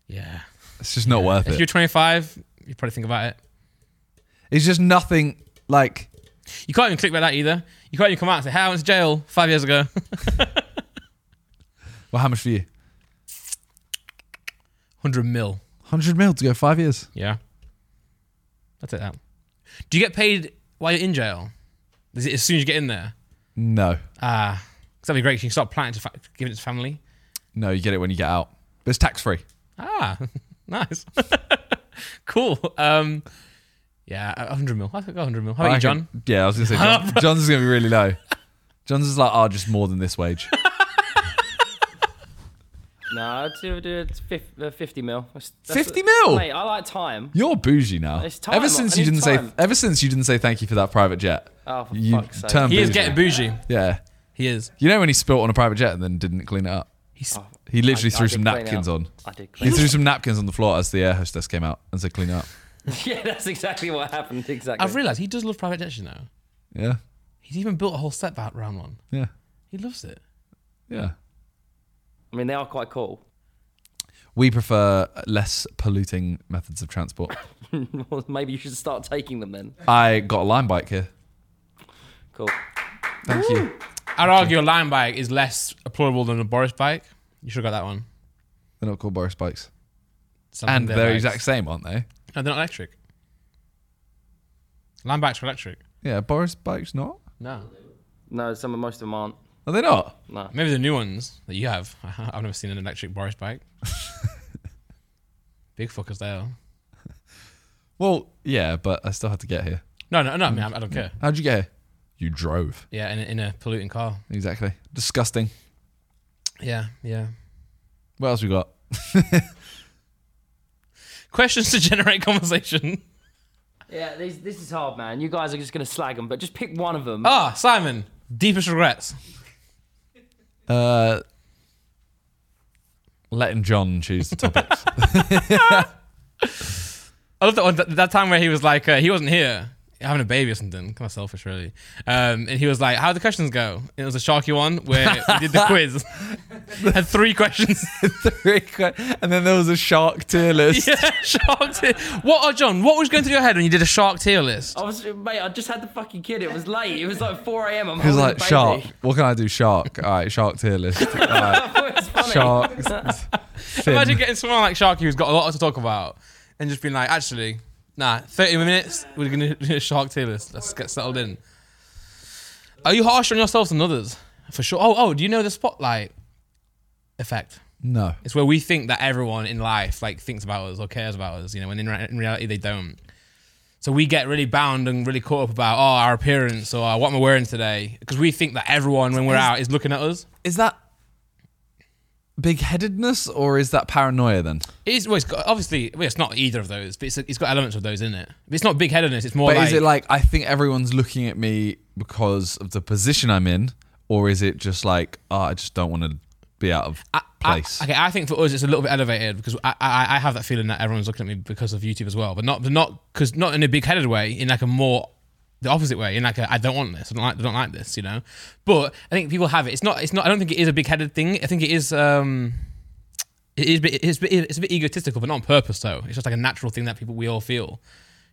[SPEAKER 1] Yeah.
[SPEAKER 2] It's just not worth
[SPEAKER 1] If you're
[SPEAKER 2] it.
[SPEAKER 1] twenty five, you probably think about it.
[SPEAKER 2] It's just nothing like
[SPEAKER 1] You can't even click by that either. You can't even come out and say, Hey, I went to jail five years ago.
[SPEAKER 2] well, how much for you?
[SPEAKER 1] Hundred mil.
[SPEAKER 2] 100 mil to go 5 years.
[SPEAKER 1] Yeah. I'll take that. Do you get paid while you're in jail? Is it as soon as you get in there?
[SPEAKER 2] No.
[SPEAKER 1] Ah, 'cause that'd be great. 'cause You can start planning to fa- giving it to family.
[SPEAKER 2] No, you get it when you get out. But it's tax free.
[SPEAKER 1] Ah, nice, cool. Um, yeah, a hundred mil. I think a hundred mil. How about you, John?
[SPEAKER 2] Yeah, I was going to say John, John's is going to be really low. John's is like, "Oh, just more than this wage."
[SPEAKER 3] No, I'd do, do it fif- uh, 50 mil. That's- that's-
[SPEAKER 2] 50 mil?
[SPEAKER 3] Mate, I like time.
[SPEAKER 2] You're bougie now.
[SPEAKER 3] It's time.
[SPEAKER 2] Ever since
[SPEAKER 3] I
[SPEAKER 2] you
[SPEAKER 3] need
[SPEAKER 2] didn't say
[SPEAKER 3] time.
[SPEAKER 2] ever since you didn't say thank you for that private jet.
[SPEAKER 3] Oh, for
[SPEAKER 2] you
[SPEAKER 3] fuck's sake.
[SPEAKER 2] turned
[SPEAKER 1] He is
[SPEAKER 2] bougie.
[SPEAKER 1] getting bougie.
[SPEAKER 2] Yeah.
[SPEAKER 1] He is.
[SPEAKER 2] You know when he spilt on a private jet and then didn't clean it up?
[SPEAKER 1] He's
[SPEAKER 2] He literally
[SPEAKER 3] I- I
[SPEAKER 2] threw
[SPEAKER 3] did
[SPEAKER 2] some
[SPEAKER 3] clean it
[SPEAKER 2] napkins
[SPEAKER 3] up.
[SPEAKER 2] on.
[SPEAKER 3] I did
[SPEAKER 2] He
[SPEAKER 3] clean
[SPEAKER 2] threw some napkins on the floor as the air hostess came out and said, "Clean up."
[SPEAKER 3] Yeah, that's exactly what happened. Exactly.
[SPEAKER 1] I've realised he does love private jets. You know,
[SPEAKER 2] Yeah,
[SPEAKER 1] he's even built a whole set back round one.
[SPEAKER 2] yeah,
[SPEAKER 1] He loves it.
[SPEAKER 2] yeah.
[SPEAKER 3] I mean, they are quite cool.
[SPEAKER 2] We prefer less polluting methods of transport.
[SPEAKER 3] Well, Maybe you should start taking them then.
[SPEAKER 2] I got a line bike here.
[SPEAKER 3] Cool.
[SPEAKER 2] Thank you.
[SPEAKER 1] I'd argue a line bike is less applaudable than a Boris bike. You should have got that one.
[SPEAKER 2] They're not called Boris bikes,
[SPEAKER 1] Something
[SPEAKER 2] and
[SPEAKER 1] they're
[SPEAKER 2] they're
[SPEAKER 1] bikes.
[SPEAKER 2] exact same, aren't they?
[SPEAKER 1] No, they're not electric. Line bikes are electric.
[SPEAKER 2] Yeah, Boris bikes not.
[SPEAKER 1] No,
[SPEAKER 3] No, some of most of them aren't.
[SPEAKER 2] Are they not?
[SPEAKER 3] No.
[SPEAKER 1] maybe the new ones that you have. I've never seen an electric Boris bike. Big fuckers they are.
[SPEAKER 2] Well, yeah, but I still had to get here.
[SPEAKER 1] No, no, no. I mean, I, I don't care.
[SPEAKER 2] How'd you get here? You drove.
[SPEAKER 1] Mm. Yeah, in, a- in a polluting car.
[SPEAKER 2] Exactly. Disgusting.
[SPEAKER 1] Yeah, yeah.
[SPEAKER 2] What else we got?
[SPEAKER 1] Questions to generate conversation.
[SPEAKER 3] Yeah, these, this is hard, man. You guys are just gonna slag them, but just pick one of
[SPEAKER 2] Oh!
[SPEAKER 3] them.
[SPEAKER 1] Ah, Simon. Deepest regrets.
[SPEAKER 2] Uh, letting John choose the topics.
[SPEAKER 1] I love that one. That, that time where he was like, uh, he wasn't here having a baby or something. Kind of selfish, really. Um, and he was like, "How would the questions go?" And it was a sharky one where we did the quiz. Had three questions.
[SPEAKER 2] Three que- and then there was a shark tier list.
[SPEAKER 1] yeah, shark tier. What, oh, John? What was going through your head when you did a shark tier list?
[SPEAKER 3] I was, mate. I just had the fucking kid. It was late. It was like 4 a.m. I'm
[SPEAKER 2] He was
[SPEAKER 3] holding
[SPEAKER 2] like,
[SPEAKER 3] the baby.
[SPEAKER 2] shark. What can I do? Shark. All right, shark tier list. All right,
[SPEAKER 3] It's funny.
[SPEAKER 2] shark.
[SPEAKER 1] Imagine getting someone like Sharky who's got a lot to talk about and just being like, actually, nah, 30 minutes, we're going to do a shark tier list. Let's get settled in. Are you harsh on yourselves than others? For sure. Oh, oh, do you know the spotlight effect?
[SPEAKER 2] No.
[SPEAKER 1] It's where we think that everyone in life like thinks about us or cares about us, you know, when in, re- in reality they don't. So we get really bound and really caught up about oh our appearance or what am I wearing today because we think that everyone when we're out is looking at us.
[SPEAKER 2] Is that big headedness or is that paranoia then?
[SPEAKER 1] It's, well, it's got, obviously well, it's not either of those, but it's, it's got elements of those in it. But it's not big headedness. It's more
[SPEAKER 2] But
[SPEAKER 1] like,
[SPEAKER 2] is it like, I think everyone's looking at me because of the position I'm in? Or is it just like, oh, I just don't want to be out of
[SPEAKER 1] I-
[SPEAKER 2] place?
[SPEAKER 1] okay, I think for us it's a little bit elevated because I, I I have that feeling that everyone's looking at me because of YouTube as well, but not but not because not in a big headed way, in like a more the opposite way, in like a, I don't want this, I don't like I don't like this, you know. But I think people have it. It's not it's not. I don't think it is a big headed thing. I think it is. um it is, a bit- it's, a bit- it's a bit egotistical, but not on purpose. Though it's just like a natural thing that people we all feel,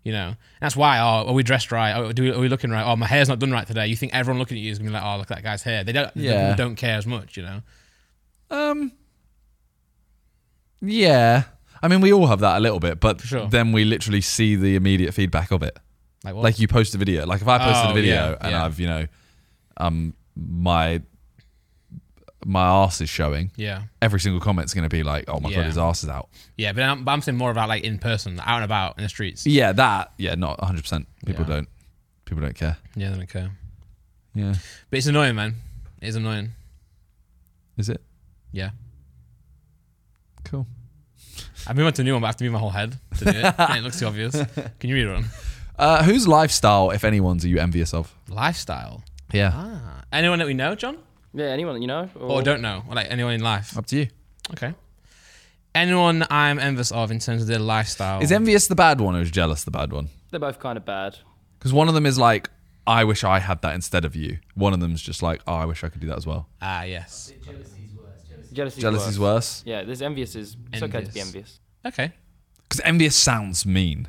[SPEAKER 1] you know. And that's why oh, are we dressed right? Oh, do we, are we looking right? Oh, my hair's not done right today. You think everyone looking at you is gonna be like, oh, look at that guy's hair. They don't.
[SPEAKER 2] Yeah.
[SPEAKER 1] Yeah. People don't care as much, you know.
[SPEAKER 2] Um. Yeah. I mean, we all have that a little bit, but
[SPEAKER 1] sure.
[SPEAKER 2] then we literally see the immediate feedback of it.
[SPEAKER 1] Like what?
[SPEAKER 2] Like you post a video. Like if I posted
[SPEAKER 1] Oh,
[SPEAKER 2] a video
[SPEAKER 1] yeah,
[SPEAKER 2] and
[SPEAKER 1] yeah.
[SPEAKER 2] I've, you know, um, my my ass is showing.
[SPEAKER 1] yeah.
[SPEAKER 2] Every single comment's going to be like, "Oh my god,
[SPEAKER 1] Yeah.
[SPEAKER 2] his ass is out."
[SPEAKER 1] Yeah, but I'm, but I'm saying more about like in person, out and about in the streets.
[SPEAKER 2] Yeah, that. Yeah, not 100. percent People
[SPEAKER 1] Yeah.
[SPEAKER 2] don't. People don't care.
[SPEAKER 1] Yeah, they don't care.
[SPEAKER 2] Yeah.
[SPEAKER 1] But it's annoying, man. It is annoying.
[SPEAKER 2] Is it
[SPEAKER 1] Yeah.
[SPEAKER 2] cool?
[SPEAKER 1] I move on to a new one, but I have to move my whole head to do it. and it looks too obvious. Can you read one?
[SPEAKER 2] Uh, whose lifestyle, if anyone's, are you envious of?
[SPEAKER 1] Lifestyle.
[SPEAKER 2] Yeah.
[SPEAKER 1] Ah. Anyone that we know, John?
[SPEAKER 3] Yeah, anyone that you know?
[SPEAKER 2] Oh,
[SPEAKER 1] Or don't know? Or like anyone in life?
[SPEAKER 2] Up to you.
[SPEAKER 1] Okay. Anyone I'm envious of in terms of their lifestyle.
[SPEAKER 2] Is envious the bad one or is jealous the bad one?
[SPEAKER 3] They're both kind of bad.
[SPEAKER 2] Because one of them is like, I wish I had that instead of you. One of them's just like, oh, I wish I could do that as well.
[SPEAKER 1] Ah, yes.
[SPEAKER 4] Jealousy's worse. Jealousy.
[SPEAKER 3] Jealousy's
[SPEAKER 2] Jealousy's
[SPEAKER 3] worse.
[SPEAKER 2] worse.
[SPEAKER 3] Yeah, there's envious is. It's okay to be
[SPEAKER 1] Envious.
[SPEAKER 3] envious.
[SPEAKER 1] Okay.
[SPEAKER 2] Because envious sounds mean.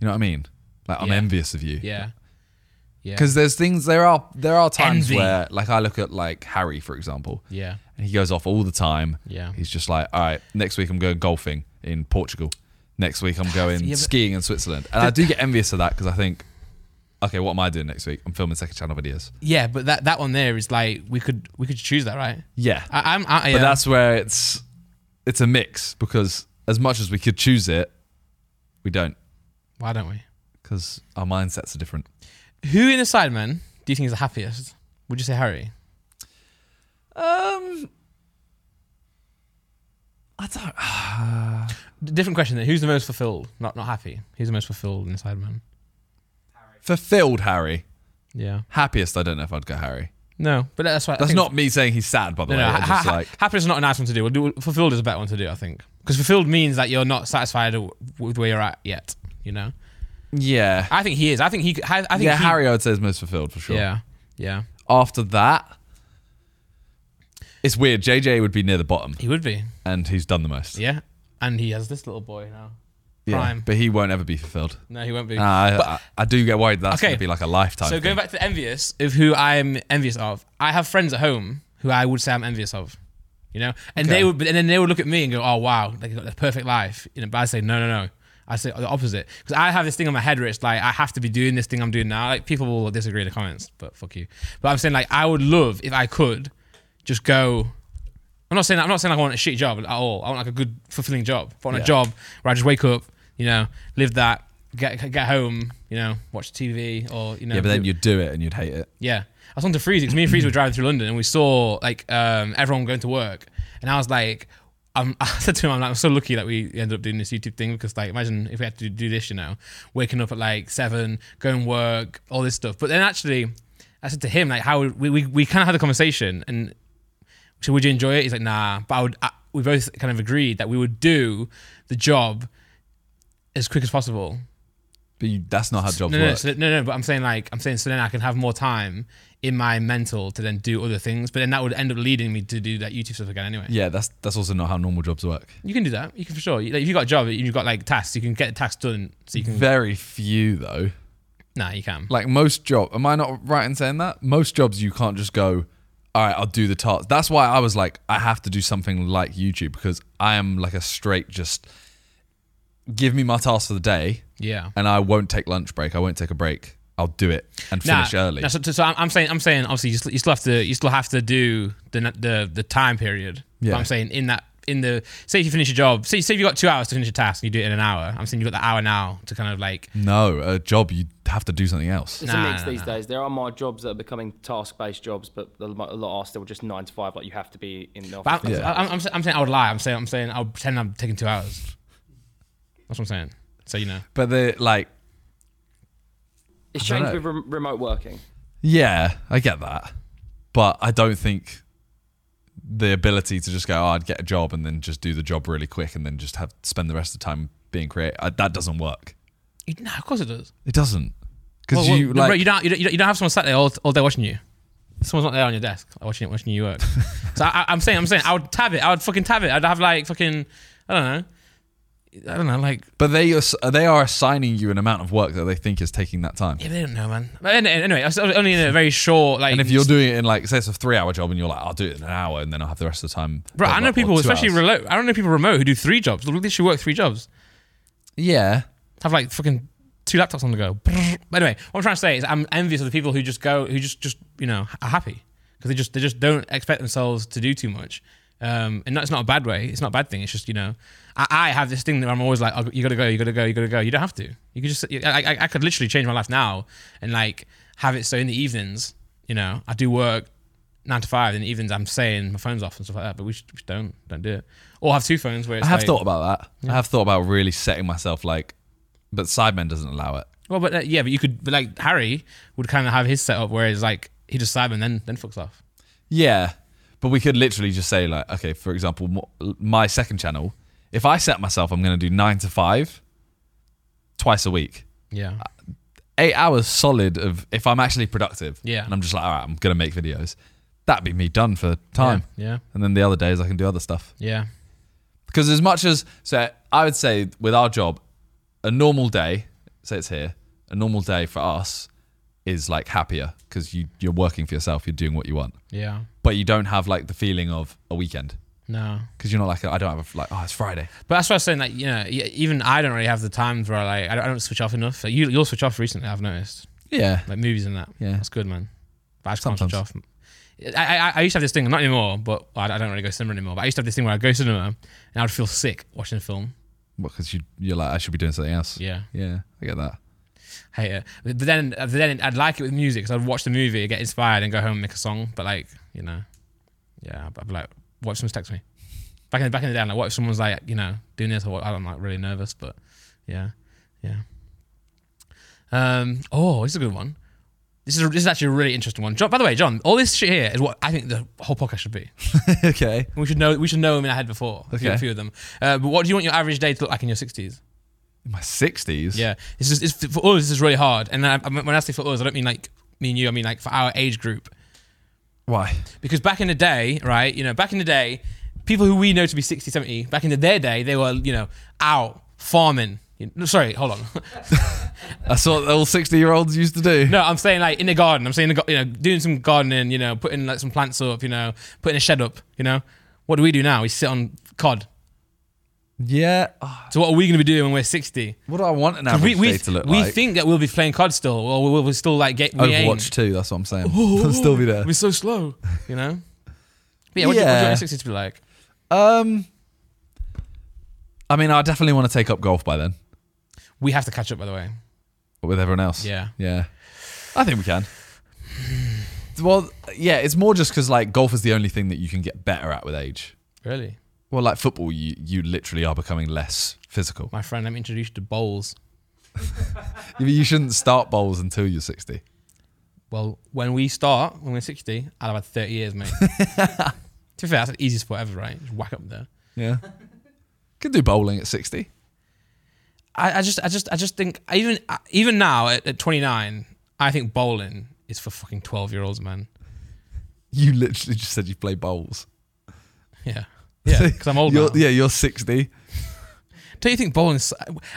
[SPEAKER 2] You know what I mean? Like I'm
[SPEAKER 1] Yeah.
[SPEAKER 2] envious of you.
[SPEAKER 1] Yeah. Yeah.
[SPEAKER 2] Because there's things there are there are times
[SPEAKER 1] Envy.
[SPEAKER 2] where like I look at like Harry for example,
[SPEAKER 1] Yeah.
[SPEAKER 2] and he goes off all the time.
[SPEAKER 1] Yeah.
[SPEAKER 2] He's just like, all right, next week I'm going golfing in Portugal. Next week I'm going
[SPEAKER 1] Yeah, but-
[SPEAKER 2] skiing in Switzerland, and I do get envious of that because I think, okay, what am I doing next week? I'm filming second channel videos.
[SPEAKER 1] Yeah, but that, that one there is like we could we could choose that, right?
[SPEAKER 2] Yeah,
[SPEAKER 1] I, I'm I, yeah.
[SPEAKER 2] But that's where it's it's a mix because as much as we could choose it, we don't
[SPEAKER 1] why don't we?
[SPEAKER 2] because our mindsets are different.
[SPEAKER 1] Who in the Sidemen do you think is the happiest? Would you say Harry?
[SPEAKER 2] Um, I don't.
[SPEAKER 1] D- Different question there. Who's the most fulfilled? Not not happy. Who's the most fulfilled in the Sidemen?
[SPEAKER 2] Fulfilled Harry,
[SPEAKER 1] Yeah.
[SPEAKER 2] happiest. I don't know if I'd go Harry.
[SPEAKER 1] No, but that's why. I
[SPEAKER 2] That's
[SPEAKER 1] think-
[SPEAKER 2] not me saying he's sad, by the
[SPEAKER 1] No,
[SPEAKER 2] way.
[SPEAKER 1] no.
[SPEAKER 2] I
[SPEAKER 1] Ha-
[SPEAKER 2] just
[SPEAKER 1] ha-
[SPEAKER 2] like
[SPEAKER 1] happy is not a nice one to do. We'll do. Fulfilled is a better one to do, I think, because fulfilled means that you're not satisfied w- with where you're at yet. You know.
[SPEAKER 2] yeah,
[SPEAKER 1] I think he is. I think he. I, I think
[SPEAKER 2] yeah.
[SPEAKER 1] he-
[SPEAKER 2] Harry, I would say is most fulfilled for sure.
[SPEAKER 1] Yeah. Yeah.
[SPEAKER 2] After that, it's weird. JJ would be near the bottom,
[SPEAKER 1] He would be.
[SPEAKER 2] and he's done the most.
[SPEAKER 1] Yeah. And he has this little boy now.
[SPEAKER 2] Yeah, Ah,
[SPEAKER 1] Prime.
[SPEAKER 2] but he won't ever be fulfilled.
[SPEAKER 1] No, he won't be.
[SPEAKER 2] And I, I, I do get worried that's
[SPEAKER 1] Okay.
[SPEAKER 2] going to be like a lifetime.
[SPEAKER 1] So
[SPEAKER 2] thing.
[SPEAKER 1] going back to envious of who I'm envious of, I have friends at home who I would say I'm envious of. You know, and
[SPEAKER 2] Okay.
[SPEAKER 1] they would, and then they would look at me and go, "Oh wow, they got the perfect life." You know, but I say, "No, no, no." I say the opposite because I have this thing on my head where it's like I have to be doing this thing I'm doing now. Like people will disagree in the comments, but fuck you. But I'm saying like I would love if I could just go. I'm not saying I'm not saying I want a shitty job at all. I want like a good fulfilling job. I want
[SPEAKER 2] Yeah.
[SPEAKER 1] a job where I just wake up, you know, live that, get get home, you know, watch TV or you know.
[SPEAKER 2] yeah, but then
[SPEAKER 1] do-
[SPEAKER 2] you'd do it and you'd hate it.
[SPEAKER 1] yeah. I was on to Freezy because me and Freezy were driving through London and we saw like um, everyone going to work, and I was like. I'm, I said to him, I'm like, I'm so lucky that we ended up doing this YouTube thing because, like, imagine if we had to do this, you know, waking up at like seven, going work, all this stuff. But then actually, I said to him, like, how we, we, we kind of had a conversation and so would you enjoy it? He's like, nah. But I would. I, we both kind of agreed that we would do the job as quick as possible.
[SPEAKER 2] But you, that's not how jobs
[SPEAKER 1] No, no,
[SPEAKER 2] work.
[SPEAKER 1] so, no, no. But I'm saying like I'm saying so then I can have more time in my mental to then do other things. But then that would end up leading me to do that YouTube stuff again anyway.
[SPEAKER 2] yeah, that's that's also not how normal jobs work.
[SPEAKER 1] You can do that. You can for sure. You- Like, if you got a job, you've got like tasks. You can get tasks done. So you can.
[SPEAKER 2] Very few though.
[SPEAKER 1] nah, you can.
[SPEAKER 2] Like most job, am I not right in saying that? Most jobs you can't just go. All right, I'll do the task. That's why I was like, I have to do something like YouTube because I am like a straight just. Give me my task for the day,
[SPEAKER 1] yeah.
[SPEAKER 2] and I won't take lunch break. I won't take a break. I'll do it and finish
[SPEAKER 1] Nah,
[SPEAKER 2] early.
[SPEAKER 1] nah, so, so I'm, I'm saying, I'm saying, obviously, you still, you still have to, you still have to do the the the time period. But
[SPEAKER 2] Yeah.
[SPEAKER 1] I'm saying in that in the say if you finish your job, say say if you got two hours to finish a task and you do it in an hour. I'm saying you have got the hour now to kind of like
[SPEAKER 2] No, a job you have to do something else.
[SPEAKER 3] It's
[SPEAKER 1] Nah,
[SPEAKER 3] a mix
[SPEAKER 1] nah,
[SPEAKER 3] these
[SPEAKER 1] nah.
[SPEAKER 3] days. There are more jobs that are becoming task-based jobs, but a lot a lot are still just nine to five. Like you have to be in the office.
[SPEAKER 1] But I'm,
[SPEAKER 2] Yeah.
[SPEAKER 1] I'm, I'm, I'm saying I would lie. I'm saying I'm saying I'll pretend I'm taking two hours. That's what I'm saying. So you know,
[SPEAKER 2] But the like,
[SPEAKER 3] It's
[SPEAKER 2] I don't
[SPEAKER 3] changed with rem- remote working.
[SPEAKER 2] yeah, I get that, but I don't think the ability to just go, oh, I'd get a job and then just do the job really quick and then just have spend the rest of the time being creative. I, that doesn't work.
[SPEAKER 1] you, no, of course it does.
[SPEAKER 2] It doesn't because
[SPEAKER 1] Well, well,
[SPEAKER 2] you
[SPEAKER 1] no,
[SPEAKER 2] like
[SPEAKER 1] bro, you don't you don't, you don't have someone sat there all, all day watching you. Someone's not there on your desk like, watching it, watching you work. so I, I- I'm saying, I'm saying, I would tab it. I would fucking tab it. I'd have like fucking, I don't know, I don't know, like
[SPEAKER 2] but they are, they are assigning you an amount of work that they think is taking that time.
[SPEAKER 1] yeah, they don't know, man. But anyway, anyway I was only in a very short like.
[SPEAKER 2] And if you're doing it in like say it's a three hour job and you're like, I'll do it in an hour and then I'll have the rest of the time.
[SPEAKER 1] Bro,
[SPEAKER 2] blah,
[SPEAKER 1] I know
[SPEAKER 2] blah, or
[SPEAKER 1] people,
[SPEAKER 2] two
[SPEAKER 1] especially
[SPEAKER 2] hours.
[SPEAKER 1] remote. I don't know people remote who do three jobs. They literally work three jobs.
[SPEAKER 2] yeah,
[SPEAKER 1] have like fucking two laptops on the go. Brrr. But anyway, what I'm trying to say is I'm envious of the people who just go, who just just you know are happy because they just they just don't expect themselves to do too much. Um, and that's not a bad way. It's not a bad thing. It's just you know, I, I have this thing that I'm always like, oh, you gotta go, you gotta go, you gotta go. You don't have to. You could just. I, I, I could literally change my life now and like have it so in the evenings, you know, I do work nine to five. In the evenings, I'm saying my phone's off and stuff like that. But we should, we should don't don't do it. Or have two phones where it's
[SPEAKER 2] I have
[SPEAKER 1] like,
[SPEAKER 2] thought about that. I have thought about really setting myself like, but Sidemen doesn't allow it.
[SPEAKER 1] Well, but uh, yeah, but you could but like Harry would kind of have his setup where it's like he just Simon then then fucks off.
[SPEAKER 2] Yeah, but we could literally just say like, okay, for example, m- my second channel. If I set myself, I'm going to do nine to five, twice a week,
[SPEAKER 1] Yeah,
[SPEAKER 2] eight hours solid of if I'm actually productive.
[SPEAKER 1] Yeah.
[SPEAKER 2] and I'm just like, all right, I'm going to make videos. That'd be me done for time.
[SPEAKER 1] Yeah,
[SPEAKER 2] And then the other days I can do other stuff.
[SPEAKER 1] yeah,
[SPEAKER 2] Because as much as so, I would say with our job, a normal day, say it's here, a normal day for us is like happier because you you're working for yourself, you're doing what you want,
[SPEAKER 1] yeah, yeah.
[SPEAKER 2] but you don't have like the feeling of a weekend
[SPEAKER 1] No,
[SPEAKER 2] because you're not like I don't have a, like oh it's Friday.
[SPEAKER 1] but that's what I was saying. Like you know, y- even I don't really have the times where I like I don't, I don't switch off enough. Like, you you'll switch off recently. I've noticed
[SPEAKER 2] Yeah,
[SPEAKER 1] like movies and that.
[SPEAKER 2] Yeah.
[SPEAKER 1] that's good, man. But I just can't switch
[SPEAKER 2] Sometimes.
[SPEAKER 1] off. I, I I used to have this thing, not anymore, but well, I I don't really go cinema anymore. But I used to have this thing where I go cinema and I would feel sick watching a film.
[SPEAKER 2] because you you're like I should be doing something else.
[SPEAKER 1] Yeah,
[SPEAKER 2] yeah, I get that.
[SPEAKER 1] hate it. But then, but then I'd like it with music because I'd watch the movie, get inspired, and go home and make a song. But like, you know, yeah, I'd be like, what if someone's text me? Back in back in the day, I'm like, what if someone's like, you know, doing this or what? I'm like really nervous, but yeah, yeah. Um. Oh, this is a good one. This is this is actually a really interesting one. John, by the way, John, all this shit here is what I think the whole podcast should be.
[SPEAKER 2] okay,
[SPEAKER 1] We should know we should know them in our head before. Okay.
[SPEAKER 2] Okay.
[SPEAKER 1] A few of them. Uh, but what do you want your average day to look like in your sixties?
[SPEAKER 2] in my sixties.
[SPEAKER 1] Yeah, it's just it's, for us. This is really hard. And I, I- when I say for us, I don't mean like me and you. I mean like for our age group.
[SPEAKER 2] why?
[SPEAKER 1] Because back in the day, right? You know, back in the day, people who we know to be 60, 70, back in their day, they were you know out farming. You- No, sorry, hold on.
[SPEAKER 2] That's what all sixty year olds used to do.
[SPEAKER 1] No, I'm saying like in the garden. I'm saying the, gar- you know doing some gardening. You know, putting like some plants up. You know, putting a shed up. You know, what do we do now? We sit on cod.
[SPEAKER 2] Yeah, Ah,
[SPEAKER 1] So what are we going to be doing when we're 60?
[SPEAKER 2] what do I want an
[SPEAKER 1] 'Cause
[SPEAKER 2] average
[SPEAKER 1] We we,
[SPEAKER 2] day to look
[SPEAKER 1] we
[SPEAKER 2] like?
[SPEAKER 1] think that we'll be playing cod still, or we'll, we'll still like get we aim.
[SPEAKER 2] Overwatch too. That's what I'm saying. I'll still be there.
[SPEAKER 1] We're so slow, you know. But yeah, what do you- what do you
[SPEAKER 2] Yeah.
[SPEAKER 1] want your 60s to be like?
[SPEAKER 2] Um, I mean, I definitely want to take up golf by then.
[SPEAKER 1] We have to catch up, by the way.
[SPEAKER 2] But with everyone else.
[SPEAKER 1] Yeah.
[SPEAKER 2] Yeah. I think we can. well, yeah, it's more just because like golf is the only thing that you can get better at with age.
[SPEAKER 1] Really?
[SPEAKER 2] Well, like football, you, you literally are becoming less physical.
[SPEAKER 1] My friend, I'm introduced to bowls.
[SPEAKER 2] You shouldn't start bowls until you're 60.
[SPEAKER 1] Well, when we start, when we're 60, I'll have had 30 years, mate. to be fair, that's the easiest sport ever, right? Just whack up there.
[SPEAKER 2] Yeah. Could do bowling at 60.
[SPEAKER 1] I, I just, I just, I just think even even now at, at 29, I think bowling is for fucking 12 year olds, man.
[SPEAKER 2] You literally just said you play bowls.
[SPEAKER 1] Yeah, yeah, because I'm old
[SPEAKER 2] You're-
[SPEAKER 1] now.
[SPEAKER 2] Yeah, you're 60.
[SPEAKER 1] Don't you think bowling?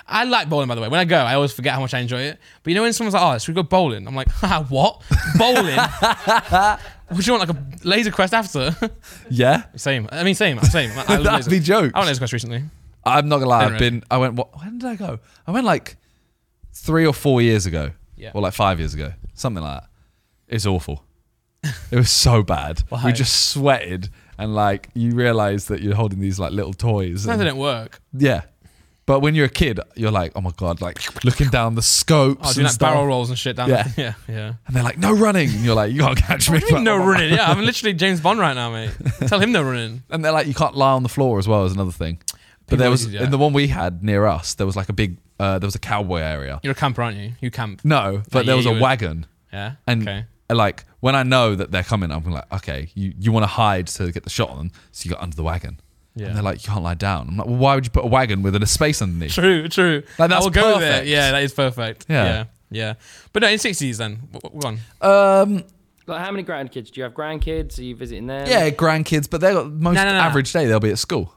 [SPEAKER 1] I like bowling, by the way. When I go, I always forget how much I enjoy it. But you know, when someone's like, "Oh, should we go bowling?" I'm like, "Haha, "What? Bowling? Would you want like a laser quest after?"
[SPEAKER 2] Yeah.
[SPEAKER 1] same. I mean, same. Same. I, I love
[SPEAKER 2] That'd
[SPEAKER 1] laser-
[SPEAKER 2] be jokes.
[SPEAKER 1] I went laser quest recently.
[SPEAKER 2] I'm not gonna lie.
[SPEAKER 1] Didn't
[SPEAKER 2] I've
[SPEAKER 1] really.
[SPEAKER 2] been. I went. What, when did I go? I went like three or four years ago,
[SPEAKER 1] Yeah.
[SPEAKER 2] or like five years ago, something like that. It's awful. it was so bad.
[SPEAKER 1] Why?
[SPEAKER 2] We just sweated and like you realize that you're holding these like little toys.
[SPEAKER 1] Sometimes it
[SPEAKER 2] and-
[SPEAKER 1] didn't work.
[SPEAKER 2] yeah. But when you're a kid, you're like, oh my god, like looking down the scopes
[SPEAKER 1] Oh,
[SPEAKER 2] and
[SPEAKER 1] doing like
[SPEAKER 2] stuff.
[SPEAKER 1] barrel rolls and shit. Down
[SPEAKER 2] Yeah.
[SPEAKER 1] yeah, yeah, yeah.
[SPEAKER 2] and they're like, no running. And you're like, you can't catch me.
[SPEAKER 1] What do you mean no running? Yeah, I'm literally James Bond right now, mate. Tell him no running.
[SPEAKER 2] And they're like, you can't lie on the floor as well is another thing. But
[SPEAKER 1] People
[SPEAKER 2] there was
[SPEAKER 1] usually do
[SPEAKER 2] in
[SPEAKER 1] that.
[SPEAKER 2] the one we had near us, there was like a big, uh, there was a cowboy area.
[SPEAKER 1] You're a camper, aren't you? You camp.
[SPEAKER 2] No, but
[SPEAKER 1] yeah,
[SPEAKER 2] there was
[SPEAKER 1] you
[SPEAKER 2] a
[SPEAKER 1] would-
[SPEAKER 2] wagon,
[SPEAKER 1] Yeah.
[SPEAKER 2] and uh,
[SPEAKER 1] okay.
[SPEAKER 2] like when I know that they're coming, I'm like, okay, you, you want to hide to get the shot on them, so you got under the wagon.
[SPEAKER 1] Yeah.
[SPEAKER 2] And they're like, you can't lie down. I'm like, well, why would you put a wagon with a space underneath?
[SPEAKER 1] True, true.
[SPEAKER 2] Like,
[SPEAKER 1] I
[SPEAKER 2] that's
[SPEAKER 1] will go there.
[SPEAKER 2] perfect.
[SPEAKER 1] Yeah, that is perfect.
[SPEAKER 2] Yeah.
[SPEAKER 1] Yeah. yeah, But no, in sixties then. W- w- Go on.
[SPEAKER 2] Um,
[SPEAKER 3] Like, how many grandkids do you have? Grandkids? Are you visiting them?
[SPEAKER 2] yeah, grandkids, but they're most
[SPEAKER 1] No, no, no.
[SPEAKER 2] average day they'll be at school.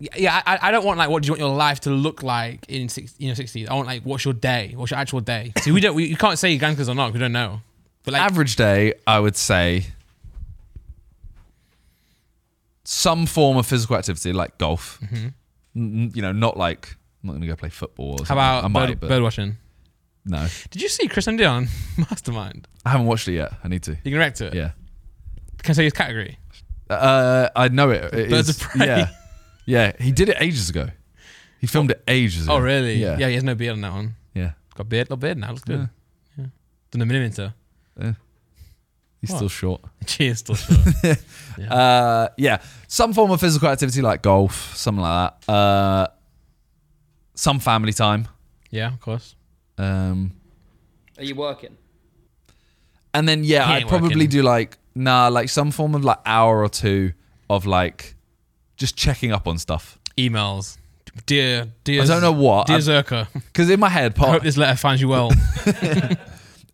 [SPEAKER 1] Yeah, Yeah, I, I don't want like what do you want your life to look like in six, you know sixties. I want like what's your day? What's your actual day? See, we don't. We, you can't say your grandkids or not. 'cause We don't know. But like,
[SPEAKER 2] average day, I would say some form of physical activity like golf.
[SPEAKER 1] Mm-hmm.
[SPEAKER 2] N- you know, not like I'm not going to go play football. Or
[SPEAKER 1] how
[SPEAKER 2] something.
[SPEAKER 1] about
[SPEAKER 2] I
[SPEAKER 1] bird,
[SPEAKER 2] might, but
[SPEAKER 1] bird watching?
[SPEAKER 2] no,
[SPEAKER 1] Did you see Chris and Dion Mastermind?
[SPEAKER 2] I haven't watched it yet. I need to.
[SPEAKER 1] You can react to it.
[SPEAKER 2] Yeah,
[SPEAKER 1] Can I say his category?
[SPEAKER 2] uh, I know it. it
[SPEAKER 1] Birds
[SPEAKER 2] is-
[SPEAKER 1] of Prey.
[SPEAKER 2] Yeah, yeah. He did it ages ago. He filmed it ages ago.
[SPEAKER 1] Oh really?
[SPEAKER 2] Yeah,
[SPEAKER 1] Yeah, he has no beard on that one.
[SPEAKER 2] yeah.
[SPEAKER 1] Got beard, little beard now. Looks good.
[SPEAKER 2] Yeah.
[SPEAKER 1] Yeah. Done a millimeter.
[SPEAKER 2] He's
[SPEAKER 1] What?
[SPEAKER 2] still short.
[SPEAKER 1] Cheers, still short.
[SPEAKER 2] Uh, yeah, some form of physical activity like golf, something like that. Uh, some family time.
[SPEAKER 1] yeah, of course.
[SPEAKER 2] Um,
[SPEAKER 3] Are you working?
[SPEAKER 2] And then yeah,
[SPEAKER 1] He
[SPEAKER 2] I'd
[SPEAKER 1] ain't
[SPEAKER 2] probably
[SPEAKER 1] working.
[SPEAKER 2] do like nah, like some form of like hour or two of like just checking up on stuff.
[SPEAKER 1] Emails, dear, dear.
[SPEAKER 2] I don't know what Oh.
[SPEAKER 1] Dear Zerka,
[SPEAKER 2] because in my head,
[SPEAKER 1] I hope
[SPEAKER 2] part,
[SPEAKER 1] this letter finds you well.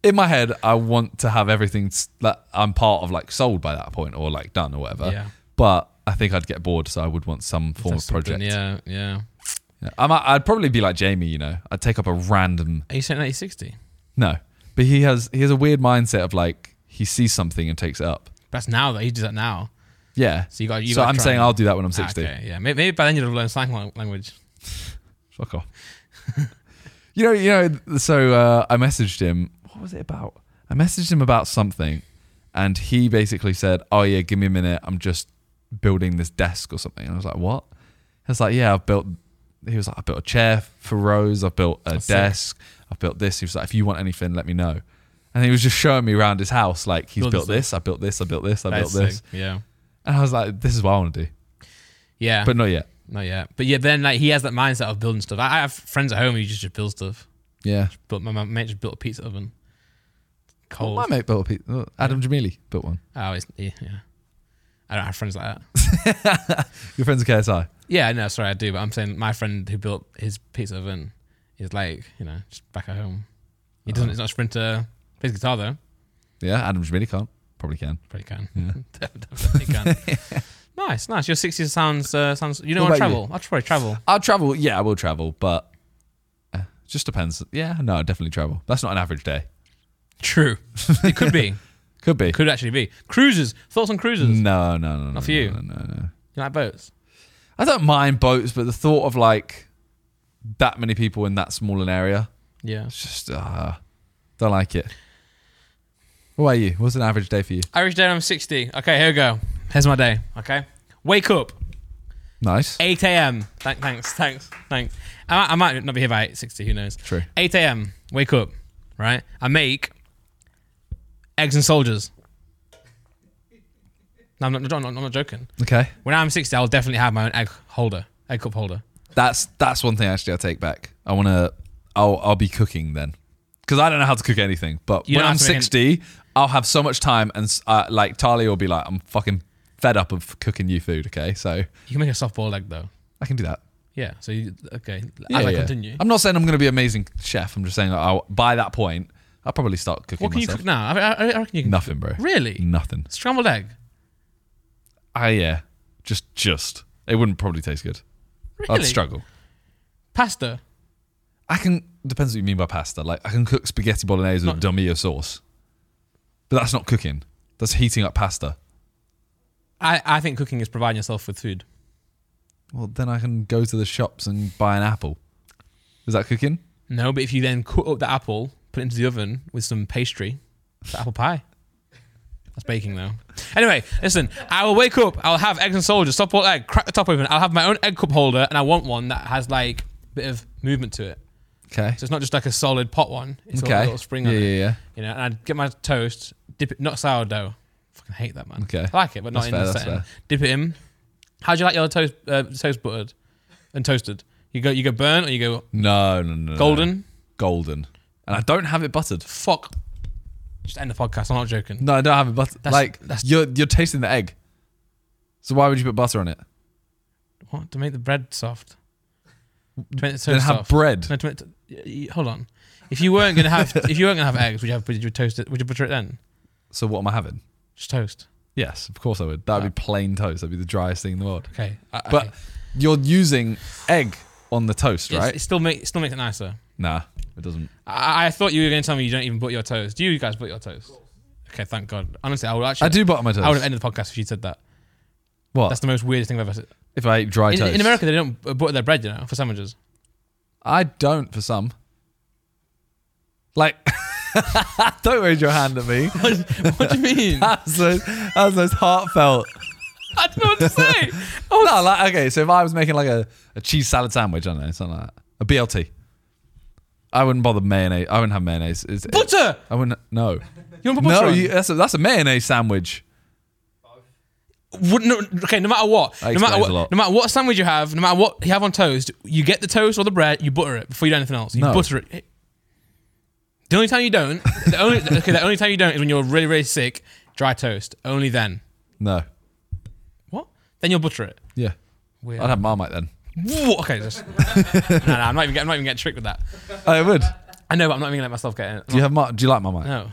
[SPEAKER 2] in my head, I want to have everything s- that I'm part of like sold by that point or like done or whatever.
[SPEAKER 1] Yeah.
[SPEAKER 2] But I think I'd get bored, so I would want some form of
[SPEAKER 1] That's something,
[SPEAKER 2] project.
[SPEAKER 1] Yeah, yeah.
[SPEAKER 2] Yeah. I might, I'd probably be like Jamie, you know. I'd take up a random
[SPEAKER 1] Are you saying that he's 60?
[SPEAKER 2] no, but he has he has a weird mindset of like he sees something and takes it up.
[SPEAKER 1] That's now though. He does that now.
[SPEAKER 2] Yeah.
[SPEAKER 1] So you got. You
[SPEAKER 2] so
[SPEAKER 1] gotta
[SPEAKER 2] I'm
[SPEAKER 1] try
[SPEAKER 2] saying
[SPEAKER 1] and-
[SPEAKER 2] I'll do that when
[SPEAKER 1] Ah,
[SPEAKER 2] I'm 60.
[SPEAKER 1] Okay, yeah. Maybe, maybe by then you'll have learned sign lan- language.
[SPEAKER 2] Fuck off. you know, you know. So uh, I messaged him. What was it about? I messaged him about something, and he basically said, "Oh yeah, give me a minute. I'm just building this desk or something." And I was like, "What?" He was like, "Yeah, I've built." He was like, "I built a chair for Rose. I've built a
[SPEAKER 1] That's sick.
[SPEAKER 2] desk. I've built this." He was like, "If you want anything, let me know." And he was just showing me around his house, like he's
[SPEAKER 1] Build
[SPEAKER 2] built
[SPEAKER 1] this
[SPEAKER 2] this, I built this, I built this, I
[SPEAKER 1] That's
[SPEAKER 2] built this,
[SPEAKER 1] sick, Yeah.
[SPEAKER 2] and I was like, "This is what I want to do,"
[SPEAKER 1] Yeah.
[SPEAKER 2] but not yet.
[SPEAKER 1] not yet. But yeah, then like he has that mindset of building stuff. I, I have friends at home who just, just build stuff.
[SPEAKER 2] Yeah,
[SPEAKER 1] But my, my mate just built a pizza oven.
[SPEAKER 2] well,
[SPEAKER 1] Cold.
[SPEAKER 2] my mate built a piece. Adam Jamili built one.
[SPEAKER 1] oh, it's, yeah, yeah. I don't have friends like that.
[SPEAKER 2] Your friends at KSI.
[SPEAKER 1] Yeah, no, sorry, I do, but I'm saying my friend who built his pizza oven is like, you know, just back at home. He
[SPEAKER 2] Uh-huh.
[SPEAKER 1] doesn't. He's not a sprinter. Plays guitar though.
[SPEAKER 2] Yeah, Adam Jamili can't. Probably can.
[SPEAKER 1] Probably can. Definitely can. Nice, nice. Your 60s sounds uh, sounds. You don't
[SPEAKER 2] What
[SPEAKER 1] want to
[SPEAKER 2] about you?
[SPEAKER 1] travel. I'll probably travel.
[SPEAKER 2] I'll travel. Yeah, I will travel, but uh, just depends. Yeah, no, definitely travel. That's not an average day.
[SPEAKER 1] True. It could be.
[SPEAKER 2] Could be.
[SPEAKER 1] could actually be. Cruises. Thoughts on cruises?
[SPEAKER 2] no, no, no, no.
[SPEAKER 1] for
[SPEAKER 2] no,
[SPEAKER 1] you.
[SPEAKER 2] No, no, no.
[SPEAKER 1] You like boats?
[SPEAKER 2] I don't mind boats, but the thought of like that many people in that small an area,
[SPEAKER 1] Yeah.
[SPEAKER 2] it's just uh, don't like it. What about you? What's an average day for you?
[SPEAKER 1] Irish day. I'm 60. Okay, here we go. Here's my day. Okay. Wake up.
[SPEAKER 2] Nice.
[SPEAKER 1] 8 a.m. Thank, thanks, thanks, thanks. I, might- I might not be here by 8.60, who knows?
[SPEAKER 2] True.
[SPEAKER 1] 8 a.m. Wake up, right? I make eggs and soldiers. No, I'm not, I'm not, I'm not joking.
[SPEAKER 2] Okay.
[SPEAKER 1] When I'm 60, I'll definitely have my own egg holder, egg cup holder.
[SPEAKER 2] That's that's one thing actually I take back. I want to. I'll I'll be cooking then, because I don't know how to cook anything. But
[SPEAKER 1] You
[SPEAKER 2] when
[SPEAKER 1] don't
[SPEAKER 2] I'm
[SPEAKER 1] have to make any-
[SPEAKER 2] sixty, I'll have so much time, and s- uh, like Talia will be like, I'm fucking fed up of cooking you food. Okay, so
[SPEAKER 1] You can make a soft boiled egg, though.
[SPEAKER 2] I can do that.
[SPEAKER 1] Yeah, so, you, okay,
[SPEAKER 2] Yeah,
[SPEAKER 1] as I
[SPEAKER 2] yeah.
[SPEAKER 1] continue.
[SPEAKER 2] I'm not saying I'm going to be an amazing chef. I'm just saying that I'll, by that point, I'll probably start cooking
[SPEAKER 1] What can you
[SPEAKER 2] myself.
[SPEAKER 1] cook now? I, I, I reckon you can
[SPEAKER 2] Nothing, bro.
[SPEAKER 1] Really?
[SPEAKER 2] Nothing.
[SPEAKER 1] Scrambled egg?
[SPEAKER 2] Ah, yeah. Just just. It wouldn't probably taste good.
[SPEAKER 1] Really?
[SPEAKER 2] I'd struggle.
[SPEAKER 1] Pasta?
[SPEAKER 2] I can depends what you mean by pasta. Like I can cook spaghetti bolognese with Domio sauce, but that's not cooking. That's heating up pasta.
[SPEAKER 1] I, I think cooking is providing yourself with food.
[SPEAKER 2] Well, then I can go to the shops and buy an apple. Is that cooking?
[SPEAKER 1] No, but if you then cut up the apple, put it into the oven with some pastry, it's apple pie. That's baking though. Anyway, listen, I will wake up, I'll have eggs and soldiers, soft boiled egg, crack the top open, I'll have my own egg cup holder, and I want one that has like a bit of movement to it.
[SPEAKER 2] Okay.
[SPEAKER 1] So it's not just like a solid pot one. It's got a
[SPEAKER 2] okay.
[SPEAKER 1] little spring
[SPEAKER 2] yeah,
[SPEAKER 1] on
[SPEAKER 2] yeah,
[SPEAKER 1] it.
[SPEAKER 2] yeah.
[SPEAKER 1] You know, and I'd get my toast, dip it not sourdough. Fucking hate that man.
[SPEAKER 2] Okay.
[SPEAKER 1] I like it, but not
[SPEAKER 2] That's
[SPEAKER 1] in
[SPEAKER 2] fair,
[SPEAKER 1] the
[SPEAKER 2] that's
[SPEAKER 1] setting.
[SPEAKER 2] fair.
[SPEAKER 1] Dip it in. How do you like your toast uh, toast buttered and toasted? You go you go burnt or you go
[SPEAKER 2] No, no, no. no.
[SPEAKER 1] golden?
[SPEAKER 2] Golden. And I don't have it buttered.
[SPEAKER 1] fuck. Just end the podcast. I'm not joking.
[SPEAKER 2] No, I don't have it buttered.
[SPEAKER 1] That's-
[SPEAKER 2] like
[SPEAKER 1] that's-
[SPEAKER 2] you're you're tasting the egg. So why would you put butter on it?
[SPEAKER 1] What to make the bread soft? To make the toast
[SPEAKER 2] Then have
[SPEAKER 1] soft.
[SPEAKER 2] bread.
[SPEAKER 1] No, to make the- y- y- hold on. If you weren't gonna have, if you weren't gonna have eggs, would you have? Would you toast it? Would you butter it then?
[SPEAKER 2] So what am I having?
[SPEAKER 1] Just toast.
[SPEAKER 2] Yes, of course I would. That would be plain toast. That'd be the driest thing in the world.
[SPEAKER 1] Okay, I-
[SPEAKER 2] But
[SPEAKER 1] okay.
[SPEAKER 2] you're using egg on the toast,
[SPEAKER 1] It's-
[SPEAKER 2] right?
[SPEAKER 1] It still make it still makes it nicer.
[SPEAKER 2] Nah, it doesn't.
[SPEAKER 1] I, I thought you were gonna tell me you don't even butter your toast. Do you guys butter your toast? Okay, thank God. Honestly, I would actually.
[SPEAKER 2] I do butter my toast.
[SPEAKER 1] I would have ended the podcast if you said that.
[SPEAKER 2] what?
[SPEAKER 1] That's the most weirdest thing I've ever. said.
[SPEAKER 2] if I ate dry
[SPEAKER 1] In,
[SPEAKER 2] toast.
[SPEAKER 1] in America, they don't butter their bread, you know, for sandwiches.
[SPEAKER 2] I don't for some. Like, don't raise your hand at me.
[SPEAKER 1] What do you mean? I
[SPEAKER 2] That's the, that's the most heartfelt.
[SPEAKER 1] don't know what to say.
[SPEAKER 2] No, like, okay, so if I was making like a, a cheese salad sandwich, I don't know, something like that. A BLT. I wouldn't bother mayonnaise. I wouldn't have mayonnaise. It's, it-
[SPEAKER 1] Butter.
[SPEAKER 2] I wouldn't. No.
[SPEAKER 1] You want to put butter
[SPEAKER 2] No,
[SPEAKER 1] on?
[SPEAKER 2] you, that's, a, that's a mayonnaise sandwich.
[SPEAKER 1] would no, okay, no matter what,
[SPEAKER 2] That
[SPEAKER 1] no matter
[SPEAKER 2] explains
[SPEAKER 1] what,
[SPEAKER 2] a lot.
[SPEAKER 1] no matter what sandwich you have, no matter what you have on toast, you get the toast or the bread, you butter it before you do anything else. You
[SPEAKER 2] No.
[SPEAKER 1] butter it. The only time you don't, the only okay, the only time you don't is when you're really really sick, dry toast. Only then.
[SPEAKER 2] No.
[SPEAKER 1] What? Then you'll butter it.
[SPEAKER 2] Yeah.
[SPEAKER 1] Weird.
[SPEAKER 2] I'd have Marmite then.
[SPEAKER 1] Whoa, okay, just, no, no, I'm not even getting, I'm not even getting tricked with that.
[SPEAKER 2] I Oh, would.
[SPEAKER 1] I know, but I'm not even gonna let myself get in. it.
[SPEAKER 2] Do you have Mar- Do you like Marmite?
[SPEAKER 1] No.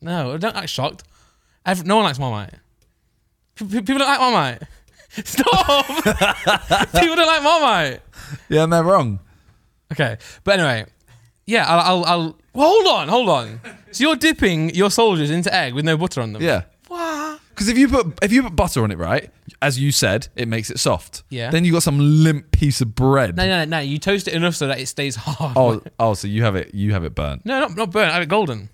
[SPEAKER 1] No, don't act shocked. Ev- no one likes Marmite. P- p- people don't like Marmite. Stop! people don't like Marmite.
[SPEAKER 2] Yeah, and they're wrong.
[SPEAKER 1] Okay, but anyway, yeah, I'll, I'll, I'll well, hold on, hold on. So you're dipping your soldiers into egg with no butter on them.
[SPEAKER 2] Yeah. Because if you put if you put butter on it, right, as you said, it makes it soft.
[SPEAKER 1] Yeah.
[SPEAKER 2] Then you got some limp piece of bread.
[SPEAKER 1] No, no, no, no. You toast it enough so that it stays hard.
[SPEAKER 2] Oh, oh, so you have it you have it burnt.
[SPEAKER 1] No, not not burnt. I have it golden.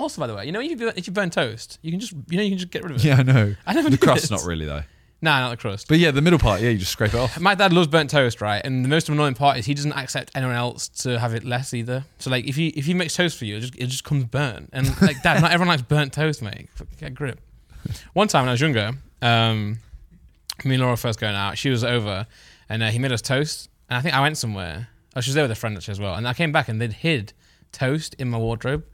[SPEAKER 1] Also, by the way, you know if you burn, if you burn toast, you can just you know you can just get rid of it.
[SPEAKER 2] Yeah, I know.
[SPEAKER 1] I never
[SPEAKER 2] the
[SPEAKER 1] knew this.
[SPEAKER 2] crust's not really though.
[SPEAKER 1] Nah, not the crust.
[SPEAKER 2] But yeah, the middle part, yeah, you just scrape it off.
[SPEAKER 1] My dad loves burnt toast, right? And the most annoying part is he doesn't accept anyone else to have it less either. So like, if you if he makes toast for you, it just it just comes burnt. And like, dad, not everyone likes burnt toast, mate. Fuck, Get a grip. One time when I was younger, um, me and Laura were first going out. She was over, and uh, he made us toast. And I think I went somewhere. Oh, she was there with a friend actually as well. And I came back and they'd hid toast in my wardrobe,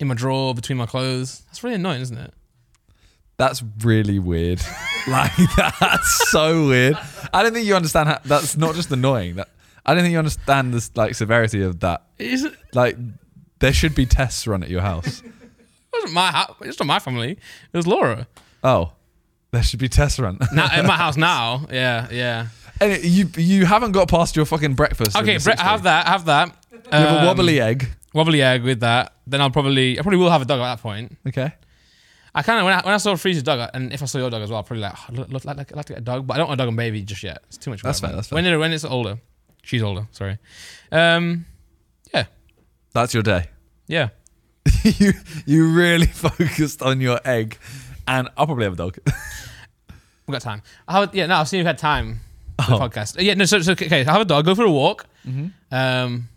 [SPEAKER 1] in my drawer between my clothes. That's really annoying, isn't it?
[SPEAKER 2] That's really weird. like that's so weird. I don't think you understand how that's not just annoying. That I don't think you understand this like severity of that.
[SPEAKER 1] Is it?
[SPEAKER 2] Like there should be tests run at your house.
[SPEAKER 1] wasn't my house. It's not my family. It was Laura.
[SPEAKER 2] Oh. There should be tests run.
[SPEAKER 1] now in my house now. Yeah, yeah.
[SPEAKER 2] And you you haven't got past your fucking breakfast. in
[SPEAKER 1] Okay,
[SPEAKER 2] the
[SPEAKER 1] Brett,
[SPEAKER 2] 60s.
[SPEAKER 1] have that, have that.
[SPEAKER 2] You have
[SPEAKER 1] Um,
[SPEAKER 2] a wobbly egg.
[SPEAKER 1] wobbly egg with that. Then I'll probably, I probably will have a dog at that point.
[SPEAKER 2] Okay.
[SPEAKER 1] I kind of when I, when I saw Freeze's dog, I- and if I saw your dog as well, I'll probably like, oh, look, look, like, like, like to get a dog, but I don't want a dog and baby just yet. It's too much.
[SPEAKER 2] That's
[SPEAKER 1] work,
[SPEAKER 2] fair, that's
[SPEAKER 1] man. When it, when it's older, she's older. Sorry. Um, yeah,
[SPEAKER 2] That's your day.
[SPEAKER 1] yeah.
[SPEAKER 2] you you really focused on your egg, and I'll probably have a dog.
[SPEAKER 1] we got time. I have, yeah, no, I've seen you've had time for
[SPEAKER 2] Oh,
[SPEAKER 1] the podcast. Uh, Yeah, no, so, so okay, so I have a dog, go for a walk.
[SPEAKER 2] Mm-hmm.
[SPEAKER 1] Um,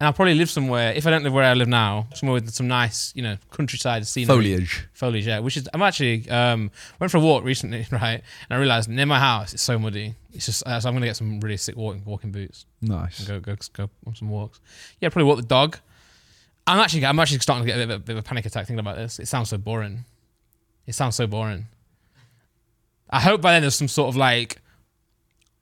[SPEAKER 1] and I'll probably live somewhere, if I don't live where I live now, somewhere with some nice, you know, countryside scenery.
[SPEAKER 2] Foliage.
[SPEAKER 1] Foliage, yeah. Which is, I'm actually, um, went for a walk recently, right? And I realized near my house, it's so muddy. It's just, uh, so I'm going to get some really sick walking, walking boots and
[SPEAKER 2] Nice.
[SPEAKER 1] go, go, go on some walks. Yeah, probably walk the dog. I'm actually, I'm actually starting to get a bit of a, bit of a panic attack thinking about this. It sounds so boring. It sounds so boring. I hope by then there's some sort of like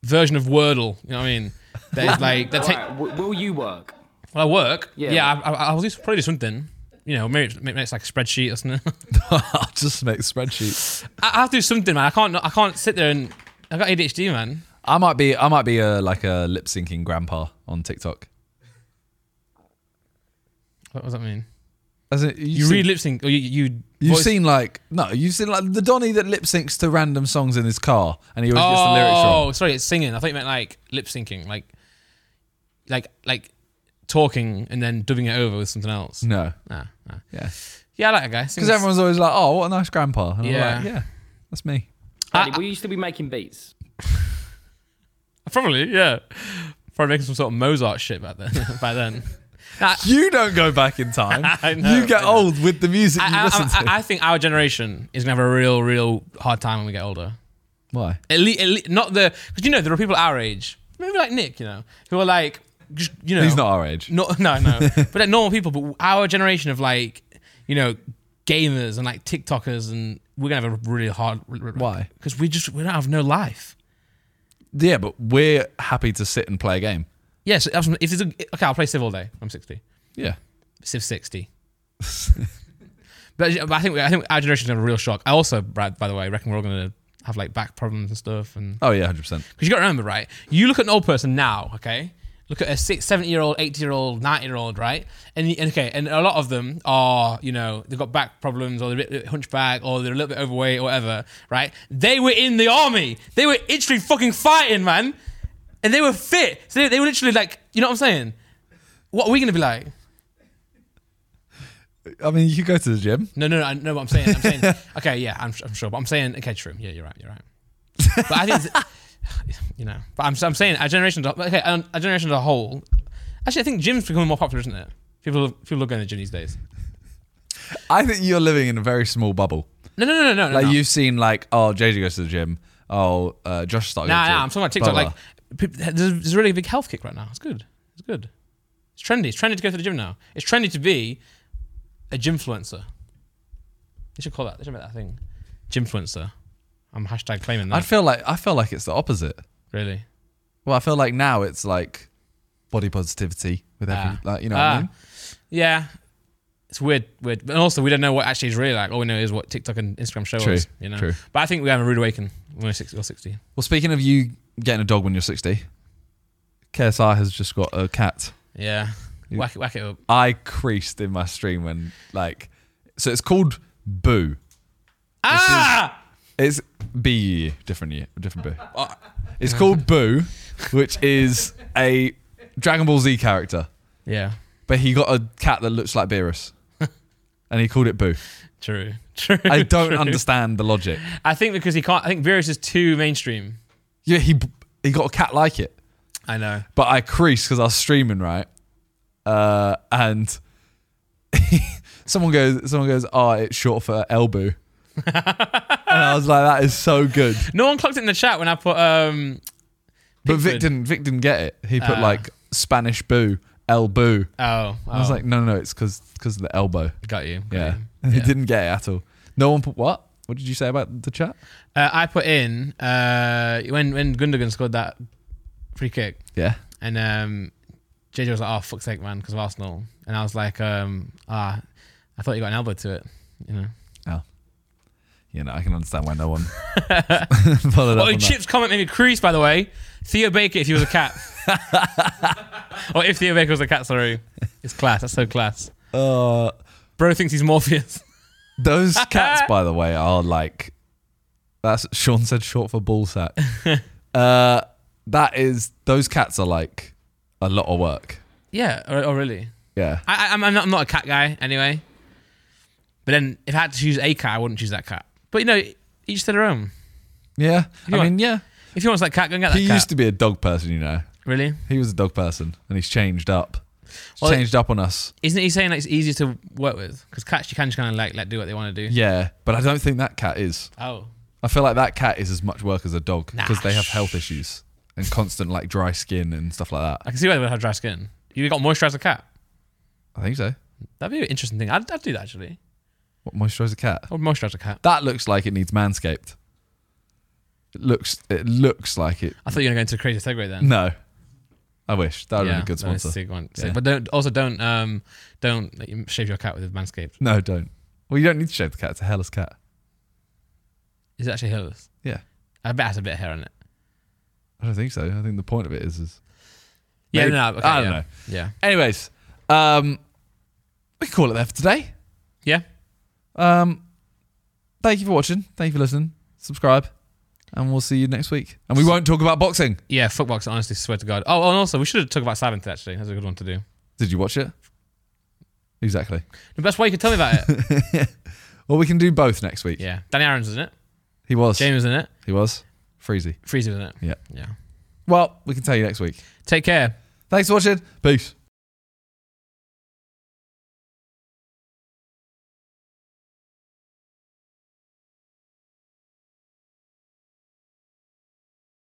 [SPEAKER 1] version of Wordle. You know what I mean? That is like that take.
[SPEAKER 3] Right, w- will you work?
[SPEAKER 1] Well, I work. Yeah,
[SPEAKER 3] Yeah.
[SPEAKER 1] I, I, I'll do, probably do something. You know, maybe it's, maybe it's like a spreadsheet or something.
[SPEAKER 2] I'll just make spreadsheets.
[SPEAKER 1] I, I have to do something, man. I can't. I can't sit there and I got ADHD, man.
[SPEAKER 2] I might be I might be a like a lip syncing grandpa on TikTok.
[SPEAKER 1] What does that mean?
[SPEAKER 2] As in, you've
[SPEAKER 1] You
[SPEAKER 2] seen-
[SPEAKER 1] read lip sync, or you you
[SPEAKER 2] You've
[SPEAKER 1] voice-
[SPEAKER 2] seen like no, you've seen like the Donny that lip syncs to random songs in his car, and he always gets the lyrics
[SPEAKER 1] Oh,
[SPEAKER 2] wrong.
[SPEAKER 1] sorry, it's singing. I thought you meant like lip syncing, like, like, like talking and then dubbing it over with something else.
[SPEAKER 2] No,
[SPEAKER 1] Nah, nah.
[SPEAKER 2] yeah,
[SPEAKER 1] Yeah, I like that guy. Sings-
[SPEAKER 2] because everyone's always like, "Oh, what a nice grandpa," and I'm
[SPEAKER 1] Yeah.
[SPEAKER 2] like, "Yeah, that's me."
[SPEAKER 3] Andy, will you still be making beats?
[SPEAKER 1] probably yeah, probably making some sort of Mozart shit back then. by then, Nah,
[SPEAKER 2] You don't go back in time.
[SPEAKER 1] I know,
[SPEAKER 2] you get
[SPEAKER 1] I know.
[SPEAKER 2] old with the music you
[SPEAKER 1] I,
[SPEAKER 2] listen
[SPEAKER 1] I,
[SPEAKER 2] to.
[SPEAKER 1] I, I think our generation is gonna have a real, real hard time when we get older.
[SPEAKER 2] Why?
[SPEAKER 1] At least, at least not the because you know there are people our age, maybe like Nick, you know, who are like, just, you know,
[SPEAKER 2] He's not our age.
[SPEAKER 1] No, no, no. but like normal people, but our generation of like, you know, gamers and like TikTokers, and we're gonna have a really hard.
[SPEAKER 2] Why?
[SPEAKER 1] Because we just we don't have no life.
[SPEAKER 2] Yeah, but we're happy to sit and play a game.
[SPEAKER 1] Yes. Yeah, so if there's a okay, I'll play Civ all day. I'm sixty.
[SPEAKER 2] Yeah,
[SPEAKER 1] Civ sixty. but, but I think we, I think our generation's gonna have a real shock. I also, Brad, by the way, reckon we're all gonna have like back problems and stuff, and
[SPEAKER 2] oh yeah, hundred percent.
[SPEAKER 1] because you got to remember, right? You look at an old person now, okay? Look at a six, seventy year old, eighty year old, ninety year old, right? And, and okay, and a lot of them are, you know, they've got back problems, or they're a bit hunchback, or they're a little bit overweight, or whatever, right? They were in the army. They were literally fucking fighting, man, and they were fit. So they, they were literally like, you know what I'm saying? What are we gonna be like?
[SPEAKER 2] I mean, you go to the gym.
[SPEAKER 1] No, no, no. I know what I'm saying. I'm saying, okay, yeah, I'm, I'm sure, but I'm saying, okay, true. Yeah, you're right. You're right. But I think, it's- you know, but I'm, I'm saying our generation, as a- okay, um, our generation as a whole. Actually, I think gym's becoming more popular, isn't it? People, people are going to the gym these days.
[SPEAKER 2] I think you're living in a very small bubble.
[SPEAKER 1] No, no, no, no, no.
[SPEAKER 2] Like
[SPEAKER 1] no.
[SPEAKER 2] you've seen, like, oh, JJ goes to the gym. Oh, uh, Josh started.
[SPEAKER 1] nah,
[SPEAKER 2] going to the
[SPEAKER 1] nah. I'm talking
[SPEAKER 2] gym.
[SPEAKER 1] about TikTok.
[SPEAKER 2] Blah, blah.
[SPEAKER 1] Like, peop- there's, there's a really big health kick right now. It's good. It's good. It's trendy. It's trendy to go to the gym now. It's trendy to be a gymfluencer. They should call that. They should make that a thing. Gymfluencer. I'm hashtag claiming
[SPEAKER 2] I
[SPEAKER 1] that.
[SPEAKER 2] feel like I feel like it's the opposite.
[SPEAKER 1] really.
[SPEAKER 2] Well, I feel like now it's like body positivity with every,
[SPEAKER 1] Ah.
[SPEAKER 2] like, you know what
[SPEAKER 1] Ah.
[SPEAKER 2] I mean?
[SPEAKER 1] Yeah. It's weird, weird. And also, we don't know what actually is really like. All we know is what TikTok and Instagram show
[SPEAKER 2] True,
[SPEAKER 1] us. You know?
[SPEAKER 2] true.
[SPEAKER 1] But I think we have a rude awakening when we're 60 or 60.
[SPEAKER 2] Well, speaking of you getting a dog when you're 60, KSI has just got a cat.
[SPEAKER 1] Yeah. Whack it, whack it up.
[SPEAKER 2] I creased in my stream when, like, so it's called Boo.
[SPEAKER 1] Ah!
[SPEAKER 2] It's B U U, different year, different Boo. Uh, It's called Boo, which is a Dragon Ball Z character,
[SPEAKER 1] Yeah.
[SPEAKER 2] but he got a cat that looks like Beerus. And he called it Boo.
[SPEAKER 1] True. True.
[SPEAKER 2] I don't
[SPEAKER 1] true.
[SPEAKER 2] understand the logic.
[SPEAKER 1] I think because he can't. I think Beerus is too mainstream.
[SPEAKER 2] Yeah, he he got a cat like it.
[SPEAKER 1] I know.
[SPEAKER 2] but I creased because I was streaming, right? Uh, and someone goes, someone goes, oh, it's short for elbow. and I was like, that is so good.
[SPEAKER 1] No one clocked it in the chat when I put. um
[SPEAKER 2] But Vic
[SPEAKER 1] Pickford.
[SPEAKER 2] didn't, Vic didn't get it. He put
[SPEAKER 1] Ah.
[SPEAKER 2] like Spanish boo, el boo.
[SPEAKER 1] Oh.
[SPEAKER 2] I was like, no, no, it's because of the elbow.
[SPEAKER 1] got you. got
[SPEAKER 2] Yeah.
[SPEAKER 1] you.
[SPEAKER 2] He didn't get it at all. No one put what? What did you say about the chat?
[SPEAKER 1] Uh, I put in uh when when Gundogan scored that free kick.
[SPEAKER 2] Yeah.
[SPEAKER 1] And um, JJ was like, "Oh fuck's sake, man," because of Arsenal. And I was like, um, "Ah, I thought you got an elbow to it." You know.
[SPEAKER 2] You know, I can understand why no one followed up.
[SPEAKER 1] Oh,
[SPEAKER 2] on that.
[SPEAKER 1] Chip's comment made me crease. By the way, Theo Baker, if he was a cat, or if Theo Baker was a cat, sorry, it's class. That's so class.
[SPEAKER 2] Uh,
[SPEAKER 1] Bro thinks he's Morpheus.
[SPEAKER 2] Those cats, by the way, are like that's Sean said short for ball sack. uh, that is those cats are like a lot of work.
[SPEAKER 1] yeah. Oh, oh really?
[SPEAKER 2] Yeah.
[SPEAKER 1] I, I, I'm, I'm not, I'm not a cat guy anyway. But then, if I had to choose a cat, I wouldn't choose that cat. But you know, each to their own.
[SPEAKER 2] Yeah, I
[SPEAKER 1] know
[SPEAKER 2] mean, yeah.
[SPEAKER 1] If you want that cat, go and get that
[SPEAKER 2] He
[SPEAKER 1] cat.
[SPEAKER 2] used to be a dog person, you know.
[SPEAKER 1] really?
[SPEAKER 2] He was a dog person, and he's changed up. He's
[SPEAKER 1] Well,
[SPEAKER 2] changed up on us.
[SPEAKER 1] Isn't he saying that it's easier to work with? Because cats, you can just kind of like let do what they want to do.
[SPEAKER 2] Yeah, but I don't think that cat is.
[SPEAKER 1] Oh,
[SPEAKER 2] I feel like that cat is as much work as a dog because
[SPEAKER 1] Nah.
[SPEAKER 2] they have health issues and constant like dry skin and stuff like
[SPEAKER 1] I
[SPEAKER 2] that.
[SPEAKER 1] can see why they would have dry skin. You got moisturize a cat.
[SPEAKER 2] I think so.
[SPEAKER 1] That'd be an interesting thing. I'd, I'd do that actually.
[SPEAKER 2] What moisturize a cat?
[SPEAKER 1] I would moisturize a cat.
[SPEAKER 2] That looks like it needs manscaped. It looks. It looks like it.
[SPEAKER 1] I thought you were going to go into a creative segue then.
[SPEAKER 2] No, I wish that would have been a good
[SPEAKER 1] no, it's
[SPEAKER 2] sponsor.
[SPEAKER 1] sick one.
[SPEAKER 2] Yeah.
[SPEAKER 1] Sick. But don't also don't um don't let you shave your cat with Manscaped.
[SPEAKER 2] No, don't. Well, you don't need to shave the cat. It's a hairless cat.
[SPEAKER 1] Is it actually hairless?
[SPEAKER 2] Yeah,
[SPEAKER 1] I bet it has a bit of hair on it.
[SPEAKER 2] I don't think so. I think the point of it is is.
[SPEAKER 1] Yeah,
[SPEAKER 2] Maybe-
[SPEAKER 1] no, okay,
[SPEAKER 2] I don't
[SPEAKER 1] yeah.
[SPEAKER 2] know.
[SPEAKER 1] Yeah,
[SPEAKER 2] Anyways, um, we can call it there for today.
[SPEAKER 1] yeah.
[SPEAKER 2] Um, thank you for watching. Thank you for listening. Subscribe, and we'll see you next week. And we won't talk about boxing.
[SPEAKER 1] Yeah, Footbox, honestly, swear to God. Oh, and also, we should have talked about Silent Hill, actually. That's a good one to do.
[SPEAKER 2] Did you watch it? Exactly.
[SPEAKER 1] The best way you could tell me about it.
[SPEAKER 2] Well, we can do both next week.
[SPEAKER 1] yeah. Danny Aaron's in it.
[SPEAKER 2] He was.
[SPEAKER 1] James in it.
[SPEAKER 2] He was. Freezy.
[SPEAKER 1] Freezy was in it.
[SPEAKER 2] Yeah.
[SPEAKER 1] Yeah.
[SPEAKER 2] Well, we can tell you next week.
[SPEAKER 1] Take care.
[SPEAKER 2] Thanks for watching. Peace.